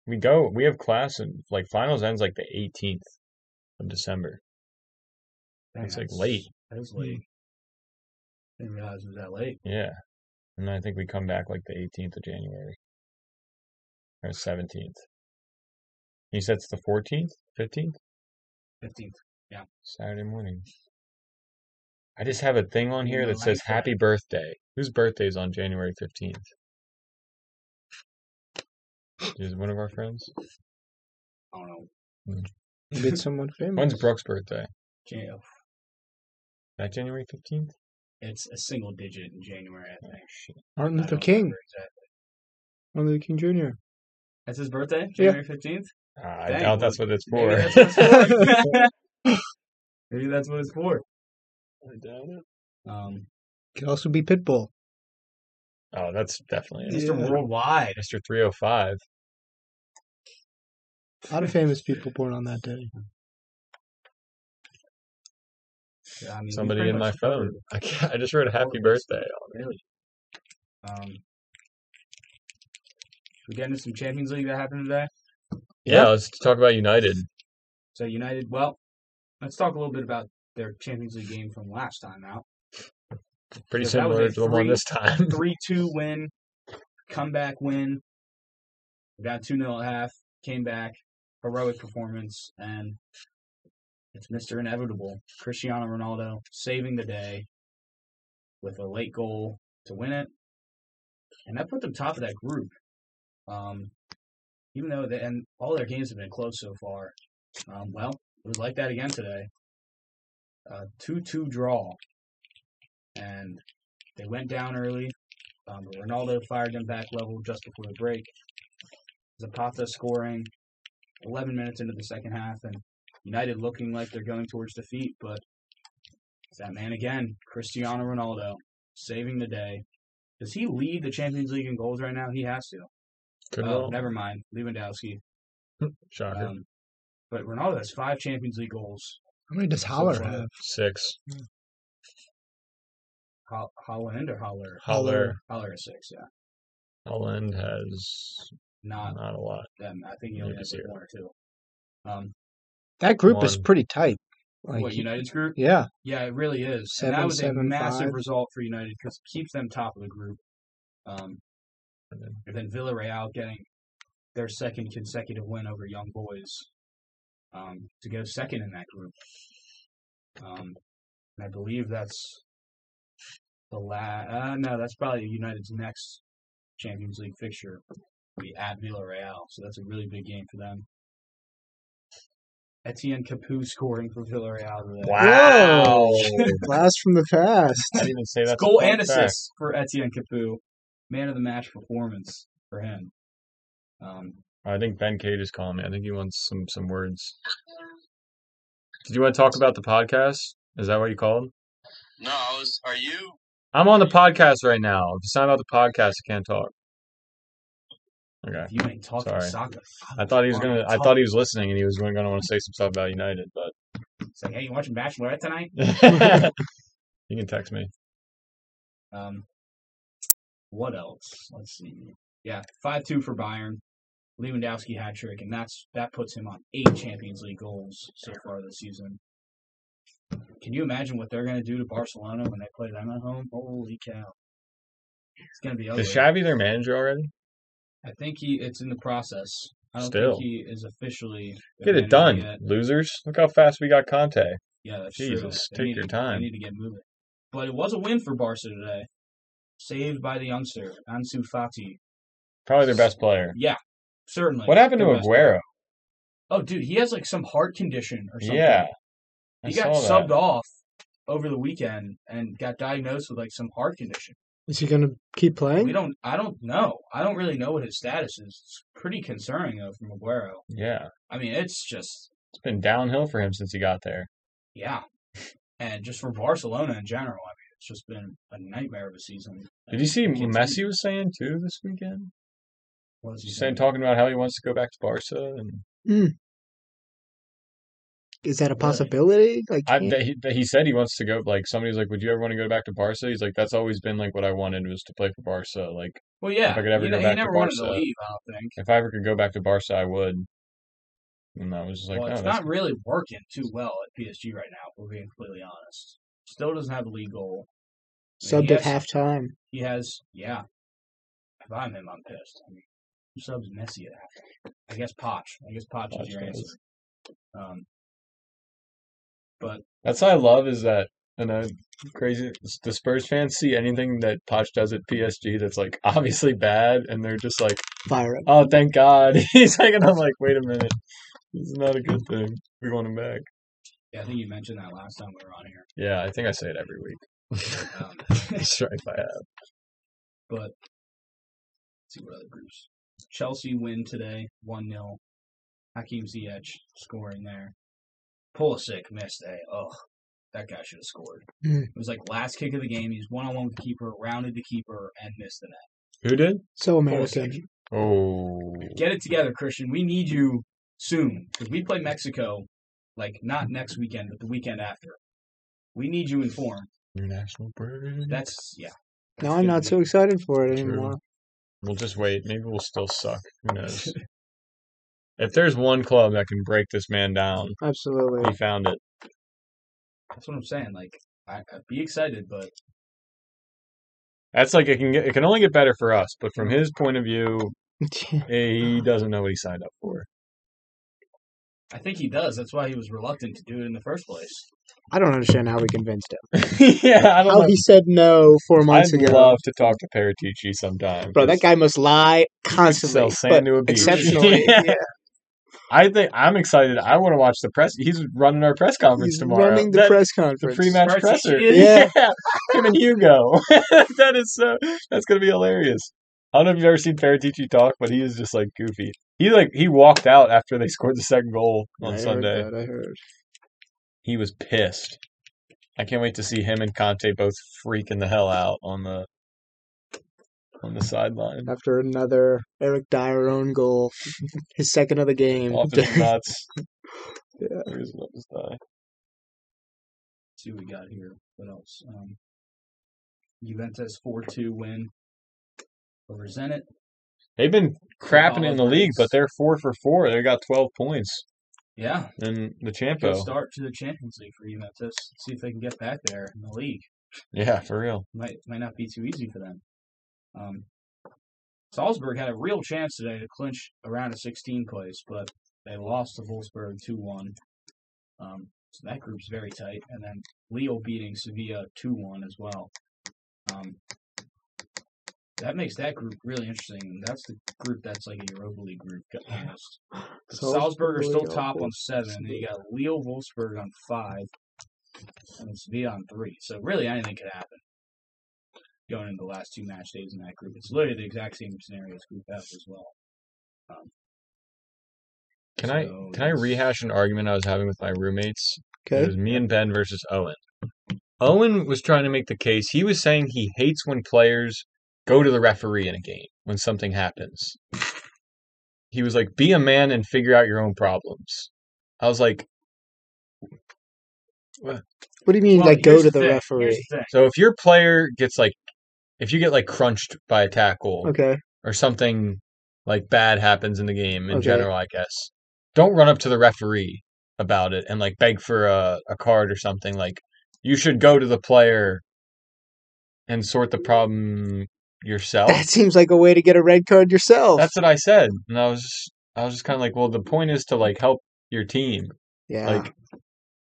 [SPEAKER 3] We go. We have class and like finals ends like the 18th of December.
[SPEAKER 2] dang,
[SPEAKER 3] It's, like,
[SPEAKER 2] that's-
[SPEAKER 3] late.
[SPEAKER 2] That is late. Didn't realize it was that late.
[SPEAKER 3] Yeah, and I think we come back like the 18th of January or 17th. You said it's the 14th, 15th.
[SPEAKER 2] 15th.
[SPEAKER 3] Saturday morning. I just have a thing on here
[SPEAKER 2] Yeah,
[SPEAKER 3] that says
[SPEAKER 2] like that.
[SPEAKER 3] happy birthday. Whose birthday is on January 15th? Is it one of
[SPEAKER 2] *clears throat*
[SPEAKER 3] our friends?
[SPEAKER 2] I don't know.
[SPEAKER 1] Did someone famous?
[SPEAKER 3] When's Brooke's birthday?
[SPEAKER 2] Jan-
[SPEAKER 3] That January 15th?
[SPEAKER 2] It's a single digit in January, I think.
[SPEAKER 1] Martin
[SPEAKER 2] I
[SPEAKER 1] Luther
[SPEAKER 2] don't
[SPEAKER 1] King.
[SPEAKER 2] remember exactly.
[SPEAKER 1] Martin Luther King Jr.
[SPEAKER 2] That's his birthday? January 15th?
[SPEAKER 3] Uh, I
[SPEAKER 2] Dang,
[SPEAKER 3] doubt that's what it's
[SPEAKER 2] Maybe
[SPEAKER 3] for. *laughs*
[SPEAKER 2] that's what it's for. *laughs* Maybe that's what it's for. Um,
[SPEAKER 1] Could also be Pitbull.
[SPEAKER 3] Oh, that's definitely it.
[SPEAKER 2] Mr.
[SPEAKER 1] Yeah.
[SPEAKER 2] Worldwide.
[SPEAKER 3] Mr. 305.
[SPEAKER 1] A lot of famous people born on that day.
[SPEAKER 2] Yeah, I mean, we
[SPEAKER 3] Somebody
[SPEAKER 2] pretty
[SPEAKER 3] in my
[SPEAKER 2] much
[SPEAKER 3] phone.
[SPEAKER 2] covered
[SPEAKER 3] I, can't- I just wrote a happy
[SPEAKER 2] Totally.
[SPEAKER 3] birthday. on
[SPEAKER 2] it, Really. Um, we get into some Champions League that happened today?
[SPEAKER 3] it. Yeah, let's talk about United.
[SPEAKER 2] So United, well, let's talk a little bit about their Champions League game from last time out.
[SPEAKER 3] Pretty
[SPEAKER 2] Yeah, that was
[SPEAKER 3] similar
[SPEAKER 2] a
[SPEAKER 3] to the one
[SPEAKER 2] three-
[SPEAKER 3] this
[SPEAKER 2] *laughs*
[SPEAKER 3] time. *laughs*
[SPEAKER 2] Three two win, comeback win. We got two 0 at half, came back, heroic performance, and it's Mr. Inevitable, Cristiano Ronaldo saving the day with a late goal to win it. And that put them top of that group. Um, even though they, and all their games have been close so far. Um, well, it was like that again today. A 2 2 draw. And they went down early. Um, but Ronaldo fired them back level just before the break. Zapata scoring 11 minutes into the second half, and United looking like they're going towards defeat. But it's that man again, Cristiano Ronaldo, saving the day. Does he lead the Champions League in goals right now? He has to.
[SPEAKER 3] Good
[SPEAKER 2] Oh,
[SPEAKER 3] roll.
[SPEAKER 2] never mind. Lewandowski.
[SPEAKER 3] Shocker.
[SPEAKER 2] Um, but Ronaldo has five Champions League goals
[SPEAKER 4] How many does Holler have?
[SPEAKER 3] Six.
[SPEAKER 2] Ho- Holland or Holler?
[SPEAKER 3] Holler.
[SPEAKER 2] Holler is six, yeah.
[SPEAKER 3] Holland has
[SPEAKER 2] Not
[SPEAKER 3] not a lot.
[SPEAKER 2] them. I think he only
[SPEAKER 3] Maybe
[SPEAKER 2] has like
[SPEAKER 3] zero.
[SPEAKER 2] one or two. Um,
[SPEAKER 4] That group is
[SPEAKER 3] One.
[SPEAKER 4] pretty tight. Like,
[SPEAKER 2] what, United's group?
[SPEAKER 4] yeah,
[SPEAKER 2] Yeah, it really is. and that
[SPEAKER 4] Seven,
[SPEAKER 2] was a
[SPEAKER 4] seven,
[SPEAKER 2] massive
[SPEAKER 4] five.
[SPEAKER 2] result for United because it keeps them top of the group. Um,
[SPEAKER 3] And then-
[SPEAKER 2] and then Villarreal getting their second consecutive win over Young Boys um, to go second in that group. Um, and I believe that's the last. Uh, no, that's probably United's next Champions League fixture. will Be at Villarreal, so that's a really big game for them. Etienne Capoue scoring for Villarreal. today.
[SPEAKER 3] *laughs* Wow!
[SPEAKER 4] blast from the
[SPEAKER 3] I
[SPEAKER 4] past.
[SPEAKER 3] didn't even say that.
[SPEAKER 2] goal and assist for Etienne Capoue. Man of the match performance for him. Um,
[SPEAKER 3] I think Ben Cage is calling me. I think he wants some some words. Did you want to talk about the podcast? Is that what you called?
[SPEAKER 5] No, I was. Are you?
[SPEAKER 3] I'm on the podcast right now. If it's not about the podcast, I can't talk. Okay.
[SPEAKER 2] if you ain't talking
[SPEAKER 3] Sorry.
[SPEAKER 2] soccer.
[SPEAKER 3] I thought he was gonna. I thought he was listening, and he was gonna want to say some stuff about United, but *laughs*
[SPEAKER 2] It's like, hey, you watching Bachelorette tonight?
[SPEAKER 3] you can text me.
[SPEAKER 2] Um, what else? Let's see. Yeah, five two for Bayern. Lewandowski hat trick, and that's that puts him on eight Champions League goals so far this season. Can you imagine what they're gonna do to Barcelona when they play them at home? Holy cow! It's gonna be ugly.
[SPEAKER 3] Is Xavi their manager already?
[SPEAKER 2] I think he. It's in the process. I don't
[SPEAKER 3] Still.
[SPEAKER 2] think he is officially.
[SPEAKER 3] Get it
[SPEAKER 2] abandoned
[SPEAKER 3] done,
[SPEAKER 2] yet.
[SPEAKER 3] losers! Look how fast we got Conte.
[SPEAKER 2] Yeah, that's
[SPEAKER 3] Jesus,
[SPEAKER 2] true. They
[SPEAKER 3] take
[SPEAKER 2] need
[SPEAKER 3] your
[SPEAKER 2] to-
[SPEAKER 3] time.
[SPEAKER 2] They need to get moving. But it was a win for Barca today. Saved by the youngster Ansu Fati.
[SPEAKER 3] Probably their best player.
[SPEAKER 2] Yeah, certainly.
[SPEAKER 3] What happened to
[SPEAKER 2] The best player.
[SPEAKER 3] Aguero?
[SPEAKER 2] Oh, dude, he has like some heart condition or something.
[SPEAKER 3] Yeah, I
[SPEAKER 2] he got
[SPEAKER 3] saw that.
[SPEAKER 2] subbed off over the weekend and got diagnosed with like some heart condition.
[SPEAKER 4] Is he gonna keep
[SPEAKER 2] We
[SPEAKER 4] playing?
[SPEAKER 2] don't. I don't know. I don't really know what his status is. It's pretty concerning though from Aguero.
[SPEAKER 3] Yeah,
[SPEAKER 2] I mean, it's just
[SPEAKER 3] it's been downhill for him since he got there.
[SPEAKER 2] Yeah. And just for Barcelona in general, I mean, it's just been a nightmare of a season.
[SPEAKER 3] Did you see
[SPEAKER 2] And
[SPEAKER 3] what Messi was saying too this weekend?
[SPEAKER 2] what is he
[SPEAKER 3] He's saying
[SPEAKER 2] doing?
[SPEAKER 3] talking about how he wants to go back to Barca, and
[SPEAKER 4] Is that a
[SPEAKER 2] Really?
[SPEAKER 4] possibility? Like,
[SPEAKER 3] I,
[SPEAKER 4] can't-
[SPEAKER 3] that he, that he said he wants to go. Like somebody's like, "Would you ever want to go back to Barca?" He's like, "That's always been like what I wanted was to play for Barca. Like
[SPEAKER 2] Well, yeah.
[SPEAKER 3] If I could ever
[SPEAKER 2] he,
[SPEAKER 3] go
[SPEAKER 2] he
[SPEAKER 3] back to
[SPEAKER 2] never wanted to
[SPEAKER 3] Barca.
[SPEAKER 2] leave, I don't think.
[SPEAKER 3] if I ever could go back to Barca, I would." And I was just like,
[SPEAKER 2] well,
[SPEAKER 3] "No,
[SPEAKER 2] it's
[SPEAKER 3] that's
[SPEAKER 2] not really working too well at PSG right now, if we're being completely honest. Still doesn't have a league goal. I mean,
[SPEAKER 4] subbed
[SPEAKER 2] he
[SPEAKER 4] at
[SPEAKER 2] has-
[SPEAKER 4] halftime.
[SPEAKER 2] He has, yeah. If I'm him, I'm pissed. I mean, who subs Messi at halftime? I guess Poch. I guess Poch,
[SPEAKER 3] Poch
[SPEAKER 2] is your
[SPEAKER 3] does.
[SPEAKER 2] answer. Um, but
[SPEAKER 3] That's what I love is that, and I crazy the Spurs fans see anything that Poch does at PSG that's like *laughs* obviously bad, and they're just like,
[SPEAKER 4] Fire up.
[SPEAKER 3] "Oh, thank God!" *laughs* He's like, and I'm like, "Wait a minute, this is not a good thing. We want him back."
[SPEAKER 2] yeah, I think you mentioned that last time we were on here.
[SPEAKER 3] Yeah, I think I say it every *laughs* week.
[SPEAKER 2] Um,
[SPEAKER 3] That's right, if I have.
[SPEAKER 2] But see what other groups. Chelsea win today, one 0 Hakim Ziyech scoring there. Pulisic missed a. Oh, that guy should have scored.
[SPEAKER 4] Mm.
[SPEAKER 2] It was like last kick of the game. He's one on one with the keeper, rounded the keeper, and missed the net.
[SPEAKER 3] Who did?
[SPEAKER 4] So
[SPEAKER 2] Pulisic.
[SPEAKER 4] American.
[SPEAKER 3] Oh,
[SPEAKER 2] Get it together, Christian. We need you soon because we play Mexico, like not next weekend, but the weekend after. We need you in form.
[SPEAKER 3] international bird.
[SPEAKER 2] That's yeah.
[SPEAKER 4] Now I'm not so excited for it
[SPEAKER 3] True.
[SPEAKER 4] anymore.
[SPEAKER 3] We'll just wait. Maybe we'll still suck. Who *laughs* knows? if there's one club that can break this man down,
[SPEAKER 4] Absolutely.
[SPEAKER 3] he found it.
[SPEAKER 2] That's what I'm saying. Like, I, I'd be excited, but
[SPEAKER 3] That's like it can get, it can only get better for us, but from his point of view, eh, he doesn't know what he signed up for.
[SPEAKER 2] I think he does. That's why he was reluctant to do it in the first place.
[SPEAKER 4] *laughs* I don't understand how we convinced him.
[SPEAKER 3] *laughs* yeah, I
[SPEAKER 4] How
[SPEAKER 3] don't know.
[SPEAKER 4] he said no four
[SPEAKER 3] I'd
[SPEAKER 4] months ago.
[SPEAKER 3] love to talk to Paratici sometime.
[SPEAKER 4] Bro, that guy must lie
[SPEAKER 3] sell
[SPEAKER 4] constantly.
[SPEAKER 3] sand
[SPEAKER 4] But
[SPEAKER 3] to a beach.
[SPEAKER 4] exceptionally.
[SPEAKER 3] Yeah.
[SPEAKER 4] yeah.
[SPEAKER 3] I think I'm excited. I want to watch the press. He's running our press conference
[SPEAKER 4] He's
[SPEAKER 3] tomorrow.
[SPEAKER 4] running the
[SPEAKER 3] That-
[SPEAKER 4] press
[SPEAKER 3] the
[SPEAKER 4] conference.
[SPEAKER 3] pre-match
[SPEAKER 2] Paratici
[SPEAKER 3] presser.
[SPEAKER 2] is-
[SPEAKER 3] *laughs*
[SPEAKER 4] Yeah.
[SPEAKER 3] him and Hugo. *laughs* that is so. That's gonna be hilarious. I don't know if you've ever seen Paratici talk, but he is just like goofy. He like he walked out after they scored the second goal
[SPEAKER 4] I
[SPEAKER 3] on
[SPEAKER 4] heard
[SPEAKER 3] Sunday.
[SPEAKER 4] that, I heard.
[SPEAKER 3] He was pissed. I can't wait to see him and Conte both freaking the hell out on the on the sideline.
[SPEAKER 4] After another Eric Dyer own goal, *laughs* his second of the game. *laughs*
[SPEAKER 3] Off his nuts.
[SPEAKER 4] Yeah.
[SPEAKER 3] He was about to die.
[SPEAKER 2] see what we got here. What else? Um, Juventus four two win over Zenit.
[SPEAKER 3] They've been crapping in the
[SPEAKER 2] All
[SPEAKER 3] league,
[SPEAKER 2] points.
[SPEAKER 3] but they're four for four. They got twelve points
[SPEAKER 2] Yeah,
[SPEAKER 3] in the
[SPEAKER 2] good
[SPEAKER 3] Champo.
[SPEAKER 2] start to the Champions League for Juventus. See if they can get back there in the league.
[SPEAKER 3] Yeah, for real.
[SPEAKER 2] might might not be too easy for them. Um, Salzburg had a real chance today to clinch a round of 16 place, but they lost to Wolfsburg 2 1. Um, so that group's very tight. And then Leo beating Sevilla 2 1 as well. Um, that makes that group really interesting. That's the group that's like a Europa League group almost. Salzburg, are still top on seven. And you got Leo Wolfsburg on five, and Sevilla on three. So really, anything could happen going into the last two match days in that group. It's literally the exact same scenario as Group F as well.
[SPEAKER 3] Can I
[SPEAKER 2] So
[SPEAKER 3] can I
[SPEAKER 2] it's-
[SPEAKER 3] rehash an argument I was having with my roommates? It
[SPEAKER 4] Okay.
[SPEAKER 3] was me and Ben versus Owen. Owen was trying to make the case. He was saying he hates when players go to the referee in a game when something happens. He was like, "Be a man and figure out your own problems." I was like,
[SPEAKER 4] What do you mean,
[SPEAKER 2] Well,
[SPEAKER 4] like go
[SPEAKER 2] here's
[SPEAKER 4] to the
[SPEAKER 2] thing- Here's
[SPEAKER 4] referee?
[SPEAKER 2] the thing.
[SPEAKER 3] "So if your player gets like, if you get like crunched by a tackle,
[SPEAKER 2] *laughs*
[SPEAKER 4] Okay.
[SPEAKER 3] or something like bad happens in the game in
[SPEAKER 4] Okay.
[SPEAKER 3] general, I guess. Don't run up to the referee about it and like beg for a, a card or something. Like you should go to the player and sort the problem yourself.
[SPEAKER 4] That seems like a way to get a red card yourself.
[SPEAKER 3] That's what I said, and I was just, I was just kind of like, well, the point is to like help your team.
[SPEAKER 4] yeah.
[SPEAKER 3] Like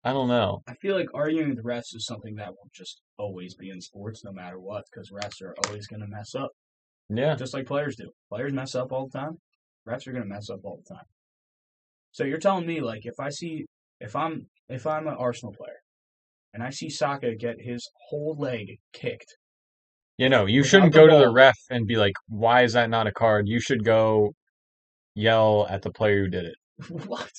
[SPEAKER 3] I don't know.
[SPEAKER 2] I feel like arguing with refs is something that will just always be in sports, no matter what, because refs are always going to mess up,
[SPEAKER 3] Yeah,
[SPEAKER 2] just like players do. Players mess up all the time. Refs are going to mess up all the time. So you're telling me, like, if I see, if I'm, if I'm an Arsenal player, and I see Saka get his whole leg kicked, *laughs*
[SPEAKER 3] you know, you
[SPEAKER 2] Without
[SPEAKER 3] shouldn't
[SPEAKER 2] the
[SPEAKER 3] go to the
[SPEAKER 2] ball.
[SPEAKER 3] ref and be like, why is that not a card? You should go yell at the player who did it.
[SPEAKER 2] what?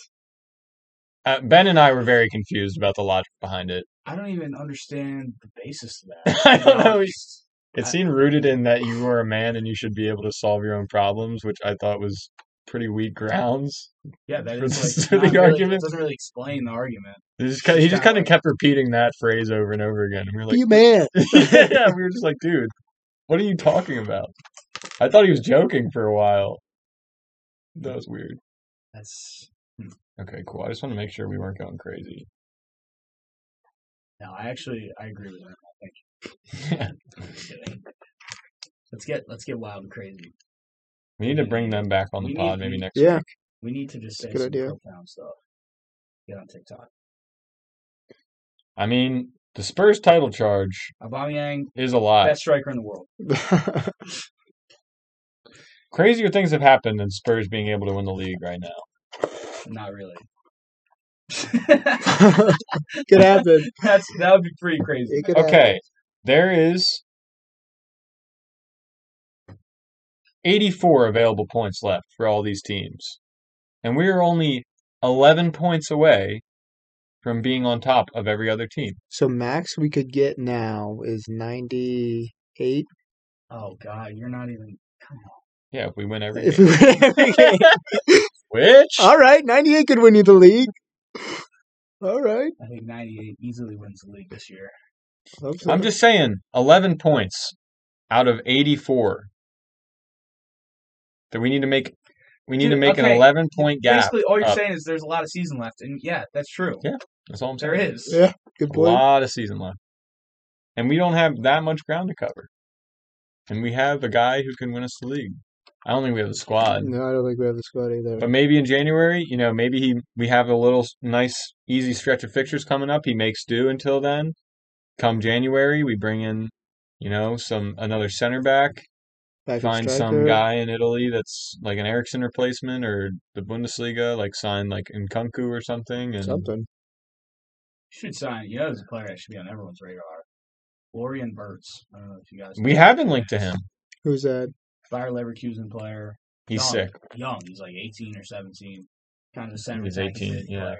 [SPEAKER 3] Uh, ben and I were very confused about the logic behind it.
[SPEAKER 2] I don't even understand the basis of that.
[SPEAKER 3] *laughs* I don't know.
[SPEAKER 2] It's-
[SPEAKER 3] It seemed rooted in that you were a man and you should be able to solve your own problems, which I thought was pretty weak grounds.
[SPEAKER 2] Yeah, that
[SPEAKER 3] For
[SPEAKER 2] is
[SPEAKER 3] the
[SPEAKER 2] like not really,
[SPEAKER 3] argument?
[SPEAKER 2] It doesn't really explain the argument.
[SPEAKER 3] He just, ki- he just kind of kept repeating that phrase over and over again. And we were
[SPEAKER 4] Be
[SPEAKER 2] *laughs*
[SPEAKER 3] like, *laughs*
[SPEAKER 4] a man.
[SPEAKER 3] yeah, we were just like, dude, what are you talking about? I thought he was joking for a while. That was weird.
[SPEAKER 2] That's
[SPEAKER 3] Okay, cool. I just want to make sure we weren't going crazy.
[SPEAKER 2] no. I actually I agree with that.
[SPEAKER 3] *laughs*
[SPEAKER 2] Just kidding. Let's get let's get wild and crazy.
[SPEAKER 3] we need to bring them back on the
[SPEAKER 2] We
[SPEAKER 3] pod
[SPEAKER 2] need-
[SPEAKER 3] maybe next
[SPEAKER 4] Yeah.
[SPEAKER 3] week.
[SPEAKER 2] We need to just say
[SPEAKER 4] Good
[SPEAKER 2] some
[SPEAKER 4] idea.
[SPEAKER 2] profound stuff. Get on TikTok.
[SPEAKER 3] I mean, the Spurs title charge
[SPEAKER 2] Aubameyang,
[SPEAKER 3] is a lot.
[SPEAKER 2] best striker in the world.
[SPEAKER 3] Crazier things have happened than Spurs being able to win the league right now.
[SPEAKER 2] Not really.
[SPEAKER 4] *laughs*
[SPEAKER 2] *laughs*
[SPEAKER 4] Could happen.
[SPEAKER 2] That's that would be pretty crazy.
[SPEAKER 4] It could
[SPEAKER 3] Okay, there is 84 available points left for all these teams. And we are only 11 points away from being on top of every other team.
[SPEAKER 4] So max we could get now is ninety eight.
[SPEAKER 2] Oh God, you're not even. Come on.
[SPEAKER 3] Yeah, if we win every
[SPEAKER 4] If
[SPEAKER 3] game.
[SPEAKER 4] we win
[SPEAKER 2] *laughs*
[SPEAKER 4] every *laughs* game.
[SPEAKER 3] *laughs* Which?
[SPEAKER 4] All right, ninety eight could win you the
[SPEAKER 2] *laughs*
[SPEAKER 4] league. All right.
[SPEAKER 2] I think 98 easily wins the league this year.
[SPEAKER 4] Hope so.
[SPEAKER 3] I'm just saying, 11 points out of 84. That we need to make we need
[SPEAKER 2] Dude,
[SPEAKER 3] to make an
[SPEAKER 2] okay.
[SPEAKER 3] 11 point gap.
[SPEAKER 2] Basically, all you're
[SPEAKER 3] up.
[SPEAKER 2] saying is there's a lot of season left, and yeah, that's true.
[SPEAKER 3] Uh, Yeah, That's all I'm saying.
[SPEAKER 2] There is.
[SPEAKER 4] Yeah. Good
[SPEAKER 3] a
[SPEAKER 4] point.
[SPEAKER 3] lot of season left. And we don't have that much ground to cover. And we have a guy who can win us the league. I don't think we have a squad.
[SPEAKER 4] No, I don't think we have the squad either.
[SPEAKER 3] But maybe in January, you know, maybe he we have a little s- nice, easy stretch of fixtures coming up. He makes do until then. Come January, we bring in, you know, some another center back.
[SPEAKER 4] Backup
[SPEAKER 3] Find some
[SPEAKER 4] striker.
[SPEAKER 3] guy in Italy that's like an Ericsson replacement or the Bundesliga, like sign like Nkunku or something. And
[SPEAKER 4] Something.
[SPEAKER 2] should sign. You know, there's a player that should be on everyone's radar. Florian Burtz. I don't know if you guys.
[SPEAKER 3] we have been linked to him.
[SPEAKER 4] Who's that?
[SPEAKER 2] Fire Leverkusen player.
[SPEAKER 3] He's
[SPEAKER 2] young,
[SPEAKER 3] sick.
[SPEAKER 2] Young. He's like 18 or 17. Kind of a center.
[SPEAKER 3] He's
[SPEAKER 2] attacking
[SPEAKER 3] 18, yeah.
[SPEAKER 2] player.
[SPEAKER 4] I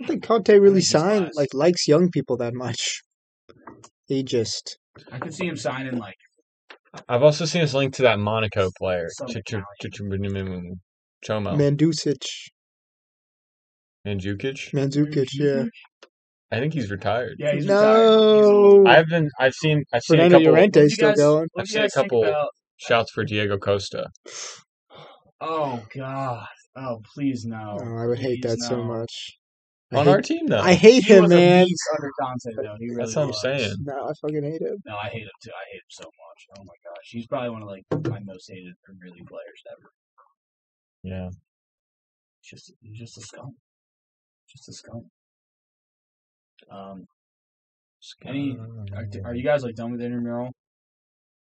[SPEAKER 4] don't think Conte really
[SPEAKER 2] he's
[SPEAKER 4] signed
[SPEAKER 2] biased.
[SPEAKER 4] like likes young people that much. *laughs* He just
[SPEAKER 2] I could see him signing like
[SPEAKER 3] I've also seen us linked to that Monaco player,
[SPEAKER 2] Some
[SPEAKER 3] Ch- Ch-
[SPEAKER 2] Italian.
[SPEAKER 3] Ch- Chomo Chomo.
[SPEAKER 4] Mandusic,
[SPEAKER 3] and Jukic.
[SPEAKER 4] Mandzukic, yeah.
[SPEAKER 3] I think he's retired.
[SPEAKER 2] Yeah, he's retired.
[SPEAKER 4] no.
[SPEAKER 3] I've been. I've seen. I've seen
[SPEAKER 4] Fernando
[SPEAKER 3] a couple
[SPEAKER 4] Llorente.
[SPEAKER 2] He's-
[SPEAKER 4] Dante's still
[SPEAKER 2] What do
[SPEAKER 4] going.
[SPEAKER 2] you guys- what
[SPEAKER 3] I've
[SPEAKER 2] do you
[SPEAKER 3] seen a
[SPEAKER 2] guys think
[SPEAKER 3] couple-
[SPEAKER 2] about-
[SPEAKER 3] shots for Diego Costa.
[SPEAKER 2] Oh God! Oh please no!
[SPEAKER 4] Oh, I would hate
[SPEAKER 2] Please,
[SPEAKER 4] that so
[SPEAKER 2] no.
[SPEAKER 4] much. I
[SPEAKER 3] On
[SPEAKER 4] hate,
[SPEAKER 3] our team, though.
[SPEAKER 4] I hate
[SPEAKER 2] He
[SPEAKER 4] him,
[SPEAKER 2] was a
[SPEAKER 4] man.
[SPEAKER 2] beast under Conte, though. He really
[SPEAKER 3] That's what I'm
[SPEAKER 2] was.
[SPEAKER 3] saying.
[SPEAKER 4] No, I fucking hate him.
[SPEAKER 2] No, I hate him too. I hate him so much. Oh my gosh, he's probably one of like my most hated Premier League players ever.
[SPEAKER 3] Yeah.
[SPEAKER 2] Just, he's just a scum. Just a scum. Um, any? Are, are you guys like done with intramural?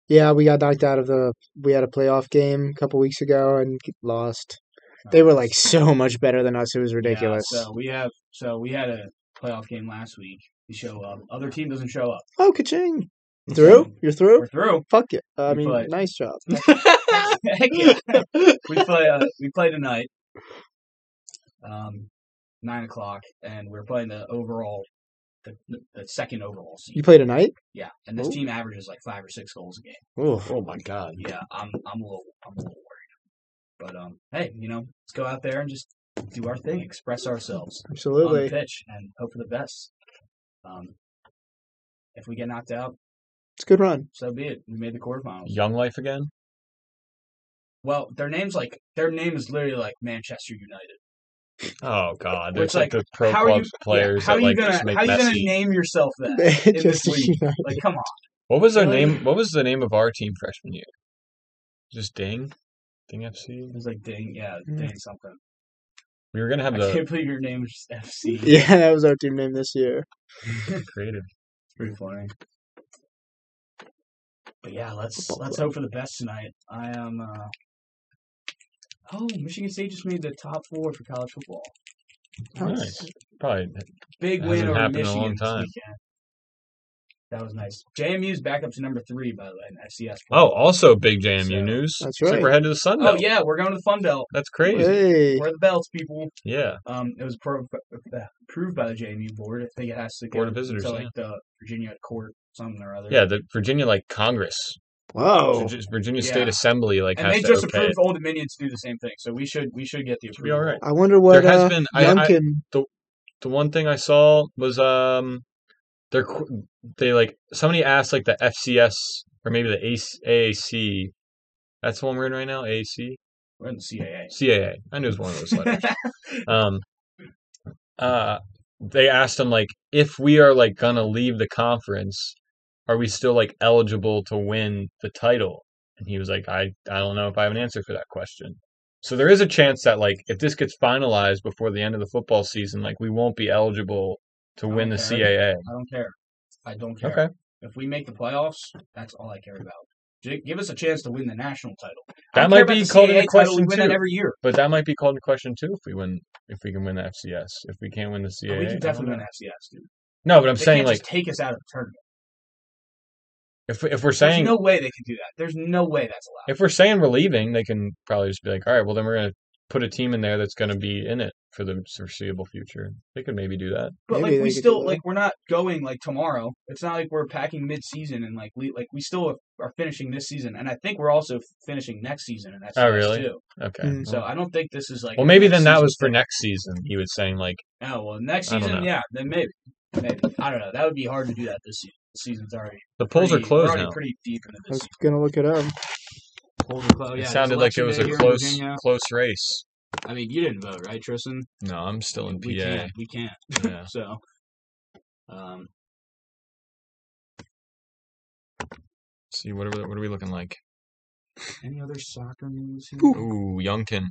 [SPEAKER 4] Yeah, we got knocked out of the. We had a playoff game a couple weeks ago and lost. They were like so much better than us. It was
[SPEAKER 2] Yeah,
[SPEAKER 4] ridiculous.
[SPEAKER 2] so we have, so we had a playoff game last week. We show up. Other team doesn't show up.
[SPEAKER 4] Oh,
[SPEAKER 3] *laughs*
[SPEAKER 4] ka-ching. Through? You're through?
[SPEAKER 2] We're
[SPEAKER 4] *laughs*
[SPEAKER 2] through. *laughs*
[SPEAKER 4] Fuck it. I
[SPEAKER 2] We
[SPEAKER 4] mean,
[SPEAKER 2] played.
[SPEAKER 4] nice
[SPEAKER 3] *laughs*
[SPEAKER 4] job.
[SPEAKER 2] Heck yeah. we play. Uh, we play tonight. Um, nine o'clock, and we're playing the overall, the, the, the second overall
[SPEAKER 4] You
[SPEAKER 2] seed.
[SPEAKER 4] play tonight?
[SPEAKER 2] Yeah, and this
[SPEAKER 4] Ooh.
[SPEAKER 2] team averages like five or six goals a game.
[SPEAKER 4] Ooh.
[SPEAKER 3] Oh my god.
[SPEAKER 2] Yeah, I'm I'm a little I'm a little worried. But um, hey, you know, let's go out there and just do our thing, express ourselves on the
[SPEAKER 4] Absolutely.
[SPEAKER 2] pitch, and hope for the best. Um, if we get knocked out,
[SPEAKER 4] It's a good
[SPEAKER 3] *laughs*
[SPEAKER 4] run.
[SPEAKER 2] so be it. We made the quarterfinals.
[SPEAKER 3] Young Life again?
[SPEAKER 2] Well, their name's like their name is literally like Manchester United.
[SPEAKER 3] Oh god.
[SPEAKER 2] Which,
[SPEAKER 3] There's like,
[SPEAKER 2] like,
[SPEAKER 3] the pro
[SPEAKER 2] how are
[SPEAKER 3] clubs
[SPEAKER 2] you-
[SPEAKER 3] players
[SPEAKER 2] how are
[SPEAKER 3] that
[SPEAKER 2] you
[SPEAKER 3] like
[SPEAKER 2] gonna
[SPEAKER 3] just make
[SPEAKER 2] how you gonna
[SPEAKER 3] messy.
[SPEAKER 2] name yourself
[SPEAKER 4] *laughs*
[SPEAKER 2] that? this
[SPEAKER 4] Manchester
[SPEAKER 2] league.
[SPEAKER 3] *laughs*
[SPEAKER 4] United.
[SPEAKER 2] Like, come on.
[SPEAKER 3] what was their
[SPEAKER 2] Really?
[SPEAKER 3] name? What was the name of our team freshman year? Just Ding? Ding
[SPEAKER 2] It
[SPEAKER 3] FC?
[SPEAKER 2] was like dang, yeah,
[SPEAKER 4] Mm.
[SPEAKER 2] dang something.
[SPEAKER 3] We were gonna have
[SPEAKER 2] I
[SPEAKER 3] the
[SPEAKER 2] can't believe your name is just FC.
[SPEAKER 4] Yeah, that was our team name this year.
[SPEAKER 3] creative.
[SPEAKER 2] Pretty funny. But yeah, let's let's hope for the best tonight. I am. Uh... Oh, Michigan State just made the top four for college football.
[SPEAKER 3] Nice. Probably
[SPEAKER 2] Big
[SPEAKER 3] That
[SPEAKER 2] win
[SPEAKER 3] hasn't
[SPEAKER 2] over
[SPEAKER 3] happened in a
[SPEAKER 2] Michigan
[SPEAKER 3] long
[SPEAKER 2] this
[SPEAKER 3] time.
[SPEAKER 2] weekend. That was nice. JMU's back up to number three, by the way, in FCS. play.
[SPEAKER 3] Oh, also big JMU
[SPEAKER 2] So-
[SPEAKER 3] news.
[SPEAKER 4] That's
[SPEAKER 3] Looks like
[SPEAKER 4] right.
[SPEAKER 3] we're headed to the Sun
[SPEAKER 2] oh
[SPEAKER 3] Belt.
[SPEAKER 2] yeah, we're going to the Fun Belt.
[SPEAKER 3] That's crazy.
[SPEAKER 4] Hey.
[SPEAKER 2] We're the belts, people.
[SPEAKER 3] Yeah.
[SPEAKER 2] Um, it was pro- uh, approved by the JMU board. I think it has to go
[SPEAKER 3] Board of Visitors,
[SPEAKER 2] to like
[SPEAKER 3] yeah.
[SPEAKER 2] the Virginia court, something or other.
[SPEAKER 3] Yeah, the Virginia like Congress.
[SPEAKER 4] Whoa.
[SPEAKER 3] Virgi- Virginia
[SPEAKER 2] Oh, Yeah.
[SPEAKER 3] State Assembly like
[SPEAKER 2] and
[SPEAKER 3] has
[SPEAKER 2] they
[SPEAKER 3] to
[SPEAKER 2] just
[SPEAKER 3] okay
[SPEAKER 2] approved
[SPEAKER 3] it.
[SPEAKER 2] Old Dominion to do the same thing. So we should we should get the
[SPEAKER 3] Should be
[SPEAKER 2] approval.
[SPEAKER 3] all right.
[SPEAKER 4] I wonder what
[SPEAKER 3] There has
[SPEAKER 4] uh,
[SPEAKER 3] been- I- I-
[SPEAKER 4] Youngkin.
[SPEAKER 3] the one thing I saw was um they're qu- they like somebody asked like the FCS or maybe the AC, AAC. That's the one we're in right now. AAC,
[SPEAKER 2] We're in the
[SPEAKER 3] *laughs*
[SPEAKER 2] CAA.
[SPEAKER 3] CAA. I knew it was one of those letters. um, uh, they asked him like if we are like gonna leave the conference, are we still like eligible to win the title? And he was like, I I don't know if I have an answer for that question. So there is a chance that like if this gets finalized before the end of the football season, like we won't be eligible to win the
[SPEAKER 2] Okay.
[SPEAKER 3] CAA.
[SPEAKER 2] I don't care. I don't care.
[SPEAKER 3] Okay.
[SPEAKER 2] If we make the playoffs, that's all I care about. J- give us a chance to win the national title. I
[SPEAKER 3] That
[SPEAKER 2] don't
[SPEAKER 3] might
[SPEAKER 2] care about
[SPEAKER 3] be
[SPEAKER 2] the
[SPEAKER 3] called into
[SPEAKER 2] CAA title. We
[SPEAKER 3] question,
[SPEAKER 2] win that
[SPEAKER 3] too.
[SPEAKER 2] every year.
[SPEAKER 3] But that might be called into question too if we win if we can win the FCS. If we can't win the
[SPEAKER 2] But
[SPEAKER 3] CAA.
[SPEAKER 2] Oh, we
[SPEAKER 3] I
[SPEAKER 2] can
[SPEAKER 3] don't
[SPEAKER 2] definitely win
[SPEAKER 3] know.
[SPEAKER 2] FCS, dude.
[SPEAKER 3] No, but I'm
[SPEAKER 2] they
[SPEAKER 3] saying
[SPEAKER 2] can't
[SPEAKER 3] like
[SPEAKER 2] just take us out of the tournament.
[SPEAKER 3] if if we're
[SPEAKER 2] There's
[SPEAKER 3] saying
[SPEAKER 2] no way they can do that. There's no way that's allowed.
[SPEAKER 3] if we're saying we're leaving, they can probably just be like, all right, well then we're gonna put a team in there that's gonna be in it for the foreseeable future. They could maybe do that.
[SPEAKER 4] Maybe
[SPEAKER 2] But like
[SPEAKER 4] they
[SPEAKER 2] we
[SPEAKER 4] could do
[SPEAKER 2] still
[SPEAKER 4] that.
[SPEAKER 2] like we're not going like tomorrow. It's not like we're packing mid season and like we like we still are finishing this season, and I think we're also finishing next season and that's
[SPEAKER 3] Oh, really?
[SPEAKER 2] too.
[SPEAKER 3] Okay.
[SPEAKER 4] Mm.
[SPEAKER 2] So I don't think this is like
[SPEAKER 3] well, maybe then that
[SPEAKER 2] season
[SPEAKER 3] was for
[SPEAKER 2] thing.
[SPEAKER 3] next season. He was saying like,
[SPEAKER 2] Oh well, next
[SPEAKER 3] I don't
[SPEAKER 2] season,
[SPEAKER 3] know.
[SPEAKER 2] yeah, then maybe, maybe I don't know. That would be hard to do that this season. The season's already
[SPEAKER 3] the polls
[SPEAKER 2] pretty,
[SPEAKER 3] are closed
[SPEAKER 2] we're already
[SPEAKER 3] now.
[SPEAKER 2] pretty deep into
[SPEAKER 4] I
[SPEAKER 2] this.
[SPEAKER 4] was gonna look it up.
[SPEAKER 2] Polls are closed.
[SPEAKER 3] it sounded like it was a close close race.
[SPEAKER 2] I mean, you didn't vote, right, Tristan?
[SPEAKER 3] No, I'm still in
[SPEAKER 2] We
[SPEAKER 3] PA.
[SPEAKER 2] can't. We can't.
[SPEAKER 3] *laughs* Yeah.
[SPEAKER 2] So, um,
[SPEAKER 3] See what are we- what are we looking like?
[SPEAKER 2] any other soccer news? here?
[SPEAKER 3] Ooh, Youngkin.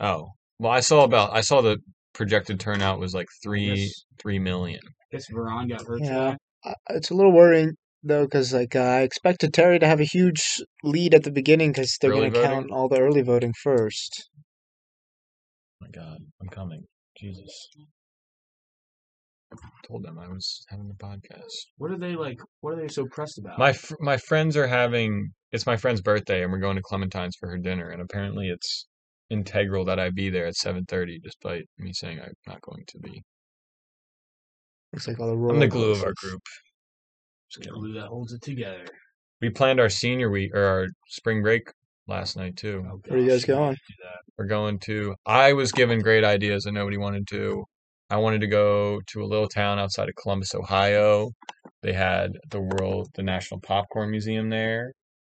[SPEAKER 3] Oh. Well, I saw about I saw the projected turnout was like
[SPEAKER 2] I
[SPEAKER 3] three
[SPEAKER 2] guess-
[SPEAKER 3] three million.
[SPEAKER 2] guess Veron got hurt
[SPEAKER 4] Yeah.
[SPEAKER 2] today.
[SPEAKER 4] I- It's a little worrying though, because like uh, I expected Terry to have a huge lead at the beginning, because they're
[SPEAKER 3] Early
[SPEAKER 4] gonna
[SPEAKER 3] voting?
[SPEAKER 4] count all the early voting first.
[SPEAKER 3] my God, I'm coming. Jesus. told them I was having a podcast.
[SPEAKER 2] What are they like? What are they so pressed about?
[SPEAKER 3] My fr- my friends are having it's my friend's birthday and we're going to Clementine's for her dinner and apparently it's integral that I be there at 7:30 despite me saying I'm not going to be.
[SPEAKER 4] Looks like all the royal
[SPEAKER 3] I'm the glue of our
[SPEAKER 4] houses.
[SPEAKER 3] group. Just
[SPEAKER 2] The
[SPEAKER 3] kidding.
[SPEAKER 2] glue that holds it together.
[SPEAKER 3] We planned our senior week or our spring break last night too.
[SPEAKER 2] Oh,
[SPEAKER 4] Where are you
[SPEAKER 2] gosh,
[SPEAKER 4] guys
[SPEAKER 2] we gotta
[SPEAKER 4] going?
[SPEAKER 2] do that.
[SPEAKER 3] We're going to I was given great ideas and nobody wanted to. I wanted to go to a little town outside of Columbus, Ohio. They had the world, the National Popcorn Museum there.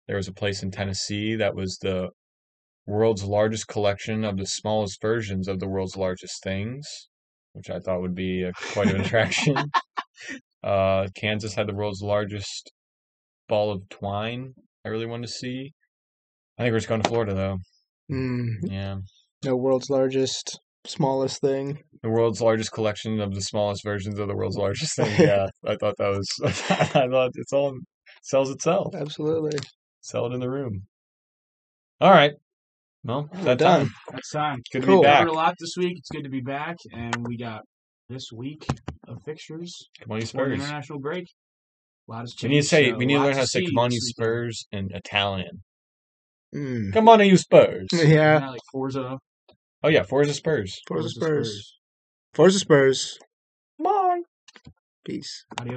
[SPEAKER 3] There was a place in Tennessee that was the world's largest collection of the smallest versions of the world's largest things, which I thought would be a, quite an attraction. Uh, Kansas had the world's largest ball of twine. I really wanted to see. I think we're just going to Florida though.
[SPEAKER 4] Mm,
[SPEAKER 3] Yeah,
[SPEAKER 4] no world's largest, smallest thing.
[SPEAKER 3] the world's largest collection of the smallest versions of the world's largest
[SPEAKER 2] *laughs*
[SPEAKER 3] thing. Yeah, I thought that was. *laughs* I thought it's all sells itself.
[SPEAKER 4] Absolutely.
[SPEAKER 3] Sell it in the room. All right. Well,
[SPEAKER 4] We're
[SPEAKER 3] that
[SPEAKER 4] done.
[SPEAKER 3] done.
[SPEAKER 2] That's time.
[SPEAKER 3] Good to
[SPEAKER 4] Cool.
[SPEAKER 3] be back.
[SPEAKER 2] Covered a lot this week. It's good to be back, and we got this week of fixtures
[SPEAKER 3] Come on, you
[SPEAKER 2] for the
[SPEAKER 3] Spurs.
[SPEAKER 2] international break. A lot has
[SPEAKER 3] We need to
[SPEAKER 2] changed,
[SPEAKER 3] say
[SPEAKER 2] so
[SPEAKER 3] we need to
[SPEAKER 2] lots
[SPEAKER 3] learn how to say
[SPEAKER 2] see
[SPEAKER 3] "Come on, you
[SPEAKER 2] this weekend.
[SPEAKER 3] Spurs" in Italian.
[SPEAKER 4] Mm.
[SPEAKER 3] Come on,
[SPEAKER 2] *laughs*
[SPEAKER 3] you Spurs.
[SPEAKER 2] Isn't
[SPEAKER 4] Yeah.
[SPEAKER 2] that like Forza,
[SPEAKER 3] Oh yeah, Forza Spurs.
[SPEAKER 4] Forza Spurs. Forza Spurs.
[SPEAKER 3] Come on.
[SPEAKER 4] Peace.